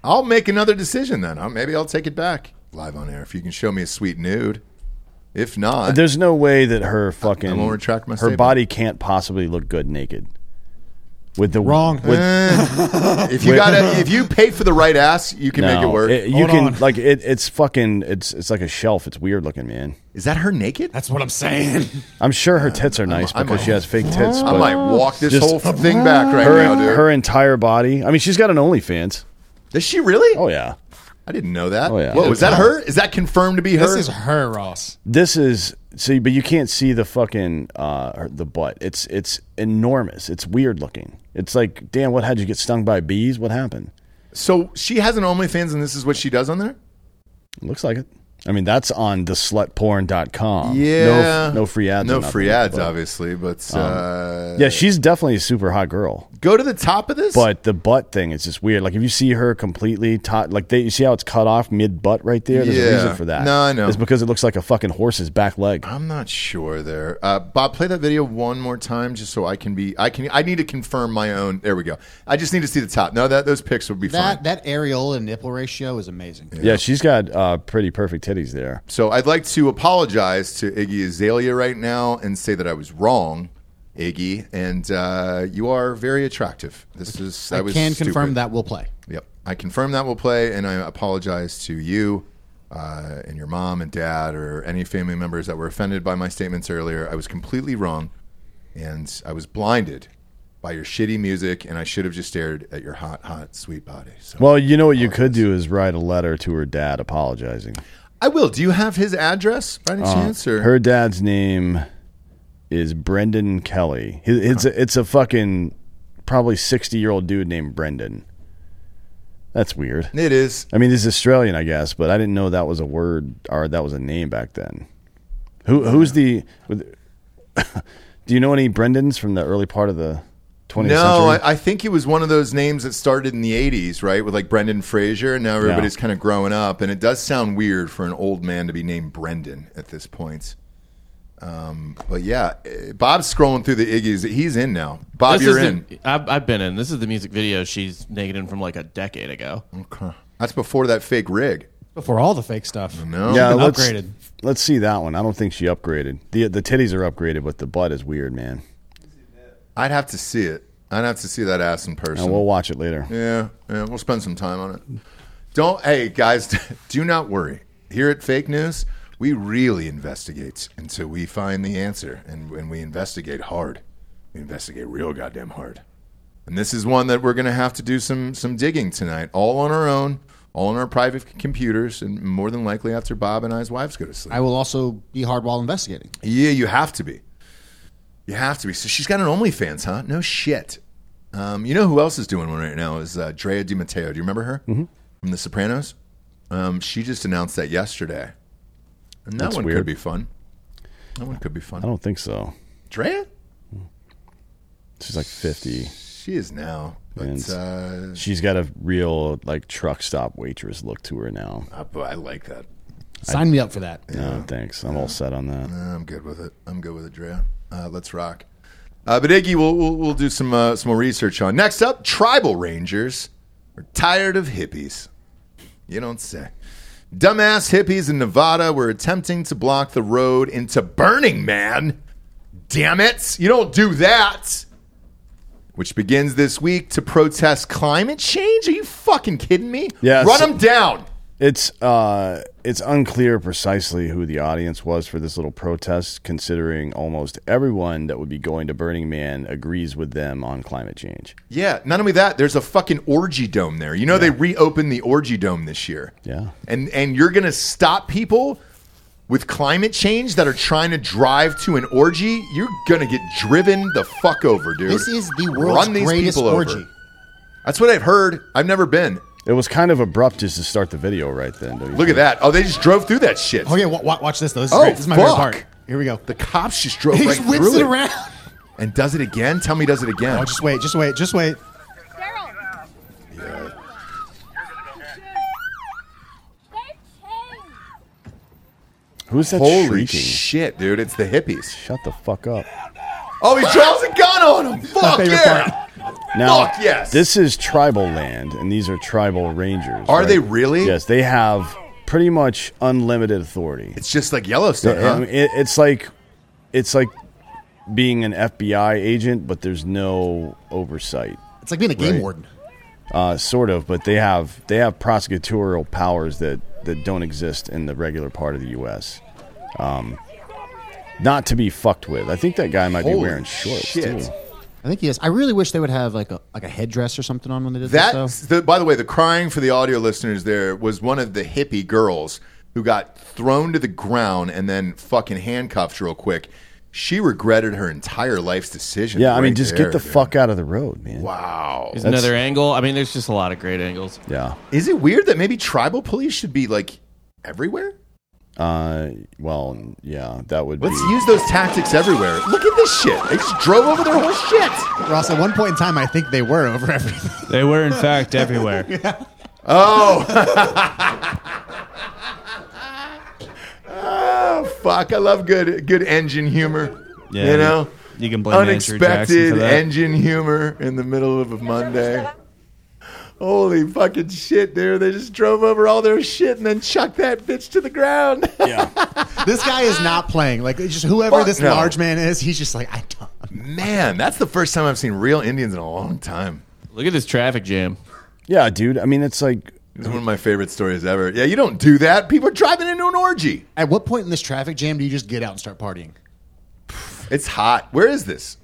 [SPEAKER 4] I'll make another decision then. I'll, maybe I'll take it back live on air if you can show me a sweet nude. If not,
[SPEAKER 3] There's no way that her fucking
[SPEAKER 4] I'm gonna retract my
[SPEAKER 3] her
[SPEAKER 4] statement.
[SPEAKER 3] body can't possibly look good naked. With the
[SPEAKER 6] Wrong.
[SPEAKER 3] with,
[SPEAKER 4] Eh, if you
[SPEAKER 3] [LAUGHS]
[SPEAKER 4] got if you pay for the right ass, you can
[SPEAKER 3] no,
[SPEAKER 4] make it work. Is
[SPEAKER 3] you can like it, it's fucking it's it's like a shelf. It's weird looking, man.
[SPEAKER 4] that her naked?
[SPEAKER 6] That's what I'm saying.
[SPEAKER 3] I'm sure her tits are nice
[SPEAKER 4] I'm
[SPEAKER 3] because
[SPEAKER 4] a-
[SPEAKER 3] she has fake tits.
[SPEAKER 4] I
[SPEAKER 3] but
[SPEAKER 4] might walk this
[SPEAKER 3] Just- [LAUGHS]
[SPEAKER 4] whole thing back right
[SPEAKER 3] her
[SPEAKER 4] now, dude.
[SPEAKER 3] her entire body. I mean, she's got an OnlyFans.
[SPEAKER 4] Is she really?
[SPEAKER 3] Oh yeah.
[SPEAKER 4] I didn't know that.
[SPEAKER 3] Oh, yeah.
[SPEAKER 4] Whoa, is that her? Is that confirmed to be her?
[SPEAKER 6] this is her, Ross.
[SPEAKER 3] This is see, but you can't see the fucking uh, her- the butt. It's it's enormous. It's weird looking. It's like, damn, what? How'd you get stung by bees? What happened?
[SPEAKER 4] so she has an OnlyFans, and this is what she does on there.
[SPEAKER 3] Looks like it. I mean, that's on theslutporn.com.
[SPEAKER 4] Yeah,
[SPEAKER 3] no, no free ads. or
[SPEAKER 4] No
[SPEAKER 3] nothing,
[SPEAKER 4] free ads,
[SPEAKER 3] but-
[SPEAKER 4] obviously. But uh,
[SPEAKER 3] Um, Yeah, she's definitely a super hot girl,
[SPEAKER 4] go to the top of this.
[SPEAKER 3] but the butt thing is just weird. Like if you see her completely, tot, like they, you see how it's cut off mid butt right there. There's
[SPEAKER 4] Yeah.
[SPEAKER 3] a reason for that.
[SPEAKER 4] No, I know.
[SPEAKER 3] It's because it looks like a fucking horse's back leg.
[SPEAKER 4] I'm not sure there. Uh, Bob, play that video one more time, just so I can be. I can. I need to confirm my own. There we go. I just need to see the top. No, that those pics would be fine.
[SPEAKER 6] That that areola and nipple ratio is amazing.
[SPEAKER 3] Yeah, she's got uh, pretty perfect titties there.
[SPEAKER 4] So I'd like to apologize to Iggy Azalea right now and say that I was wrong, Iggy, and uh, you are very attractive. This is that
[SPEAKER 6] I
[SPEAKER 4] was
[SPEAKER 6] can confirm
[SPEAKER 4] stupid.
[SPEAKER 6] that will play.
[SPEAKER 4] Yep, I confirm that will play, and I apologize to you uh, and your mom and dad or any family members that were offended by my statements earlier. I was completely wrong, and I was blinded by your shitty music, and I should have just stared at your hot, hot, sweet body. So
[SPEAKER 3] Well, you know what
[SPEAKER 4] Oh,
[SPEAKER 3] you could do is write a letter to her dad apologizing.
[SPEAKER 4] I will. Do you have his address by any chance? Or
[SPEAKER 3] uh, Her dad's name is Brendan Kelly. He- It's a, it's a fucking probably 60 year old dude named Brendan. That's weird.
[SPEAKER 4] it is.
[SPEAKER 3] I mean, he's Australian, I guess, but I didn't know that was a word or that was a name back then. Who who's the? [LAUGHS] with- do you know any Brendans from the early part of the 20th
[SPEAKER 4] No,
[SPEAKER 3] century?
[SPEAKER 4] I, I think it was one of those names that started in the '80s, right? With like Brendan Fraser, and now everybody's kind of growing up, and it does sound weird for an old man to be named Brendan at this point. Um, but yeah, eh, Bob's scrolling through the Iggy's. He's in now. Bob,
[SPEAKER 2] This
[SPEAKER 4] you're
[SPEAKER 2] is
[SPEAKER 4] in.
[SPEAKER 2] the- I've, I've been in. This is the music video she's naked in from like a decade ago.
[SPEAKER 4] Okay. That's before that fake rig.
[SPEAKER 6] Before all the fake stuff.
[SPEAKER 4] No, [LAUGHS]
[SPEAKER 3] yeah,
[SPEAKER 6] been
[SPEAKER 3] let's,
[SPEAKER 6] upgraded.
[SPEAKER 3] Let's see that one. I don't think she upgraded. the The titties are upgraded, but the butt is weird, man.
[SPEAKER 4] I'd have to see it. I'd have to see that ass in person.
[SPEAKER 3] And we'll watch it later.
[SPEAKER 4] Yeah, yeah, we'll spend some time on it. Don't, hey guys, [LAUGHS] do not worry. Here at Fake News, we really investigate until we find the answer, and when we investigate hard, we investigate real goddamn hard. And this is one that we're going to have to do some some digging tonight, all on our own, all on our private c- computers, and more than likely after Bob and I's wives go to sleep.
[SPEAKER 6] I will also be hard while investigating.
[SPEAKER 4] Yeah, you have to be. You have to be. So she's got an OnlyFans, huh? No shit. Um, you know who else is doing one right now is uh, Drea DiMatteo. Do you remember her mm-hmm. from The Sopranos? Um, she just announced that yesterday, and that
[SPEAKER 3] That's
[SPEAKER 4] one could
[SPEAKER 3] weird.
[SPEAKER 4] be fun. That one could be
[SPEAKER 3] I
[SPEAKER 4] fun.
[SPEAKER 3] don't think so.
[SPEAKER 4] Drea,
[SPEAKER 3] She's like 50.
[SPEAKER 4] she is now, but
[SPEAKER 3] And-
[SPEAKER 4] uh,
[SPEAKER 3] She's got a real like truck stop waitress look to her now.
[SPEAKER 4] I, but I like that.
[SPEAKER 6] Sign me up for that.
[SPEAKER 3] No, thanks. I'm all set on that.
[SPEAKER 4] I'm good with it. I'm good with it, Drea. Uh, let's rock. Uh, but Iggy, we'll, we'll we'll do some uh, some more research on. Next up, tribal rangers are tired of hippies. You don't say. Dumbass hippies in Nevada were attempting to block the road into Burning Man. Damn it! You don't do that. Which begins this week to protest climate change? Are you fucking kidding me?
[SPEAKER 3] Yeah,
[SPEAKER 4] run
[SPEAKER 3] so-
[SPEAKER 4] them down.
[SPEAKER 3] It's uh, it's unclear precisely who the audience was for this little protest, considering almost everyone that would be going to Burning Man agrees with them on climate change.
[SPEAKER 4] Yeah, not only that, there's a fucking orgy dome there. You know they reopened the orgy dome this year.
[SPEAKER 3] Yeah.
[SPEAKER 4] And and you're going to stop people with climate change that are trying to drive to an orgy? You're going to get driven the fuck over, dude.
[SPEAKER 6] This is the world's
[SPEAKER 4] Run these
[SPEAKER 6] greatest
[SPEAKER 4] people over.
[SPEAKER 6] orgy.
[SPEAKER 4] That's what I've heard. I've never been.
[SPEAKER 3] It was kind of abrupt just to start the video right then. Don't you
[SPEAKER 4] Look at
[SPEAKER 3] think?
[SPEAKER 4] that. Oh, they just drove through that shit.
[SPEAKER 6] Okay, wa- wa- watch this though. This is
[SPEAKER 4] Oh,
[SPEAKER 6] great. This is my favorite
[SPEAKER 4] fuck.
[SPEAKER 6] part. Here we go.
[SPEAKER 4] The cops just drove
[SPEAKER 6] He
[SPEAKER 4] right
[SPEAKER 6] just whips
[SPEAKER 4] through
[SPEAKER 6] it around.
[SPEAKER 4] and does it again. Tell me, he does it again?
[SPEAKER 6] Oh, just wait, just wait, just wait.
[SPEAKER 3] Who's that
[SPEAKER 4] Holy
[SPEAKER 3] shrieking?
[SPEAKER 4] shit, dude! It's the hippies.
[SPEAKER 3] Shut the fuck up.
[SPEAKER 4] Oh, he draws a gun on him. Fuck
[SPEAKER 6] favorite
[SPEAKER 4] yeah!
[SPEAKER 3] Now,
[SPEAKER 4] Fuck yes.
[SPEAKER 3] this is tribal land, and these are tribal rangers.
[SPEAKER 4] Are
[SPEAKER 3] right?
[SPEAKER 4] they really?
[SPEAKER 3] Yes, they have pretty much unlimited authority.
[SPEAKER 4] It's just like Yellowstone.
[SPEAKER 3] I
[SPEAKER 4] huh?
[SPEAKER 3] mean, it- it's like it's like being an FBI agent, but there's no oversight.
[SPEAKER 6] It's like being a game
[SPEAKER 3] Right.
[SPEAKER 6] warden.
[SPEAKER 3] Uh, sort of, but they have they have prosecutorial powers that that don't exist in the regular part of the U.S. Um, not to be fucked with. I think that guy might be
[SPEAKER 4] Holy
[SPEAKER 3] wearing shorts
[SPEAKER 4] shit.
[SPEAKER 3] too.
[SPEAKER 6] I think he is. I really wish they would have like a like a headdress or something on when they did
[SPEAKER 4] That,
[SPEAKER 6] this.
[SPEAKER 4] the, by the way, the crying for the audio listeners there was one of the hippie girls who got thrown to the ground and then fucking handcuffed real quick. She regretted her entire life's decision.
[SPEAKER 3] Yeah, I mean,
[SPEAKER 4] right
[SPEAKER 3] just
[SPEAKER 4] there,
[SPEAKER 3] get the
[SPEAKER 4] dude.
[SPEAKER 3] fuck out of the road, man.
[SPEAKER 4] Wow.
[SPEAKER 2] Is
[SPEAKER 3] That's-
[SPEAKER 2] another angle. I mean, there's just a lot of great angles.
[SPEAKER 3] Yeah.
[SPEAKER 4] Is it weird that maybe tribal police should be like everywhere?
[SPEAKER 3] Uh, well, yeah, that would
[SPEAKER 4] Let's
[SPEAKER 3] be.
[SPEAKER 4] use those tactics everywhere. Look at this shit. They just drove over their whole shit.
[SPEAKER 6] though. Ross, at one point in time, I think they were over everything. [LAUGHS]
[SPEAKER 5] They were in fact [LAUGHS] everywhere. [LAUGHS]
[SPEAKER 4] Oh fuck! I love good good engine humor.
[SPEAKER 5] Yeah,
[SPEAKER 4] you know,
[SPEAKER 5] you can blame Andrew Jackson for
[SPEAKER 4] unexpected
[SPEAKER 5] that.
[SPEAKER 4] engine humor in the middle of a Monday. Holy fucking shit, dude! They just drove over all their shit and then chucked that bitch to the ground.
[SPEAKER 6] this guy is not playing. Like it's just whoever
[SPEAKER 4] Fuck
[SPEAKER 6] this
[SPEAKER 4] no.
[SPEAKER 6] large man is, he's just like I don't.
[SPEAKER 4] [LAUGHS] Man, that's the first time I've seen real Indians in a long time.
[SPEAKER 2] Look at this traffic jam.
[SPEAKER 3] Yeah, dude. I mean, it's like
[SPEAKER 4] It's one of my favorite stories ever. Yeah, you don't do that. People are driving into an orgy.
[SPEAKER 6] At what point in this traffic jam do you just get out and start partying?
[SPEAKER 4] It's hot. Where is this?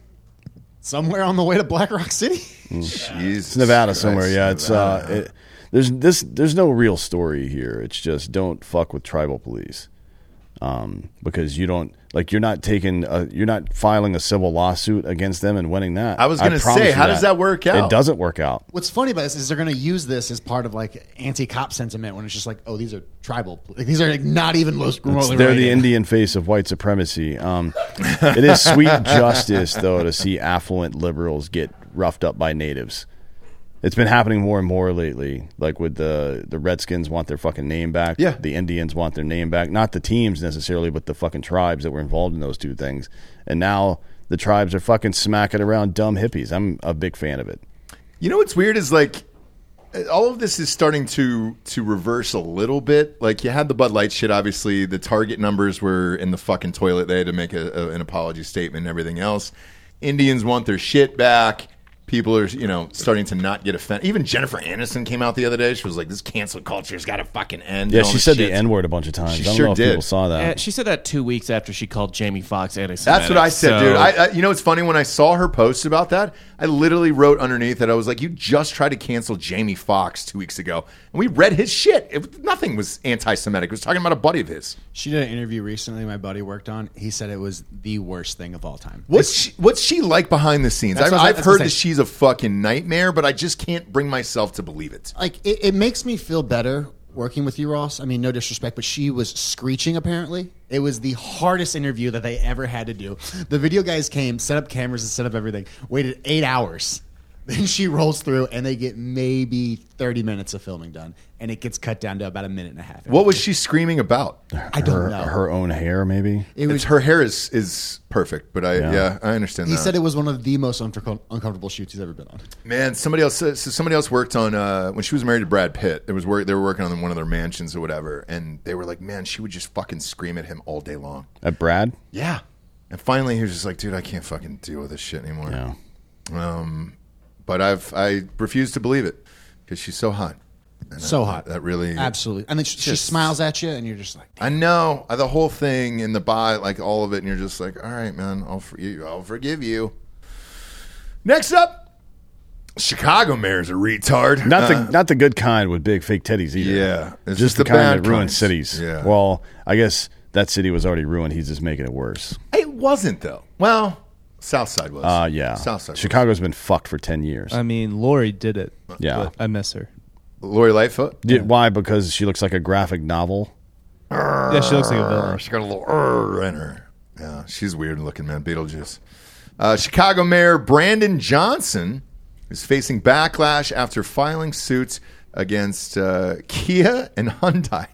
[SPEAKER 6] Somewhere on the way to Black Rock City. [LAUGHS]
[SPEAKER 4] Jesus,
[SPEAKER 3] it's Nevada
[SPEAKER 4] Christ,
[SPEAKER 3] somewhere. Yeah, it's uh,
[SPEAKER 4] Nevada.
[SPEAKER 3] it, there's this. There's no real story here. It's just don't fuck with tribal police, um, because you don't like you're not taking a, you're not filing a civil lawsuit against them and winning that.
[SPEAKER 4] I was gonna
[SPEAKER 3] promise
[SPEAKER 4] say,
[SPEAKER 3] you
[SPEAKER 4] how does that work out?
[SPEAKER 3] It doesn't work out.
[SPEAKER 6] What's funny about this is they're going to use this as part of like anti-cop sentiment when it's just like, oh, these are tribal. Like, these are like not even most remotely
[SPEAKER 3] They're the
[SPEAKER 6] related.
[SPEAKER 3] Indian face of white supremacy. Um, it is sweet justice, though, to see affluent liberals get roughed up by natives. It's been happening more and more lately. Like with the the Redskins want their fucking name back.
[SPEAKER 4] Yeah.
[SPEAKER 3] The Indians want their name back. Not the teams necessarily, but the fucking tribes that were involved in those two things. And now the tribes are fucking smacking around dumb hippies. I'm a big fan of it.
[SPEAKER 4] You know what's weird is like all of this is starting to to reverse a little bit. Like you had the Bud Light shit, obviously the Target numbers were in the fucking toilet. They had to make a, a, an apology statement and everything else. Indians want their shit back. People are, you know, starting to not get offended. Even Jennifer Aniston came out the other day. She was like, "This cancel culture's got to fucking end."
[SPEAKER 3] Yeah,
[SPEAKER 4] and all
[SPEAKER 3] she
[SPEAKER 4] this
[SPEAKER 3] said
[SPEAKER 4] shit.
[SPEAKER 3] the N word a bunch of times.
[SPEAKER 4] She
[SPEAKER 3] I don't
[SPEAKER 4] sure
[SPEAKER 3] know if
[SPEAKER 4] did.
[SPEAKER 3] people saw that.
[SPEAKER 2] Uh, she said that two weeks after she called Jamie Foxx anti-Semitic.
[SPEAKER 4] That's what I said,
[SPEAKER 2] so-
[SPEAKER 4] dude. I, I, you know, it's funny when I saw her post about that. I literally wrote underneath it. I was like, "You just tried to cancel Jamie Foxx two weeks ago, and we read his shit. It, nothing was anti-Semitic. It was talking about a buddy of his.
[SPEAKER 6] She did an interview recently. My buddy worked on. He said it was the worst thing of all time.
[SPEAKER 4] What's she, what's she like behind the scenes?
[SPEAKER 6] That's
[SPEAKER 4] I've,
[SPEAKER 6] what I-
[SPEAKER 4] I've
[SPEAKER 6] that's what I'm
[SPEAKER 4] heard that
[SPEAKER 6] saying.
[SPEAKER 4] she's a fucking nightmare, but I just can't bring myself to believe it.
[SPEAKER 6] like it, it makes me feel better working with you, Ross. I mean, no disrespect, but she was screeching. Apparently, it was the hardest interview that they ever had to do. The video guys came, set up cameras, and set up everything. Waited eight hours. [LAUGHS] Then she rolls through, and they get maybe thirty minutes of filming done, and it gets cut down to about a minute and a half.
[SPEAKER 4] What was she screaming about?
[SPEAKER 6] I don't
[SPEAKER 3] her,
[SPEAKER 6] know.
[SPEAKER 3] her own hair, maybe.
[SPEAKER 6] it was.
[SPEAKER 4] It's, her hair is is perfect, but I yeah,
[SPEAKER 3] Yeah.
[SPEAKER 4] I understand.
[SPEAKER 6] he
[SPEAKER 4] that.
[SPEAKER 6] said it was one of the most uncom- uncomfortable shoots he's ever been on.
[SPEAKER 4] Man, somebody else. uh, So somebody else worked on uh, when she was married to Brad Pitt. It was work, they were working on one of their mansions or whatever, and they were like, "Man, she would just fucking scream at him all day long."
[SPEAKER 3] At Brad.
[SPEAKER 4] Yeah. And finally, he was just like, "Dude, I can't fucking deal with this shit anymore."
[SPEAKER 3] Yeah.
[SPEAKER 4] Um, but I've I refuse to believe it because she's so hot. And
[SPEAKER 6] So
[SPEAKER 4] that-
[SPEAKER 6] hot.
[SPEAKER 4] That really
[SPEAKER 6] Absolutely. And then she, she
[SPEAKER 4] Just-
[SPEAKER 6] smiles at you, and you're just like,
[SPEAKER 4] I know uh, the whole thing in the body, like all of it, and you're just like, all right, man, I'll for you, I'll forgive you. Next up, Chicago mayor's a retard.
[SPEAKER 3] Not the
[SPEAKER 4] Uh,
[SPEAKER 3] not the good kind with big fake titties either.
[SPEAKER 4] Yeah, it's just
[SPEAKER 3] just, the,
[SPEAKER 4] the bad
[SPEAKER 3] kind that ruins
[SPEAKER 4] kinds.
[SPEAKER 3] cities.
[SPEAKER 4] Yeah.
[SPEAKER 3] Well, I guess that city was already ruined. He's just making it worse.
[SPEAKER 4] It wasn't though. Well, South Side was.
[SPEAKER 3] Uh yeah.
[SPEAKER 4] South Side. was.
[SPEAKER 6] Um,
[SPEAKER 3] Chicago's been fucked for ten years.
[SPEAKER 5] I mean, Lori did it.
[SPEAKER 3] Yeah.
[SPEAKER 5] but I miss her.
[SPEAKER 4] Lori Lightfoot.
[SPEAKER 3] Did- Why? Because she looks like a graphic novel.
[SPEAKER 5] Yeah, she looks like a villain.
[SPEAKER 4] She got a little err in her. Yeah, she's weird looking, man. Beetlejuice. Uh, Chicago Mayor Brandon Johnson is facing backlash after filing suits against uh, Kia and Hyundai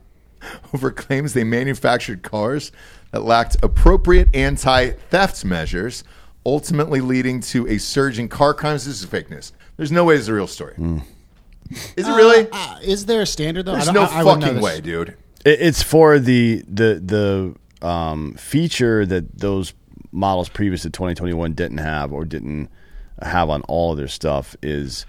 [SPEAKER 4] [LAUGHS] over claims they manufactured cars that lacked appropriate anti-theft measures, ultimately leading to a surge in car crimes. This is fake news. There's no way it's a real story. Is it really?
[SPEAKER 6] Uh, is there a standard though? I
[SPEAKER 4] There's
[SPEAKER 6] don't-
[SPEAKER 4] no
[SPEAKER 6] I- I wouldn't know
[SPEAKER 4] fucking
[SPEAKER 6] this.
[SPEAKER 4] way, dude.
[SPEAKER 3] It, it's for the the the um, feature that those models previous to 2021 didn't have or didn't have on all of their stuff is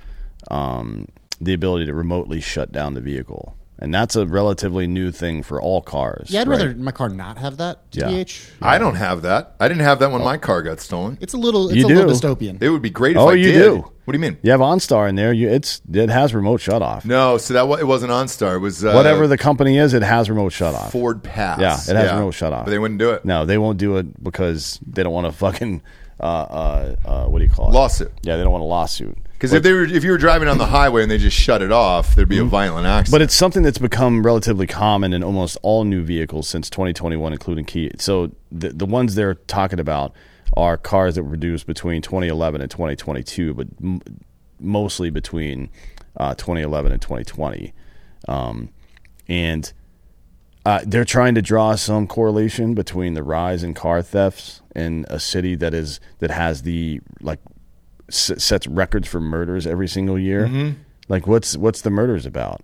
[SPEAKER 3] um, the ability to remotely shut down the vehicle, and that's a relatively new thing for all cars.
[SPEAKER 6] Yeah, I'd
[SPEAKER 3] right?
[SPEAKER 6] rather my car not have that.
[SPEAKER 3] Yeah.
[SPEAKER 6] Tbh,
[SPEAKER 4] I don't have that. I didn't have that when my car got stolen.
[SPEAKER 6] it's a little, it's
[SPEAKER 3] You
[SPEAKER 6] a little
[SPEAKER 3] do.
[SPEAKER 6] dystopian.
[SPEAKER 4] It would be great if
[SPEAKER 3] Oh,
[SPEAKER 4] I
[SPEAKER 3] you
[SPEAKER 4] did.
[SPEAKER 3] do.
[SPEAKER 4] What do you mean?
[SPEAKER 3] You have OnStar in there. You, it's it has remote shut off.
[SPEAKER 4] No, so that wa- it wasn't OnStar. It was uh,
[SPEAKER 3] Whatever the company is, it has remote shut off.
[SPEAKER 4] Ford Pass.
[SPEAKER 3] Yeah, it has remote shut off.
[SPEAKER 4] But they wouldn't do it.
[SPEAKER 3] No, they won't do it because they don't want to fucking uh, uh, uh, what do you call it?
[SPEAKER 4] Lawsuit.
[SPEAKER 3] Yeah, they don't want a lawsuit.
[SPEAKER 4] Because if they were, if you were driving on the highway and they just shut it off, there'd be a violent accident.
[SPEAKER 3] Mm-hmm. But it's something that's become relatively common in almost all new vehicles since 2021, including Kia. So the the ones they're talking about are cars that were produced between 2011 and 2022, but m- mostly between uh, 2011 and 2020. Um, and uh, they're trying to draw some correlation between the rise in car thefts in a city that is that has the like s- sets records for murders every single year. Like, what's what's the murders about?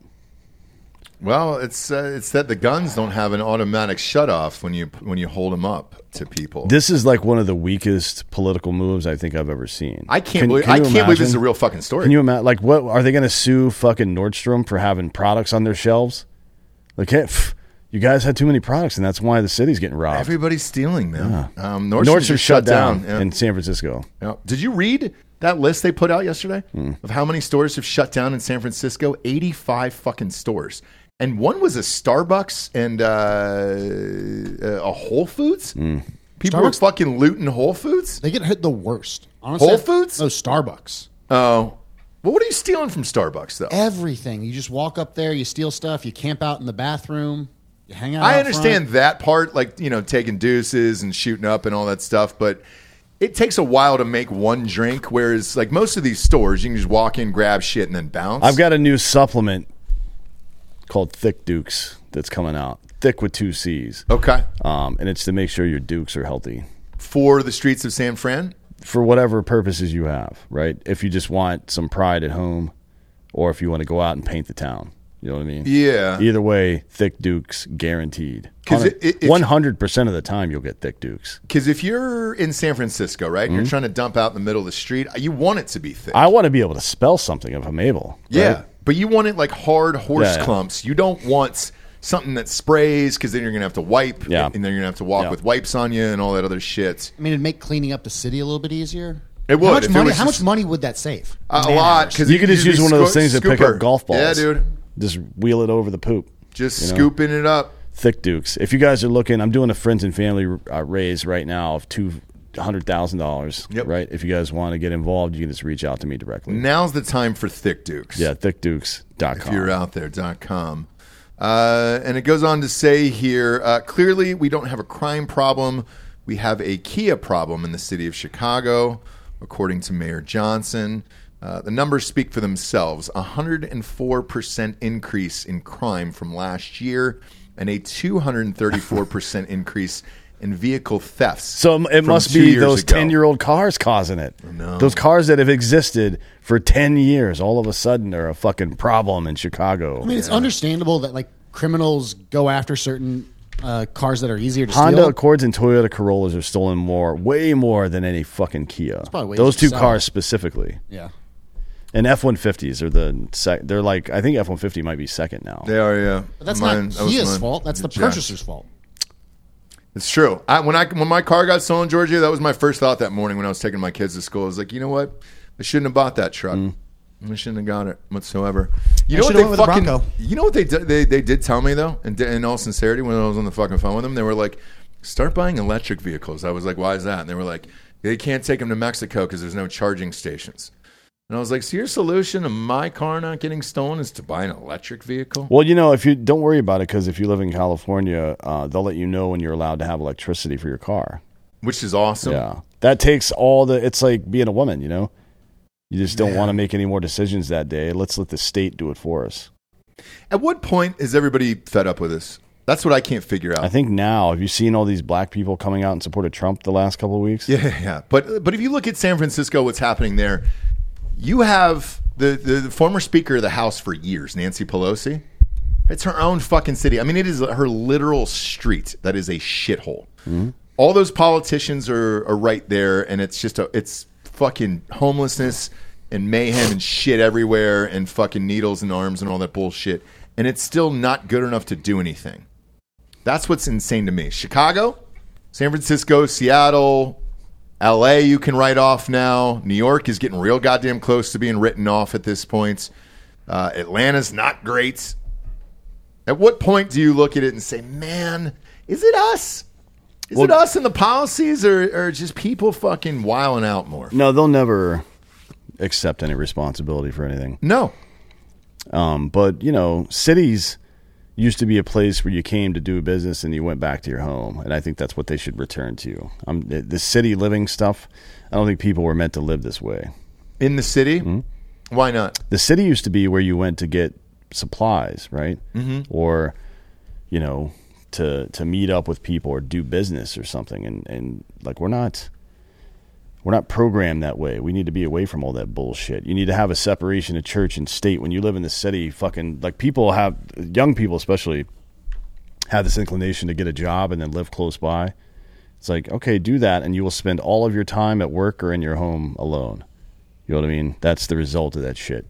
[SPEAKER 4] well, it's uh, it's that the guns don't have an automatic shut off when you when you hold them up to people.
[SPEAKER 3] This is like one of the weakest political moves I think I've ever seen.
[SPEAKER 4] I can't
[SPEAKER 3] Can-
[SPEAKER 4] believe
[SPEAKER 3] can
[SPEAKER 4] I
[SPEAKER 3] you
[SPEAKER 4] can't believe this is a
[SPEAKER 3] imagine?
[SPEAKER 4] real fucking story.
[SPEAKER 3] Can you imagine? Like, what are they going to sue fucking Nordstrom for having products on their shelves? Like, hey, pff, you guys had too many products, and that's why the city's getting robbed.
[SPEAKER 4] Everybody's stealing man. Um, Nordstrom,
[SPEAKER 3] Nordstrom
[SPEAKER 4] just
[SPEAKER 3] shut, down,
[SPEAKER 4] Yeah.
[SPEAKER 3] in San Francisco.
[SPEAKER 4] Yeah. Did you read that list they put out yesterday
[SPEAKER 3] Hmm.
[SPEAKER 4] of how many stores have shut down in San Francisco? 85 fucking stores. And one was a Starbucks and uh, a Whole Foods.
[SPEAKER 3] Hmm.
[SPEAKER 4] People were
[SPEAKER 6] Starbucks-
[SPEAKER 4] fucking looting Whole Foods.
[SPEAKER 6] They get hit the worst. Honestly,
[SPEAKER 4] Whole Foods?
[SPEAKER 6] No, Starbucks.
[SPEAKER 4] Oh, well, what are you stealing from Starbucks though?
[SPEAKER 6] Everything. You just walk up there, you steal stuff, you camp out in the bathroom, you hang out.
[SPEAKER 4] I
[SPEAKER 6] out
[SPEAKER 4] understand
[SPEAKER 6] front.
[SPEAKER 4] that part, like you know, taking deuces and shooting up and all that stuff, but it takes a while to make one drink. Whereas, like most of these stores, you can just walk in, grab shit, and then bounce.
[SPEAKER 3] I've got a new supplement called Thick Dukes that's coming out. Thick with two C's,
[SPEAKER 4] okay
[SPEAKER 3] um, and it's to make sure your Dukes are healthy.
[SPEAKER 4] for the streets of San Fran.
[SPEAKER 3] for whatever purposes you have, right? If you just want some pride at home or if you want to go out and paint the town. You know what I mean?
[SPEAKER 4] Yeah.
[SPEAKER 3] Either way, thick dukes guaranteed.
[SPEAKER 4] 'Cause it- it- if-
[SPEAKER 3] 100% of the time you'll get thick dukes.
[SPEAKER 4] Because if you're in San Francisco, right, and you're trying to dump out in the middle of the street, uh, you want it to be thick.
[SPEAKER 3] Mm-hmm. I want to be able to spell something if I'm able.
[SPEAKER 4] yeah.
[SPEAKER 3] right?
[SPEAKER 4] But you want it like hard horse
[SPEAKER 3] Yeah, yeah.
[SPEAKER 4] clumps. You don't want something that sprays because then you're going to have to wipe
[SPEAKER 3] Yeah.
[SPEAKER 4] and then you're going to have to walk
[SPEAKER 3] Yeah.
[SPEAKER 4] with wipes on you and all that other shit.
[SPEAKER 6] I mean, it'd make cleaning up the city a little bit easier.
[SPEAKER 4] It would,
[SPEAKER 6] How much
[SPEAKER 4] if it
[SPEAKER 6] money?
[SPEAKER 4] was
[SPEAKER 6] how
[SPEAKER 4] just-
[SPEAKER 6] much money would that save?
[SPEAKER 4] A
[SPEAKER 6] Man
[SPEAKER 4] lot.
[SPEAKER 6] hours.
[SPEAKER 4] Because
[SPEAKER 3] You could just use one of those things that pick up golf balls.
[SPEAKER 4] Yeah, dude.
[SPEAKER 3] Just wheel it over the poop.
[SPEAKER 4] Just
[SPEAKER 3] you know?
[SPEAKER 4] scooping it up.
[SPEAKER 3] Thick Dukes. If you guys are looking, I'm doing a friends and family uh, raise right now of two hundred thousand dollars.
[SPEAKER 4] Yep.
[SPEAKER 3] Right. If you guys want to get involved, you can just reach out to me directly.
[SPEAKER 4] Now's the time for thick dukes.
[SPEAKER 3] Yeah, thickdukes.com.
[SPEAKER 4] if you're out there dot com uh, and it goes on to say here uh, clearly we don't have a crime problem we have a kia problem in the city of chicago according to mayor johnson uh, the numbers speak for themselves 104% increase in crime from last year and a
[SPEAKER 3] [LAUGHS]
[SPEAKER 4] 234% increase in vehicle thefts
[SPEAKER 3] So m- it
[SPEAKER 4] from
[SPEAKER 3] must
[SPEAKER 4] two
[SPEAKER 3] be
[SPEAKER 4] years
[SPEAKER 3] those
[SPEAKER 4] ago.
[SPEAKER 3] ten-year-old cars causing it.
[SPEAKER 4] No.
[SPEAKER 3] Those cars that have existed for ten years, all of a sudden, are a fucking problem in Chicago.
[SPEAKER 6] I mean, it's understandable that like criminals go after certain uh, cars that are easier to
[SPEAKER 3] Honda
[SPEAKER 6] steal.
[SPEAKER 3] Accords and Toyota Corollas are stolen more, way more than any fucking Kia.
[SPEAKER 6] probably way
[SPEAKER 3] Those two
[SPEAKER 6] easier to sell.
[SPEAKER 3] cars specifically,
[SPEAKER 6] yeah.
[SPEAKER 3] and F one fifties are the sec- they're like I think F one fifty might be second now.
[SPEAKER 4] they are yeah
[SPEAKER 6] But that's
[SPEAKER 4] Mine- that
[SPEAKER 6] not
[SPEAKER 4] was
[SPEAKER 6] Kia's
[SPEAKER 4] mine.
[SPEAKER 6] fault. That's the
[SPEAKER 4] Yeah.
[SPEAKER 6] purchaser's fault.
[SPEAKER 4] It's true. I, when I when my car got stolen, in Georgia, that was my first thought that morning when I was taking my kids to school. I was like, you know what? I shouldn't have bought that truck. I shouldn't have got it whatsoever. You know
[SPEAKER 6] Mm. I
[SPEAKER 4] what
[SPEAKER 6] should've
[SPEAKER 4] they
[SPEAKER 6] went with the
[SPEAKER 4] fucking?
[SPEAKER 6] Bronco.
[SPEAKER 4] you know what they did? They they did tell me though, and di- in all sincerity, when I was on the fucking phone with them, they were like, start buying electric vehicles. I was like, why is that? And they were like, they can't take them to Mexico because there's no charging stations. And I was like, so your solution to my car not getting stolen is to buy an electric vehicle?
[SPEAKER 3] Well, you know, if you don't worry about it, because if you live in California, uh, they'll let you know when you're allowed to have electricity for your car.
[SPEAKER 4] Which is awesome.
[SPEAKER 3] Yeah, that takes all the. It's like being a woman, you know. You just don't want to make any more decisions that day. Let's let the state do it for us.
[SPEAKER 4] At what point is everybody fed up with this? That's what I can't figure out.
[SPEAKER 3] I think now, have you seen all these black people coming out in support of Trump the last couple of weeks?
[SPEAKER 4] Yeah, yeah, yeah. But but if you look at San Francisco, what's happening there? You have the, the, the former Speaker of the House for years, Nancy Pelosi. It's her own fucking city. I mean, it is her literal street that is a shithole. All those politicians are, are right there, and it's just a it's fucking homelessness and mayhem and shit everywhere, and fucking needles and arms and all that bullshit. And it's still not good enough to do anything. That's what's insane to me. Chicago, San Francisco, Seattle, LA, you can write off now. New York is getting real goddamn close to being written off at this point. Uh, Atlanta's not great. At what point do you look at it and say, man, is it us? Is it us and the policies or, or just people fucking wiling out more?
[SPEAKER 3] No, they'll never accept any responsibility for anything.
[SPEAKER 4] No.
[SPEAKER 3] Um, but you know, cities used to be a place where you came to do business and you went back to your home, and I think that's what they should return to. Um, the, the city living stuff. I don't think people were meant to live this way.
[SPEAKER 4] In the city?
[SPEAKER 3] Mm-hmm.
[SPEAKER 4] Why not?
[SPEAKER 3] The city used to be where you went to get supplies, right? Mm-hmm. Or you know, to to meet up with people or do business or something. And and like we're not we're not programmed that way. We need to be away from all that bullshit. You need to have a separation of church and state. When you live in the city, fucking like people have young people especially have this inclination to get a job and then live close by. It's like, okay, do that and you will spend all of your time at work or in your home alone. You know what I mean? That's the result of that shit.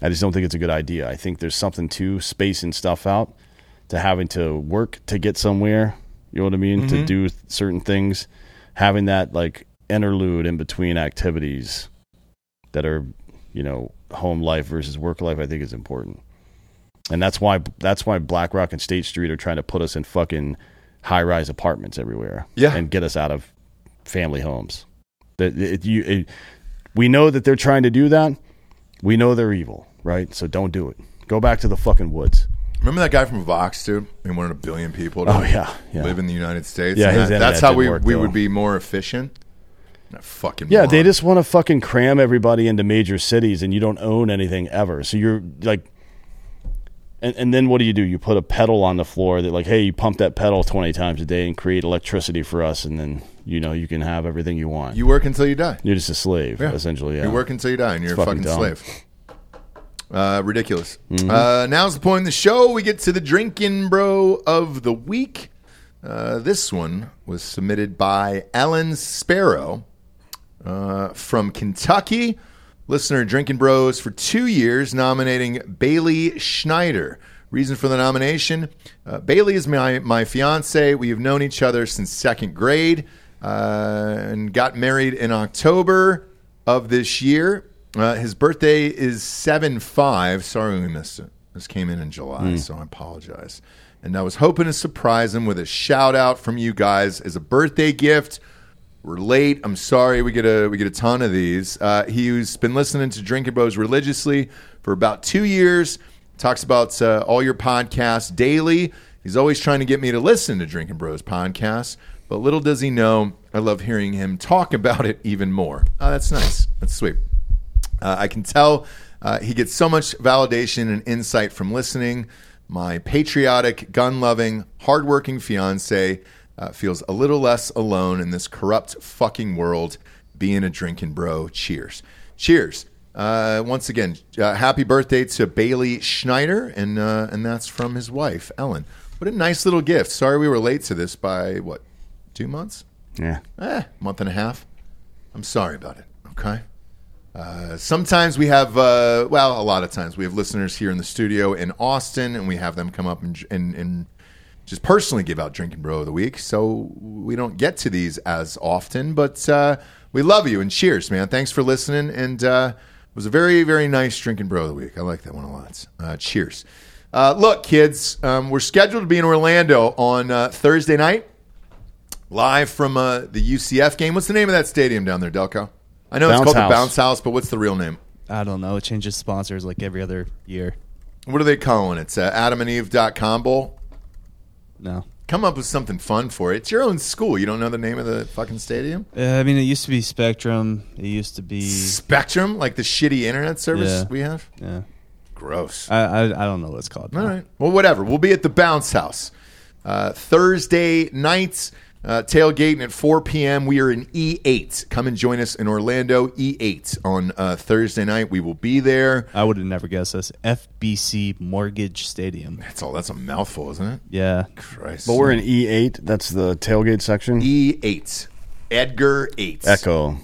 [SPEAKER 3] I just don't think it's a good idea. I think there's something to spacing stuff out, to having to work to get somewhere. You know what I mean? To
[SPEAKER 4] Mhm.
[SPEAKER 3] do certain things, having that like interlude in between activities that are, you know, home life versus work life. I think is important, and that's why that's why BlackRock and State Street are trying to put us in fucking high rise apartments everywhere,
[SPEAKER 4] Yeah.
[SPEAKER 3] and get us out of family homes. That it, you, it, we know that they're trying to do that. We know they're evil, right? So don't do it. Go back to the fucking woods.
[SPEAKER 4] Remember that guy from Vox, dude? He wanted a billion people to
[SPEAKER 3] Oh, yeah, yeah.
[SPEAKER 4] live in the United States.
[SPEAKER 3] Yeah,
[SPEAKER 4] And
[SPEAKER 3] his
[SPEAKER 4] that-
[SPEAKER 3] internet
[SPEAKER 4] that's how
[SPEAKER 3] didn't
[SPEAKER 4] we,
[SPEAKER 3] work,
[SPEAKER 4] we
[SPEAKER 3] though.
[SPEAKER 4] would be more efficient. That fucking
[SPEAKER 3] Yeah, they
[SPEAKER 4] moron.
[SPEAKER 3] just want to fucking cram everybody into major cities, and you don't own anything ever. So you're like, and, and then what do you do? You put a pedal on the floor that, like, hey, you pump that pedal twenty times a day and create electricity for us, and then you know you can have everything you want.
[SPEAKER 4] You work until you die.
[SPEAKER 3] You're just a slave,
[SPEAKER 4] Yeah.
[SPEAKER 3] essentially. Yeah.
[SPEAKER 4] You work until you die, and you're
[SPEAKER 3] It's
[SPEAKER 4] a fucking
[SPEAKER 3] fucking dumb. Mm-hmm.
[SPEAKER 4] slave. Uh, ridiculous. Uh, now's the point in the show. We get to the drinking bro of the week. Uh, this one was submitted by Alan Sparrow uh, from Kentucky. Listener Drinking Bros for two years, nominating Bailey Schneider. Reason for the nomination uh, Bailey is my, my fiance. We have known each other since second grade uh, and got married in October of this year. Uh, his birthday is 7 5. Sorry we missed it. This came in in July, so I apologize. And I was hoping to surprise him with a shout out from you guys as a birthday gift. We're late. I'm sorry. We get a we get a ton of these. Uh, he's been listening to Drinking Bros religiously for about two years. Talks about uh, all your podcasts daily. He's always trying to get me to listen to Drinking Bros podcasts, but little does he know, I love hearing him talk about it even more. Oh, that's nice. That's sweet. Uh, I can tell uh, he gets so much validation and insight from listening. My patriotic, gun loving, hardworking fiance uh, feels a little less alone in this corrupt fucking world. Being a drinking bro. Cheers. Cheers. Uh, once again, uh, happy birthday to Bailey Schneider, and uh, and that's from his wife, Ellen. What a nice little gift. Sorry we were late to this by what, two months?
[SPEAKER 3] yeah.
[SPEAKER 4] eh, month and a half. I'm sorry about it. Okay. Uh, sometimes we have, uh, well, a lot of times we have listeners here in the studio in Austin, and we have them come up and and, and just personally give out drinking bro of the week. So we don't get to these as often, but uh, we love you and cheers, man. Thanks for listening, and uh, it was a very very nice drinking bro of the week. I like that one a lot. Uh, cheers. Uh, look, kids, um, we're scheduled to be in Orlando on uh, Thursday night live from uh, the UCF game. What's the name of that stadium down there, Delco? I know
[SPEAKER 3] Bounce
[SPEAKER 4] it's called
[SPEAKER 3] House.
[SPEAKER 4] the Bounce House, but what's the real name?
[SPEAKER 5] I don't know. It changes sponsors like every other year.
[SPEAKER 4] What are they calling it? It's uh, adamandeve.com bowl.
[SPEAKER 5] No.
[SPEAKER 4] Come up with something fun for it. It's your own school. You don't know the name of the fucking stadium?
[SPEAKER 5] Uh, I mean, it used to be Spectrum. It used to be.
[SPEAKER 4] Spectrum, like the shitty internet service
[SPEAKER 5] Yeah.
[SPEAKER 4] we have?
[SPEAKER 5] Yeah.
[SPEAKER 4] Gross.
[SPEAKER 5] I, I, I don't know what it's called.
[SPEAKER 4] All right. Well, whatever. We'll be at the Bounce House uh, Thursday nights, uh, tailgating at 4 p.m. We are in E8. Come and join us in Orlando, E8 on uh, Thursday night. We will be there.
[SPEAKER 5] I would have never guessed this. FBC
[SPEAKER 4] [LAUGHS]
[SPEAKER 5] Mortgage Stadium.
[SPEAKER 4] That's all. That's a mouthful, isn't it?
[SPEAKER 5] Yeah.
[SPEAKER 4] Christ.
[SPEAKER 3] But we're in E8. That's the tailgate section.
[SPEAKER 4] E E8. Edgar 8.
[SPEAKER 3] Echo.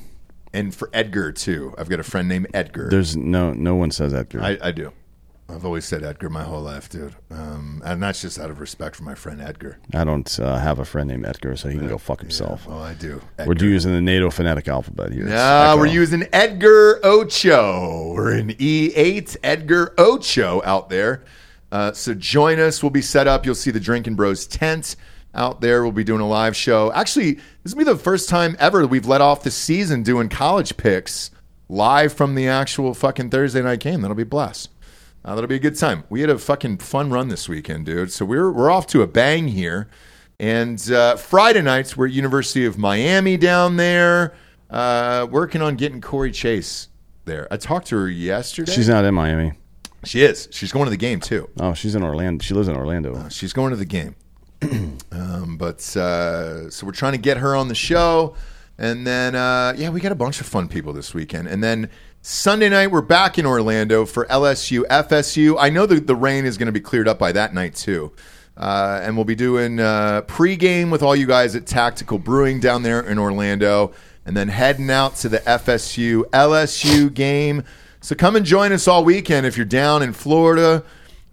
[SPEAKER 4] And for Edgar, too. I've got a friend named Edgar.
[SPEAKER 3] There's no no one says Edgar.
[SPEAKER 4] I, I do. I've always said Edgar my whole life, dude. Um, and that's just out of respect for my friend Edgar.
[SPEAKER 3] I don't uh, have a friend named Edgar, so he can go fuck himself.
[SPEAKER 4] Well, I do.
[SPEAKER 3] We're using the NATO phonetic alphabet here. It's
[SPEAKER 4] Ah,
[SPEAKER 3] Echo.
[SPEAKER 4] Oh, we're using Edgar Ocho. We're in E8, Edgar Ocho out there. Uh, so join us. We'll be set up. You'll see the Drinking Bros tent out there. We'll be doing a live show. Actually, this will be the first time ever we've let off the season doing college picks live from the actual fucking Thursday night game. That'll be a blast. Uh, that'll be a good time. We had a fucking fun run this weekend, dude. So we're we're off to a bang here. And uh, Friday nights, we're at University of Miami down there, uh, working on getting Corey Chase there. I talked to her yesterday.
[SPEAKER 3] She's not in Miami.
[SPEAKER 4] she is. She's going to the game too.
[SPEAKER 3] Oh, she's in Orlando. She lives in Orlando.
[SPEAKER 4] She's going to the game. [CLEARS THROAT] um, but uh, so we're trying to get her on the show. And then, uh, yeah, we got a bunch of fun people this weekend. And then Sunday night, we're back in Orlando for LSU FSU. I know that the rain is going to be cleared up by that night, too. Uh, and we'll be doing uh, pregame with all you guys at Tactical Brewing down there in Orlando. And then heading out to the FSU LSU game. So come and join us all weekend if you're down in Florida.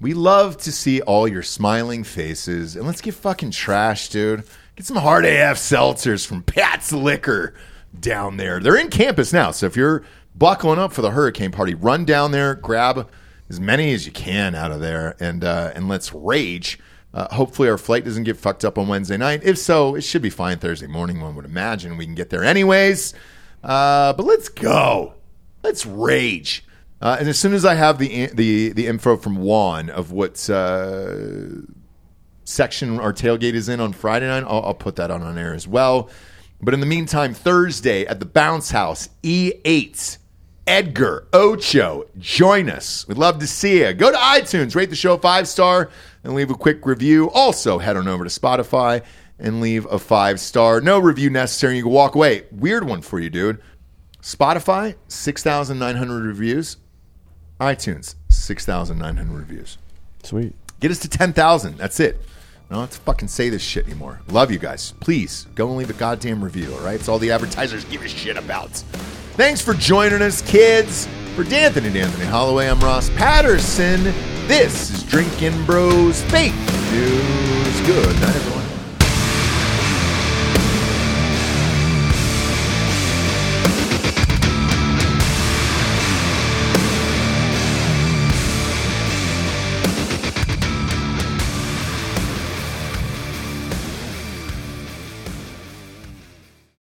[SPEAKER 4] We love to see all your smiling faces. And let's get fucking trash, dude. Get some hard AF seltzers from Pat's Liquor down there. They're in campus now. So if you're buckling up for the hurricane party, run down there, grab as many as you can out of there, and, uh, and let's rage. Uh, hopefully, our flight doesn't get fucked up on Wednesday night. If so, it should be fine Thursday morning, one would imagine. We can get there anyways. Uh, but let's go. Let's rage. Uh, and as soon as I have the the the info from Juan of what uh, section our tailgate is in on Friday night, I'll, I'll put that on on air as well. But in the meantime, Thursday at the Bounce House, E8, Edgar Ocho, join us. We'd love to see you. Go to iTunes, rate the show five star, and leave a quick review. Also, head on over to Spotify and leave a five star. No review necessary. You can walk away. Weird one for you, dude. Spotify, 6,900 reviews. iTunes, 6,900 reviews.
[SPEAKER 3] Sweet.
[SPEAKER 4] Get us to 10,000. That's it. I don't have to fucking say this shit anymore. Love you guys. Please go and leave a goddamn review, all right? It's all the advertisers give a shit about. Thanks for joining us, kids. For D'Anthony and Anthony Holloway, I'm Ross Patterson. This is Drinking Bros Fake News. Good night, everyone.